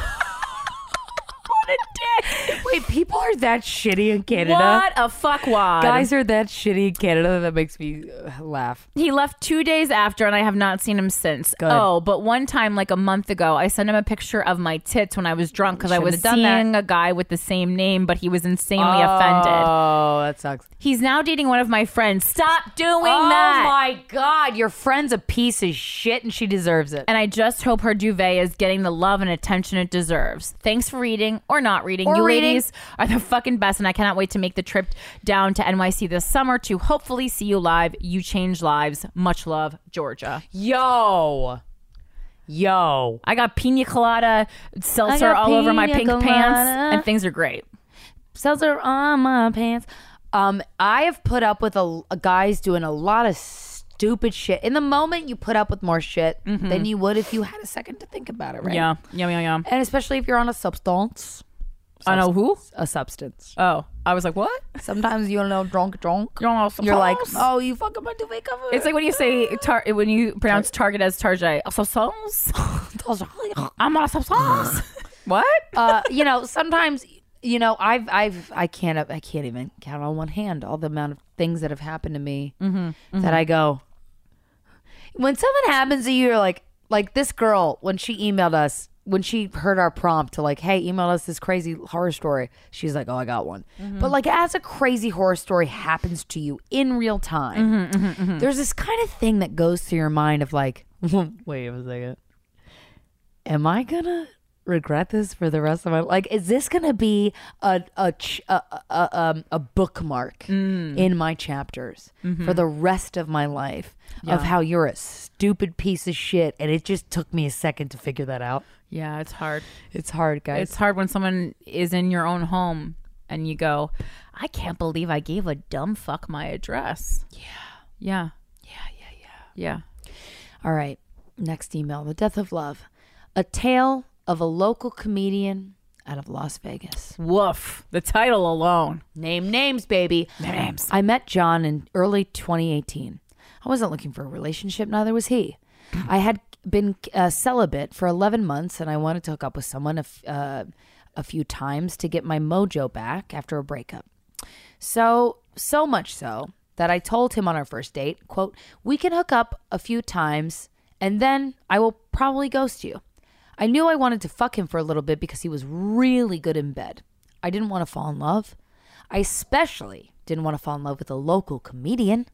Speaker 6: what a dick.
Speaker 1: Wait, people are that shitty in Canada.
Speaker 6: What a fuckwad.
Speaker 1: Guys are that shitty in Canada. That makes me uh, laugh.
Speaker 6: He left two days after, and I have not seen him since.
Speaker 1: Good.
Speaker 6: Oh, but one time, like a month ago, I sent him a picture of my tits when I was drunk because I
Speaker 1: Shouldn't
Speaker 6: was
Speaker 1: have done that.
Speaker 6: seeing a guy with the same name, but he was insanely offended.
Speaker 1: Oh, that sucks.
Speaker 6: He's now dating one of my friends. Stop doing
Speaker 1: oh
Speaker 6: that.
Speaker 1: my god, your friend's a piece of shit and she deserves it.
Speaker 6: and I just hope her duvet is getting the love and attention it deserves. Thanks for reading or not reading.
Speaker 1: Or
Speaker 6: you
Speaker 1: reading.
Speaker 6: ladies are the fucking best, and I cannot wait to make the trip down to NYC this summer to hopefully see you live. You change lives. Much love, Georgia.
Speaker 1: Yo. Yo.
Speaker 6: I got pina colada seltzer
Speaker 1: I got
Speaker 6: all over my
Speaker 1: pina
Speaker 6: pink
Speaker 1: colada.
Speaker 6: pants, and things are great.
Speaker 1: Sells are on my pants. Um, I have put up with a, a guys doing a lot of stupid shit. In the moment you put up with more shit than you would if you had a second to think about it, right?
Speaker 6: Yeah, yeah, yeah, yeah.
Speaker 1: And especially if you're on a substance.
Speaker 6: On a who?
Speaker 1: A substance.
Speaker 6: Oh, I was like, what?
Speaker 1: Sometimes you're a little drunk, drunk.
Speaker 6: You're, on a
Speaker 1: You're like,
Speaker 6: substance?
Speaker 1: oh, you fucking my duvet cover.
Speaker 6: It's like when you say tar- when you pronounce Target as Target. A substance? I'm on a substance. what?
Speaker 1: uh, you know, sometimes you know, I've I've I can't I can't even count on one hand all the amount of things that have happened to me that I go. When something happens to you, you're like like this girl when she emailed us when she heard our prompt to like, hey, email us this crazy horror story. She's like, oh, I got one. But like, as a crazy horror story happens to you in real time, there's this kind of thing that goes through your mind of like, wait a second am I gonna regret this for the rest of my like is this gonna be a a ch- a, a, um, a bookmark in my chapters for the rest of my life of how you're a stupid piece of shit and it just took me a second to figure that out
Speaker 6: Yeah, it's hard.
Speaker 1: it's hard guys
Speaker 6: It's hard when someone is in your own home and you go, I can't believe I gave a dumb fuck my address. Yeah. Yeah. Yeah. Yeah.
Speaker 1: All right. Next email The Death of Love. A tale of a local comedian out of Las Vegas.
Speaker 6: Yeah. Woof. The title alone.
Speaker 1: Name names, baby. Name
Speaker 6: names.
Speaker 1: I met John in early 2018. I wasn't looking for a relationship, neither was he. I had been uh, celibate for 11 months and I wanted to hook up with someone a, f- uh, a few times to get my mojo back after a breakup. So, so much so that I told him on our first date, quote, "We can hook up a few times and then I will probably ghost you." I knew I wanted to fuck him for a little bit because he was really good in bed. I didn't want to fall in love. I especially didn't want to fall in love with a local comedian.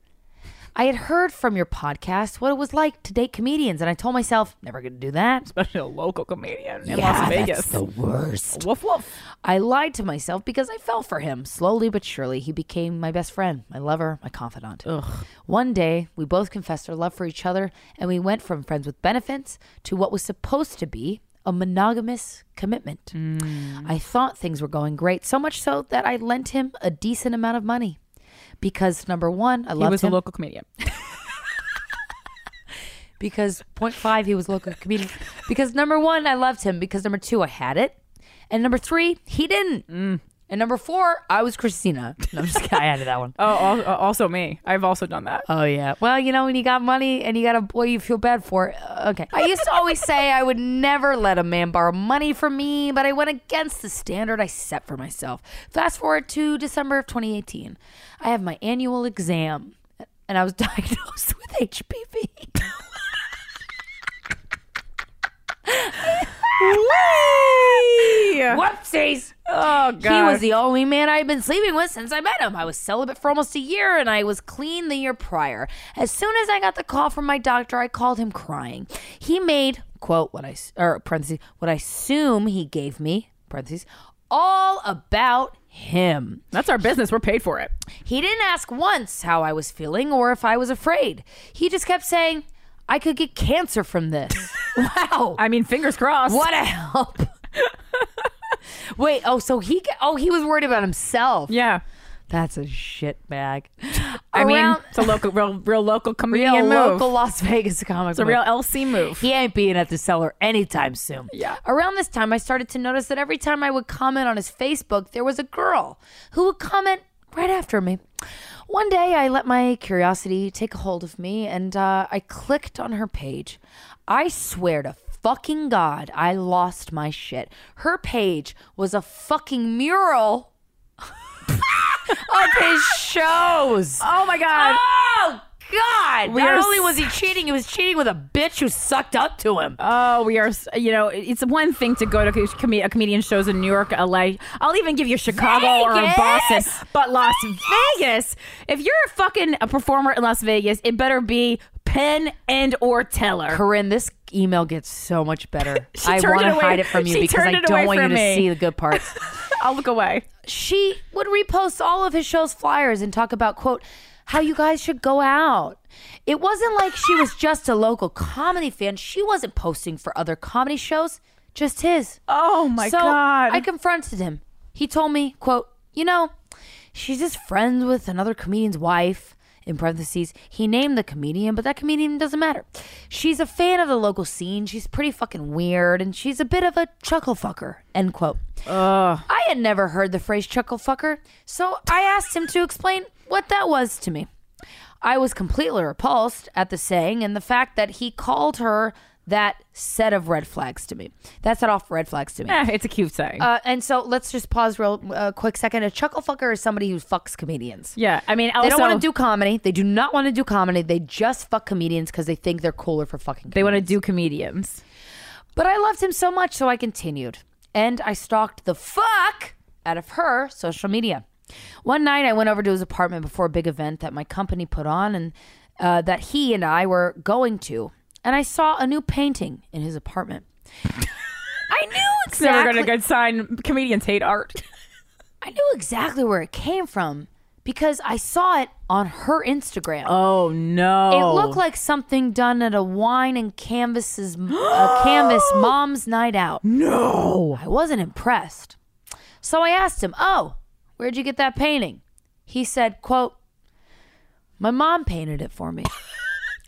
Speaker 1: I had heard from your podcast what it was like to date comedians, and I told myself, never gonna do that.
Speaker 14: Especially a local comedian in
Speaker 1: Yeah,
Speaker 14: Las Vegas.
Speaker 1: That's the worst.
Speaker 14: Woof woof.
Speaker 1: I lied to myself because I fell for him. Slowly but surely, he became my best friend, my lover, my confidant. Ugh. One day, we both confessed our love for each other, and we went from friends with benefits to what was supposed to be a monogamous commitment.
Speaker 6: Mm.
Speaker 1: I thought things were going great, so much so that I lent him a decent amount of money. Because number one, I
Speaker 6: He
Speaker 1: loved
Speaker 6: was a
Speaker 1: him.
Speaker 6: local comedian.
Speaker 1: because point five he was a local comedian because number one i loved him because number two i had it and number three he didn't and number four i was christina no, i'm just kidding i added that one.
Speaker 14: Oh, al- also me. I've also done that.
Speaker 1: Oh yeah. Well, you know when you got money and you got a boy you feel bad for. uh, Okay. I used to always say I would never let a man borrow money from me, but I went against the standard I set for myself. Fast forward to December of 2018. I have my annual exam and I was diagnosed with HPV. Whoopsies.
Speaker 14: Oh god.
Speaker 1: He was the only man I had been sleeping with since I met him. I was celibate for almost a year and I was clean the year prior. As soon as I got the call from my doctor, I called him crying. He made, quote, what I, s- or parentheses, what I assume he gave me, parentheses, all about him.
Speaker 14: That's our business. We're paid for it.
Speaker 1: He didn't ask once how I was feeling or if I was afraid. He just kept saying, I could get cancer from this. wow.
Speaker 14: I mean, fingers crossed.
Speaker 1: What a help. Wait, oh, so he, ca- oh, he was worried about himself.
Speaker 14: Yeah.
Speaker 1: That's a shit bag.
Speaker 14: I mean,
Speaker 1: Around-
Speaker 14: it's a local, real, real local comedian
Speaker 1: real
Speaker 14: move.
Speaker 1: local Las Vegas comic.
Speaker 14: It's a real LC move.
Speaker 1: He ain't being at the cellar anytime soon. Yeah. Around this time, I started to notice that every time I would comment on his Facebook, there was a girl who would comment right after me. One day, I let my curiosity take a hold of me, and uh, I clicked on her page. I swear to fucking God, I lost my shit. Her page was a fucking mural of his shows.
Speaker 14: Oh my god.
Speaker 1: Oh God!
Speaker 14: We
Speaker 1: Not
Speaker 14: are
Speaker 1: only was he cheating, he was cheating with a bitch who sucked up to him.
Speaker 14: Oh, we are. s- You know, it's one thing to go to com- a comedian shows in New York, LA. I'll even give you Chicago or
Speaker 6: Vegas!
Speaker 14: Boston, but Las Vegas. If you're a fucking a performer in Las Vegas, it better be Penn and or Teller.
Speaker 1: Corinne, this email gets so much better.
Speaker 14: She
Speaker 1: I
Speaker 14: turned
Speaker 1: want
Speaker 14: it
Speaker 1: to
Speaker 14: away.
Speaker 1: hide it from you
Speaker 14: She
Speaker 1: because
Speaker 14: turned
Speaker 1: I
Speaker 14: it
Speaker 1: don't
Speaker 14: away
Speaker 1: want you
Speaker 14: from
Speaker 1: to
Speaker 14: me.
Speaker 1: see the good parts.
Speaker 14: I'll look away.
Speaker 1: she would repost all of his show's flyers and talk about quote how you guys should go out it wasn't like she was just a local comedy fan she wasn't posting for other comedy shows just his
Speaker 14: oh my
Speaker 1: so
Speaker 14: God.
Speaker 1: i confronted him he told me quote you know she's just friends with another comedian's wife in parentheses he named the comedian but that comedian doesn't matter she's a fan of the local scene she's pretty fucking weird and she's a bit of a chuckle fucker end quote I had never heard the phrase chuckle fucker, so I asked him to explain what that was to me. I was completely repulsed at the saying and the fact that he called her that set of red flags to me. That set off red flags to me.
Speaker 14: Eh, it's a cute saying.
Speaker 1: Uh, and so let's just pause real uh, quick second. A chuckle fucker is somebody who fucks comedians.
Speaker 14: yeah, I mean,
Speaker 1: they don't
Speaker 14: also-
Speaker 1: want to do comedy. They do not want to do comedy. They just fuck comedians because they think they're cooler for fucking. Comedians. They
Speaker 14: want to do comedians.
Speaker 1: But I loved him so much, so I continued, and I stalked the fuck out of her social media. One night, I went over to his apartment before a big event that my company put on, and uh, that he and I were going to, and I saw a new painting in his apartment. I knew
Speaker 14: It's never
Speaker 1: exactly.
Speaker 14: been a good sign. Comedians hate art.
Speaker 1: I knew exactly where it came from because I saw it on her Instagram.
Speaker 14: Oh no!
Speaker 1: It looked like something done at a wine and canvases a canvas mom's night out. No, I wasn't impressed. So I asked him, "Oh, where'd you get that painting?" He said, "Quote, my mom painted it for me."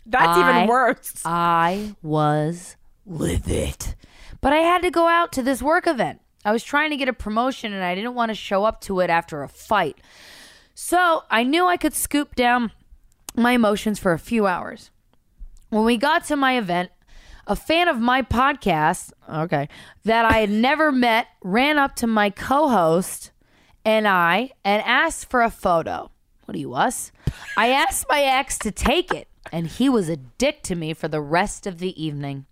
Speaker 14: That's
Speaker 1: I-
Speaker 14: even worse.
Speaker 1: I was livid. But I had to go out to this work event. I was trying to get a promotion and I didn't want to show up to it after a fight. So I knew I could scoop down my emotions for a few hours. When we got to my event, a fan of my podcast, okay, that I had never met, ran up to my co host and I and asked for a photo. What are you, us? I asked my ex to take it, and he was a dick to me for the rest of the evening.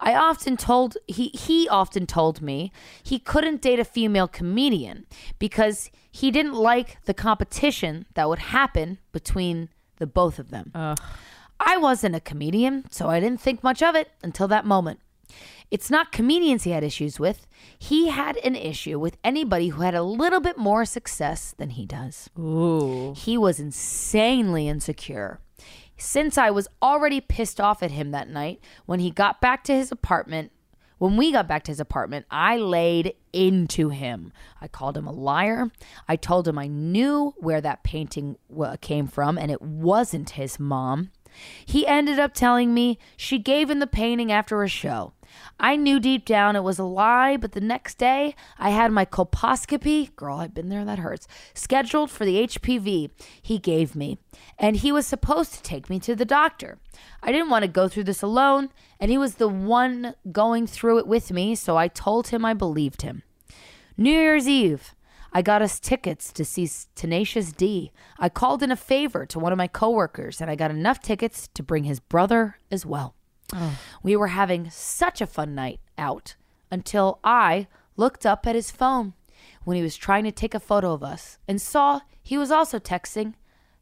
Speaker 1: I often told he he often told me he couldn't date a female comedian because he didn't like the competition that would happen between the both of them. I wasn't a comedian, so I didn't think much of it until that moment. It's not comedians he had issues with. He had an issue with anybody who had a little bit more success than he does. Ooh. He was insanely insecure. Since I was already pissed off at him that night, when he got back to his apartment, when we got back to his apartment, I laid into him. I called him a liar. I told him I knew where that painting wa- came from and it wasn't his mom. He ended up telling me she gave him the painting after a show. I knew deep down it was a lie, but the next day I had my colposcopy, girl, I've been there, that hurts, scheduled for the HPV he gave me. And he was supposed to take me to the doctor. I didn't want to go through this alone, and he was the one going through it with me, so I told him I believed him. New Year's Eve, I got us tickets to see Tenacious D. I called in a favor to one of my coworkers, and I got enough tickets to bring his brother as well. We were having such a fun night out until I looked up at his phone when he was trying to take a photo of us and saw he was also texting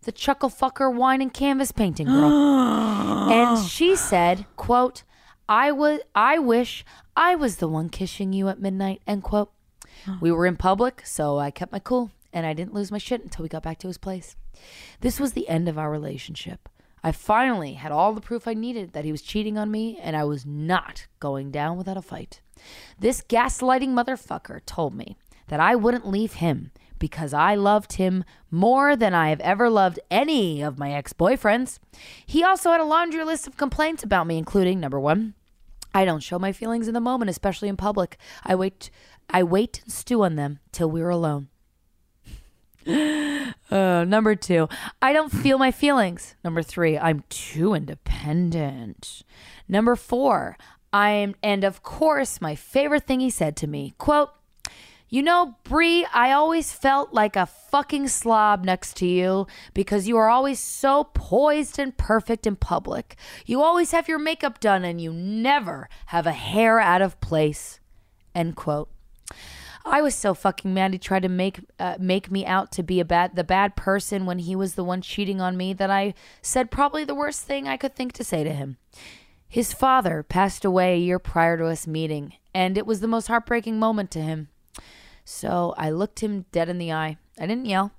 Speaker 1: the chuckle fucker wine and canvas painting girl. and she said, quote, I was I wish I was the one kissing you at midnight, end quote. We were in public, so I kept my cool and I didn't lose my shit until we got back to his place. This was the end of our relationship. I finally had all the proof I needed that he was cheating on me and I was not going down without a fight. This gaslighting motherfucker told me that I wouldn't leave him because I loved him more than I have ever loved any of my ex boyfriends. He also had a laundry list of complaints about me, including number one, I don't show my feelings in the moment, especially in public. I wait, I wait and stew on them till we're alone. Uh, number two, I don't feel my feelings. Number three, I'm too independent. Number four, I'm, and of course, my favorite thing he said to me quote, You know, Brie, I always felt like a fucking slob next to you because you are always so poised and perfect in public. You always have your makeup done and you never have a hair out of place. End quote. I was so fucking mad he tried to make uh, make me out to be a bad the bad person when he was the one cheating on me that I said probably the worst thing I could think to say to him. His father passed away a year prior to us meeting, and it was the most heartbreaking moment to him. So I looked him dead in the eye. I didn't yell.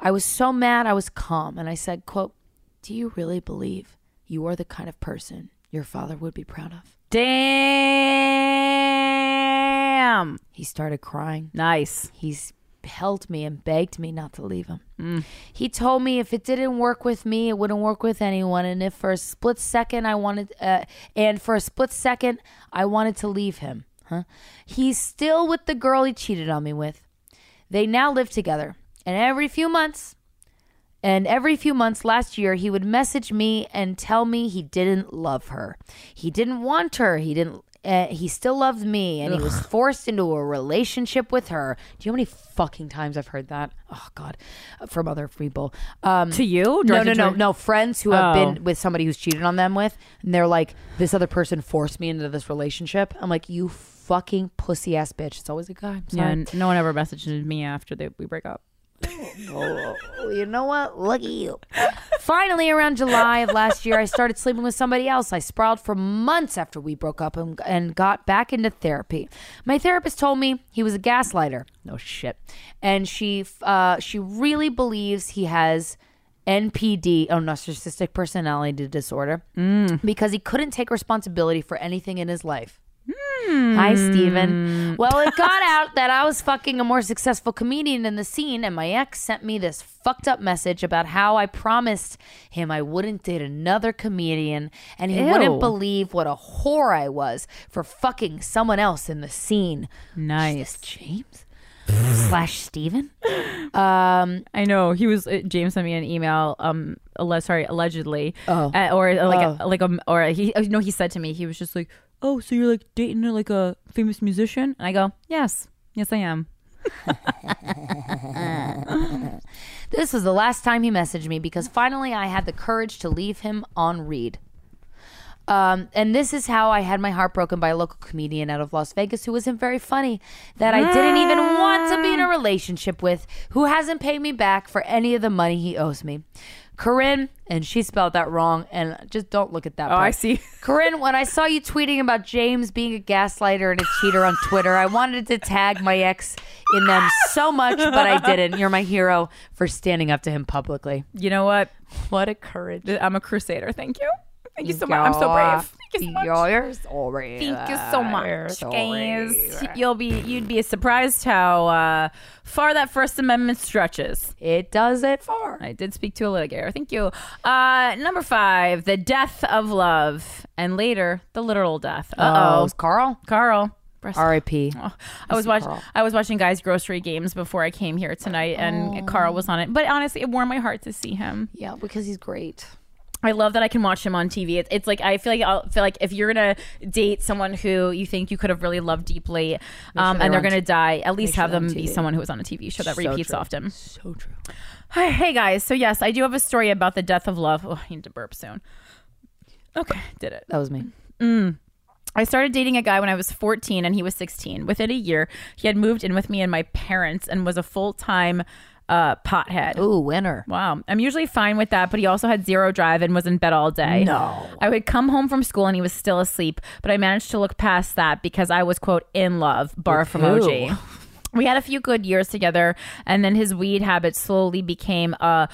Speaker 1: I was so mad I was calm and I said, quote, Do you really believe you are the kind of person your father would be proud of? Damn. He started crying. Nice. He's held me and begged me not to leave him. He told me if it didn't work with me, it wouldn't work with anyone. And if for a split second I wanted, uh, and for a split second I wanted to leave him, huh? He's still with the girl he cheated on me with. They now live together, and every few months, and every few months last year, he would message me and tell me he didn't love her. He didn't want her. He didn't. Uh, he still loved me, and he was forced into a relationship with her. Do you know how many fucking times I've heard that? Oh God, from other people. Um,
Speaker 6: To you?
Speaker 1: No, no,
Speaker 6: Directed
Speaker 1: no,
Speaker 6: toward-
Speaker 1: no. Friends who have
Speaker 6: Oh.
Speaker 1: been with somebody who's cheated on them with, and they're like, "This other person forced me into this relationship." I'm like, "You fucking pussy ass bitch." It's always a guy. I'm
Speaker 6: Yeah,
Speaker 1: sorry.
Speaker 6: n- no one ever messages me after they, we break up.
Speaker 1: Oh, you know what? Look at you. Finally, around July of last year, I started sleeping with somebody else. I sprawled for months after we broke up and, and got back into therapy. My therapist told me he was a gaslighter. No shit. And she, uh, she really believes he has NPD, oh, narcissistic personality disorder, because he couldn't take responsibility for anything in his life. Hi, Steven. Well, it got out that I was fucking a more successful comedian in the scene, and my ex sent me this fucked up message about how I promised him I wouldn't date another comedian, and he
Speaker 6: Ew.
Speaker 1: wouldn't believe what a whore I was for fucking someone else in the scene. Nice. James? Slash Steven? Um,
Speaker 6: I know he was. uh, James sent me an email. Um, alle- sorry, allegedly. Oh, or uh, like like um, or he uh, no, he said to me he was just like, oh, so you're like dating uh, like a famous musician? And I go, yes, yes, I am.
Speaker 1: This was the last time he messaged me because finally I had the courage to leave him on read. Um, and this is how I had my heart broken by a local comedian out of Las Vegas who wasn't very funny, that I didn't even
Speaker 6: Ah.
Speaker 1: want to be in a relationship with, who hasn't paid me back for any of the money he owes me. Corinne, and she spelled that wrong. And just don't look at that.
Speaker 6: Oh, I
Speaker 1: part.
Speaker 6: see.
Speaker 1: Corinne, when I saw you tweeting about James being a gaslighter and a cheater on Twitter, I wanted to tag my ex in them so much, but I didn't. You're my hero for standing up to him publicly.
Speaker 6: You know what?
Speaker 1: What a courage.
Speaker 6: I'm a crusader. Thank you. Thank you so much. I'm so brave. Thank you so much.
Speaker 1: You're sorry.
Speaker 6: Thank you so
Speaker 1: You're
Speaker 6: much,
Speaker 1: sorry.
Speaker 6: guys. You'll be you'd be surprised how uh, far that First Amendment stretches.
Speaker 1: It does it far.
Speaker 6: I did speak to a litigator. Thank you. Uh, number five, the death of love, and later the literal death.
Speaker 1: Oh, it
Speaker 6: Uh
Speaker 1: was Carl.
Speaker 6: Carl. Rest-
Speaker 1: R.I.P.
Speaker 6: Oh, I was watching. I was watching guys' grocery games before I came here tonight, and Carl
Speaker 1: Oh.
Speaker 6: was on it. But honestly, it warmed my heart to see him.
Speaker 1: Yeah, because he's great.
Speaker 6: I love that I can watch him on TV. It's, it's like I feel like I feel like if you're gonna date someone who you think you could have really loved deeply, um,
Speaker 1: they're
Speaker 6: and they're
Speaker 1: on
Speaker 6: gonna
Speaker 1: t-
Speaker 6: die, at least
Speaker 1: sure
Speaker 6: have
Speaker 1: they're on
Speaker 6: them be
Speaker 1: TV.
Speaker 6: someone who was on a TV show that
Speaker 1: So
Speaker 6: repeats
Speaker 1: true.
Speaker 6: often.
Speaker 1: So true.
Speaker 6: Hey guys, so yes, I do have a story about the death of love. Oh, I need to burp soon. Okay, did it.
Speaker 1: That was me.
Speaker 6: Mm. I started dating a guy when I was 14 and he was 16. Within a year, he had moved in with me and my parents and was a full time uh, pothead.
Speaker 1: Ooh, winner.
Speaker 6: Wow. I'm usually fine with that, but he also had zero drive and was in bed all day.
Speaker 1: No.
Speaker 6: I would come home from school and he was still asleep, but I managed to look past that because I was, quote, in love, bar
Speaker 1: With
Speaker 6: from
Speaker 1: who?
Speaker 6: emoji. We had a few good years together, and then his weed habit slowly became a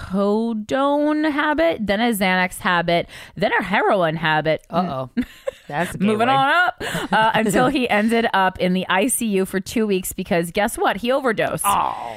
Speaker 6: roxicodone habit, then a Xanax habit, then a heroin habit.
Speaker 1: Uh oh. That's
Speaker 6: Moving
Speaker 1: gateway.
Speaker 6: on up uh, until he ended up in the ICU for two weeks because guess what? He overdosed.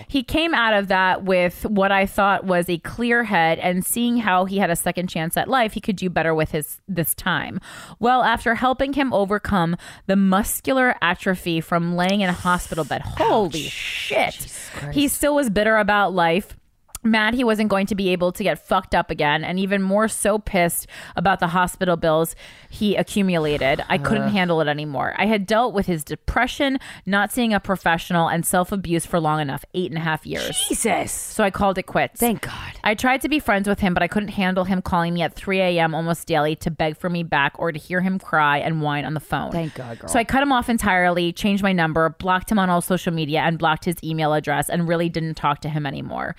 Speaker 6: He came out of that with what I thought was a clear head and seeing how he had a second chance at life, he could do better with his this time. Well, after helping him overcome the muscular atrophy from laying in a hospital bed, holy shit, he still was bitter about life mad he wasn't going to be able to get fucked up again and even more so pissed about the hospital bills he accumulated i couldn't handle it anymore i had dealt with his depression not seeing a professional and self-abuse for long enough eight and a half years
Speaker 1: jesus so
Speaker 6: i called it quits thank
Speaker 1: god
Speaker 6: i tried to be friends with him but i couldn't handle him calling me at 3 a.m almost daily to beg for me back or to hear him cry and whine on the phone
Speaker 1: Thank God, girl.
Speaker 6: so I cut him off entirely, changed my number, blocked him on all social media, and blocked his email address, and really didn't talk to him anymore.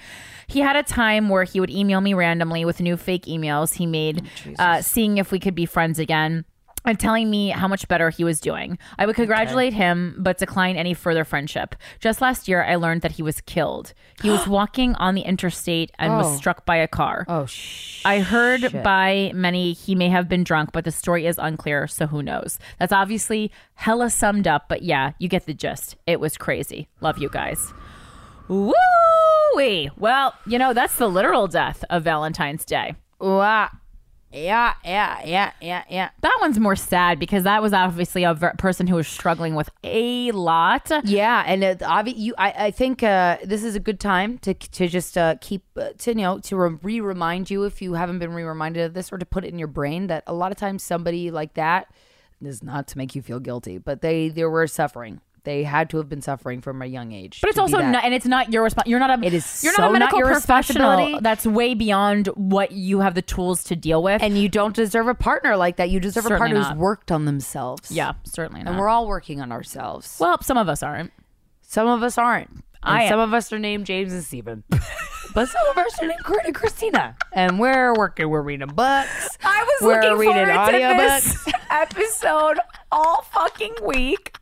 Speaker 6: He had a time where he would email me randomly with new fake emails he
Speaker 1: Oh,
Speaker 6: made, uh, seeing if we could be friends again. And telling me how much better he was doing. I would congratulate him, but decline any further friendship. Just last year, I learned that he was killed. He was walking on the interstate and
Speaker 1: Oh.
Speaker 6: was struck by a car.
Speaker 1: Oh,
Speaker 6: I heard
Speaker 1: shit.
Speaker 6: by many he may have been drunk, but the story is unclear, so who knows? That's obviously hella summed up, but yeah, you get the gist. It was crazy. Love you guys. Woo! Well, you know, that's the literal death of Valentine's Day.
Speaker 1: Wow. Yeah, yeah, yeah, yeah, yeah.
Speaker 6: That one's more sad because that was obviously a ver- person who was struggling with a lot.
Speaker 1: Yeah, and it, obvi- you, I, I think uh, this is a good time to to just uh, keep uh, to you know to re remind you if you haven't been re reminded of this, or to put it in your brain that a lot of times somebody like that this is not to make you feel guilty, but they they were suffering. They had to have been suffering from a young age.
Speaker 6: But it's also not, and it's not your response. You're not a. It
Speaker 1: is
Speaker 6: You're
Speaker 1: so
Speaker 6: not a medical
Speaker 1: your
Speaker 6: professional.
Speaker 1: responsibility.
Speaker 6: That's way beyond what you have the tools to deal with.
Speaker 1: And you don't deserve a partner like that. You deserve a
Speaker 6: Certainly
Speaker 1: partner
Speaker 6: not.
Speaker 1: who's worked on themselves.
Speaker 6: Yeah, certainly not.
Speaker 1: And we're all working on ourselves.
Speaker 6: Well, some of us aren't.
Speaker 1: Some of us aren't. And
Speaker 6: I am.
Speaker 1: some of us are named James and Stephen. but some of us are named Corinne and Christina. And we're working. We're reading books.
Speaker 6: I was
Speaker 1: we're
Speaker 6: looking
Speaker 1: reading
Speaker 6: forward to
Speaker 1: audiobooks.
Speaker 6: this episode all fucking week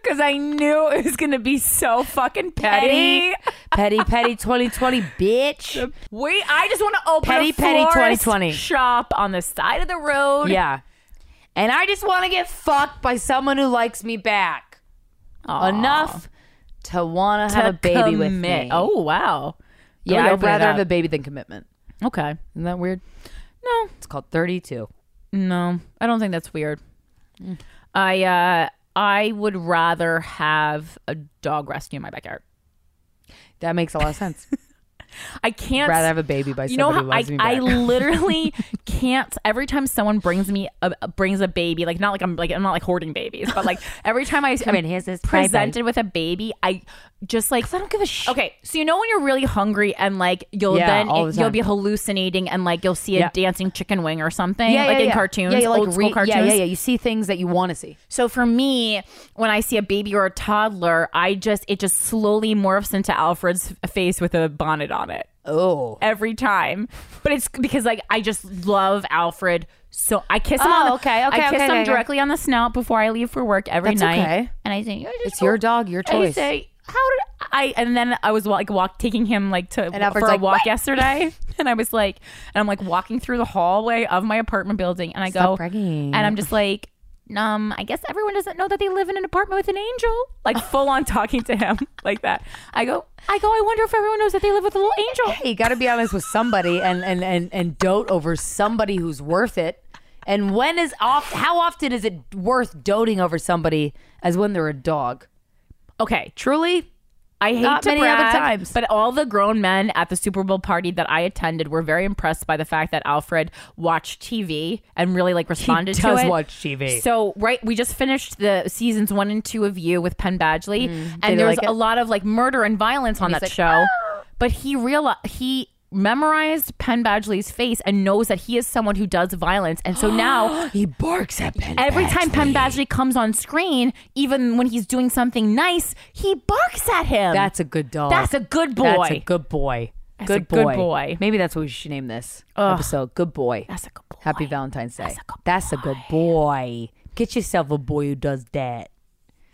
Speaker 6: because I knew it was gonna be so fucking petty.
Speaker 1: Petty, petty, petty, 2020, bitch.
Speaker 6: We, I just want to open
Speaker 1: Petty,
Speaker 6: a
Speaker 1: petty
Speaker 6: florist
Speaker 1: 2020.
Speaker 6: shop on the side of the road.
Speaker 1: Yeah. And I just want to get fucked by someone who likes me back. Enough to want to have a baby with
Speaker 6: commit.
Speaker 1: me.
Speaker 6: Oh wow.
Speaker 1: Yeah,
Speaker 6: Really
Speaker 1: I'd
Speaker 6: open it
Speaker 1: rather
Speaker 6: up.
Speaker 1: have a baby than commitment.
Speaker 6: Okay.
Speaker 1: Isn't that weird?
Speaker 6: No.
Speaker 1: It's called 32.
Speaker 6: No, I don't think that's weird. Mm. I uh, I would rather have a dog rescue in my backyard.
Speaker 1: That makes a lot of sense.
Speaker 6: I can't
Speaker 1: Rather have a baby by
Speaker 6: you know
Speaker 1: somebody who
Speaker 6: how I,
Speaker 1: loves me
Speaker 6: I
Speaker 1: back.
Speaker 6: literally can't. Every time someone brings me a, a- brings a baby, like not like I'm like I'm not like hoarding babies, but like every time I
Speaker 1: Come
Speaker 6: am
Speaker 1: in, here's this baby.
Speaker 6: presented with a baby, I just like I don't give a shit. Okay, so you know when you're really hungry and like you'll
Speaker 1: Yeah,
Speaker 6: then
Speaker 1: all the
Speaker 6: you'll
Speaker 1: time.
Speaker 6: be hallucinating and like you'll see a
Speaker 1: Yeah.
Speaker 6: dancing chicken wing or something like in cartoons,
Speaker 1: Yeah, you like
Speaker 6: old school
Speaker 1: re-
Speaker 6: cartoons.
Speaker 1: Yeah, yeah, yeah. You see things that you want to see.
Speaker 6: So for me, when I see a baby or a toddler, I just it just slowly morphs into Alfred's face with a bonnet on it.
Speaker 1: Oh.
Speaker 6: Every time. But it's because like I just love Alfred so I kiss him
Speaker 15: Oh,
Speaker 6: on the,
Speaker 15: okay, okay,
Speaker 6: I kiss
Speaker 15: okay,
Speaker 6: him
Speaker 15: okay, okay.
Speaker 6: directly on the snout before I leave for work every
Speaker 15: That's
Speaker 6: night.
Speaker 15: okay.
Speaker 6: And I say, "You're just
Speaker 16: It's your dog, your
Speaker 6: I
Speaker 16: choice.
Speaker 6: say, how did I? And then I was like walk taking him like to
Speaker 16: And Alfred's
Speaker 6: for a
Speaker 16: like,
Speaker 6: walk
Speaker 16: "What?"
Speaker 6: yesterday, and I was like, and I'm like walking through the hallway of my apartment building, and I
Speaker 16: Stop
Speaker 6: go,
Speaker 16: bragging.
Speaker 6: and I'm just like, um, I guess everyone doesn't know that they live in an apartment with an angel, like full on talking to him like that. I go, I go, I wonder if everyone knows that they live with a little angel.
Speaker 1: Hey, you got to be honest with somebody and, and, and, and dote over somebody who's worth it. And when is off? How often is it worth doting over somebody as when they're a dog?
Speaker 6: Okay,
Speaker 1: truly,
Speaker 6: I hate
Speaker 1: Not
Speaker 6: to
Speaker 1: many
Speaker 6: brag,
Speaker 1: other times.
Speaker 6: but all the grown men at the Super Bowl party that I attended were very impressed by the fact that Alfred watched TV and really like responded
Speaker 1: does
Speaker 6: to it.
Speaker 1: watch TV.
Speaker 6: So right, we just finished the seasons one and two of You with Penn Badgley,
Speaker 1: Mm. they
Speaker 6: and there's
Speaker 1: like it?
Speaker 6: a lot of like murder and violence on
Speaker 1: And
Speaker 6: that
Speaker 1: he's "Ah!"
Speaker 6: show. But he realized he memorized Penn Badgley's face and knows that he is someone who does violence, and so now
Speaker 1: he barks at Penn.
Speaker 6: Every time Penn Badgley comes on screen, even when he's doing something nice, he barks at him.
Speaker 1: That's a good dog.
Speaker 6: That's a good boy.
Speaker 1: That's a good boy.
Speaker 6: That's
Speaker 1: good
Speaker 6: a
Speaker 1: boy.
Speaker 6: good boy.
Speaker 1: Maybe that's what we should name this
Speaker 6: Ugh.
Speaker 1: episode. Good boy.
Speaker 6: That's a good boy.
Speaker 1: Happy Valentine's Day. That's a good, boy. Get yourself a boy who does that.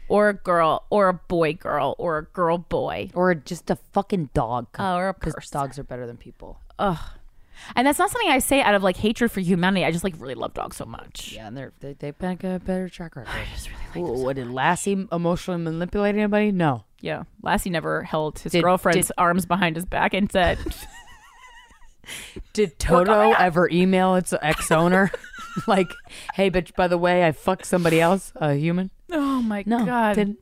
Speaker 6: Or a girl, or a boy girl, or a girl boy.
Speaker 1: Or just a fucking dog.
Speaker 6: Oh, or a
Speaker 1: Because dogs are better than people.
Speaker 6: Ugh. And that's not something I say out of like hatred for humanity. I just like really love dogs so much.
Speaker 1: Yeah, and they're they they back a better track record. I just really like Ooh, What did Lassie emotionally manipulate anybody? No.
Speaker 6: Yeah. Lassie never held his
Speaker 1: Did-
Speaker 6: girlfriend's
Speaker 1: did-
Speaker 6: arms behind his back and said,
Speaker 1: Did Toto ever email its ex owner? like, hey, bitch, by the way, I fucked somebody else, a human?
Speaker 6: "Oh my
Speaker 1: No,
Speaker 6: god,
Speaker 1: didn't.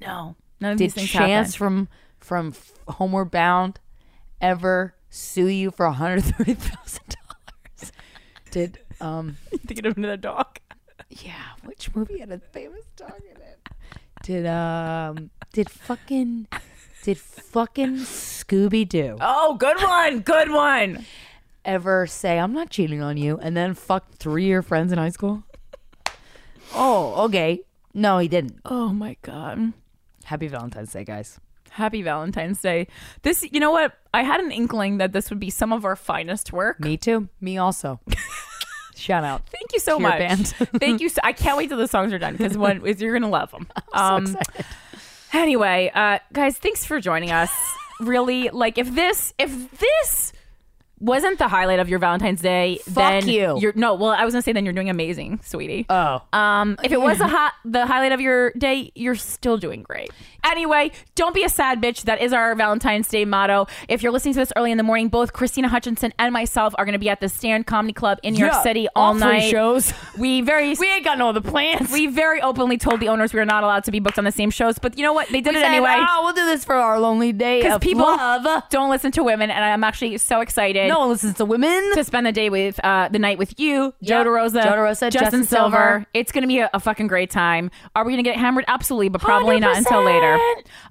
Speaker 6: no, none of
Speaker 1: Did
Speaker 6: these things
Speaker 1: Chance
Speaker 6: happen."
Speaker 1: from from F- Homeward Bound ever sue you for one hundred thirty thousand dollars? Did um
Speaker 6: thinking of another dog?
Speaker 1: Yeah, which movie had a famous dog in it? Did um did fucking did fucking Scooby Doo?
Speaker 6: Oh, good one, good one.
Speaker 1: Ever say I'm not cheating on you, and then fuck three of your friends in high school? oh, okay. No, he didn't.
Speaker 6: Oh my god.
Speaker 1: Happy Valentine's Day, guys.
Speaker 6: Happy Valentine's Day. This, you know what? I had an inkling that this would be some of our finest work.
Speaker 1: Me too. Me also. Shout out.
Speaker 6: Thank you so
Speaker 1: to your
Speaker 6: much.
Speaker 1: band.
Speaker 6: Thank you. So, I can't wait till the songs are done because one is you're gonna love them. Um, Anyway, uh, guys, thanks for joining us. really, like if this if this wasn't the highlight of your Valentine's Day, then
Speaker 1: you.
Speaker 6: You're, no, well, I was gonna say then you're doing amazing, sweetie.
Speaker 1: Oh.
Speaker 6: Um, if it was a hot, the highlight of your day, you're still doing great. Anyway, don't be a sad bitch. That is our Valentine's Day motto. If you're listening to this early in the morning, both Christina Hutchinson and myself are going to be at the Stand Comedy Club in New
Speaker 1: Yeah,
Speaker 6: York City all,
Speaker 1: all free
Speaker 6: night.
Speaker 1: shows.
Speaker 6: We very we ain't got no other plans. We very openly told the owners we were not allowed to be booked on the same shows, but you know what? They did
Speaker 1: We
Speaker 6: it
Speaker 1: said,
Speaker 6: anyway.
Speaker 1: Oh, we'll do this for our lonely day.
Speaker 6: Because
Speaker 1: of
Speaker 6: people
Speaker 1: love."
Speaker 6: don't listen to women, and I'm actually so excited.
Speaker 1: No one listens to women.
Speaker 6: to spend the day with uh, the night with you, Joe
Speaker 1: Yep.
Speaker 6: DeRosa,
Speaker 1: Joe DeRosa, Justin Silver.
Speaker 6: It's gonna be a, a fucking great time. Are we gonna get hammered? Absolutely, but probably not until later.
Speaker 1: 100%.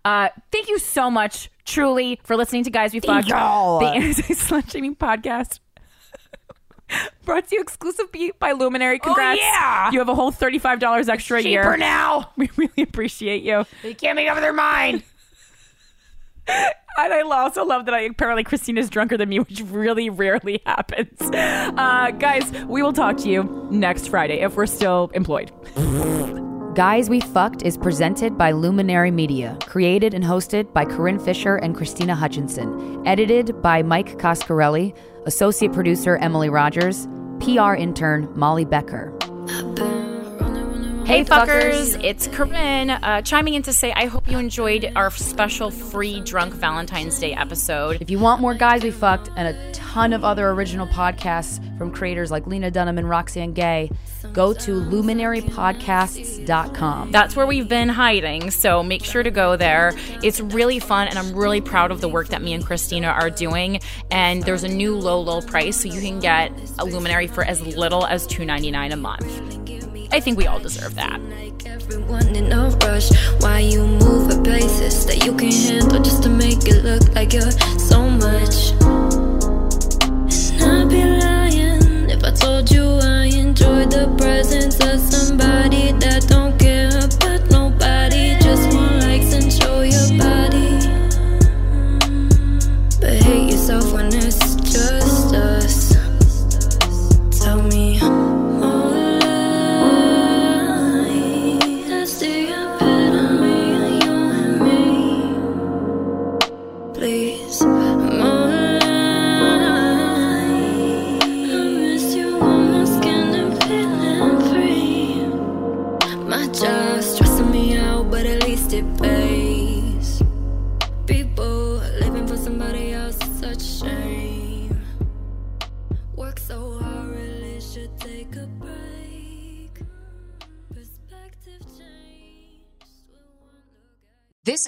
Speaker 6: Uh, thank you so much, truly, for listening to Guys We
Speaker 1: Thank
Speaker 6: Fucked,
Speaker 1: y'all.
Speaker 6: the Anti Slut Shaming Podcast. Brought to you exclusively by Luminary. Congrats!
Speaker 1: Oh, yeah.
Speaker 6: You have a whole thirty-five dollars extra a year
Speaker 1: cheaper now.
Speaker 6: We really appreciate you.
Speaker 1: They can't make up their mind.
Speaker 6: And I also love that I apparently Christina's drunker than me, which really rarely happens. Uh, guys, we will talk to you next Friday if we're still employed.
Speaker 16: Guys We Fucked is presented by Luminary Media, created and hosted by Corinne Fisher and Christina Hutchinson, edited by Mike Coscarelli, associate producer Emily Rogers, PR intern Molly Becker.
Speaker 15: Hey, fuckers, it's Corinne uh, chiming in to say, I hope you enjoyed our special free drunk Valentine's Day episode.
Speaker 16: If you want more Guys We Fucked and a ton of other original podcasts from creators like Lena Dunham and Roxanne Gay, go to luminarypodcasts.com.
Speaker 15: That's where we've been hiding, so make sure to go there. It's really fun, and I'm really proud of the work that me and Christina are doing. And there's a new low, low price, so you can get a luminary for as little as $2.99 a month. I think we all deserve that.
Speaker 17: Everyone in a rush. Why you move at places that you can handle just to make it look like you're so much. And I'd be lying if I told you I enjoy the presence of somebody that don't care about nobody. Just want likes and show your body. But hate yourself when
Speaker 6: This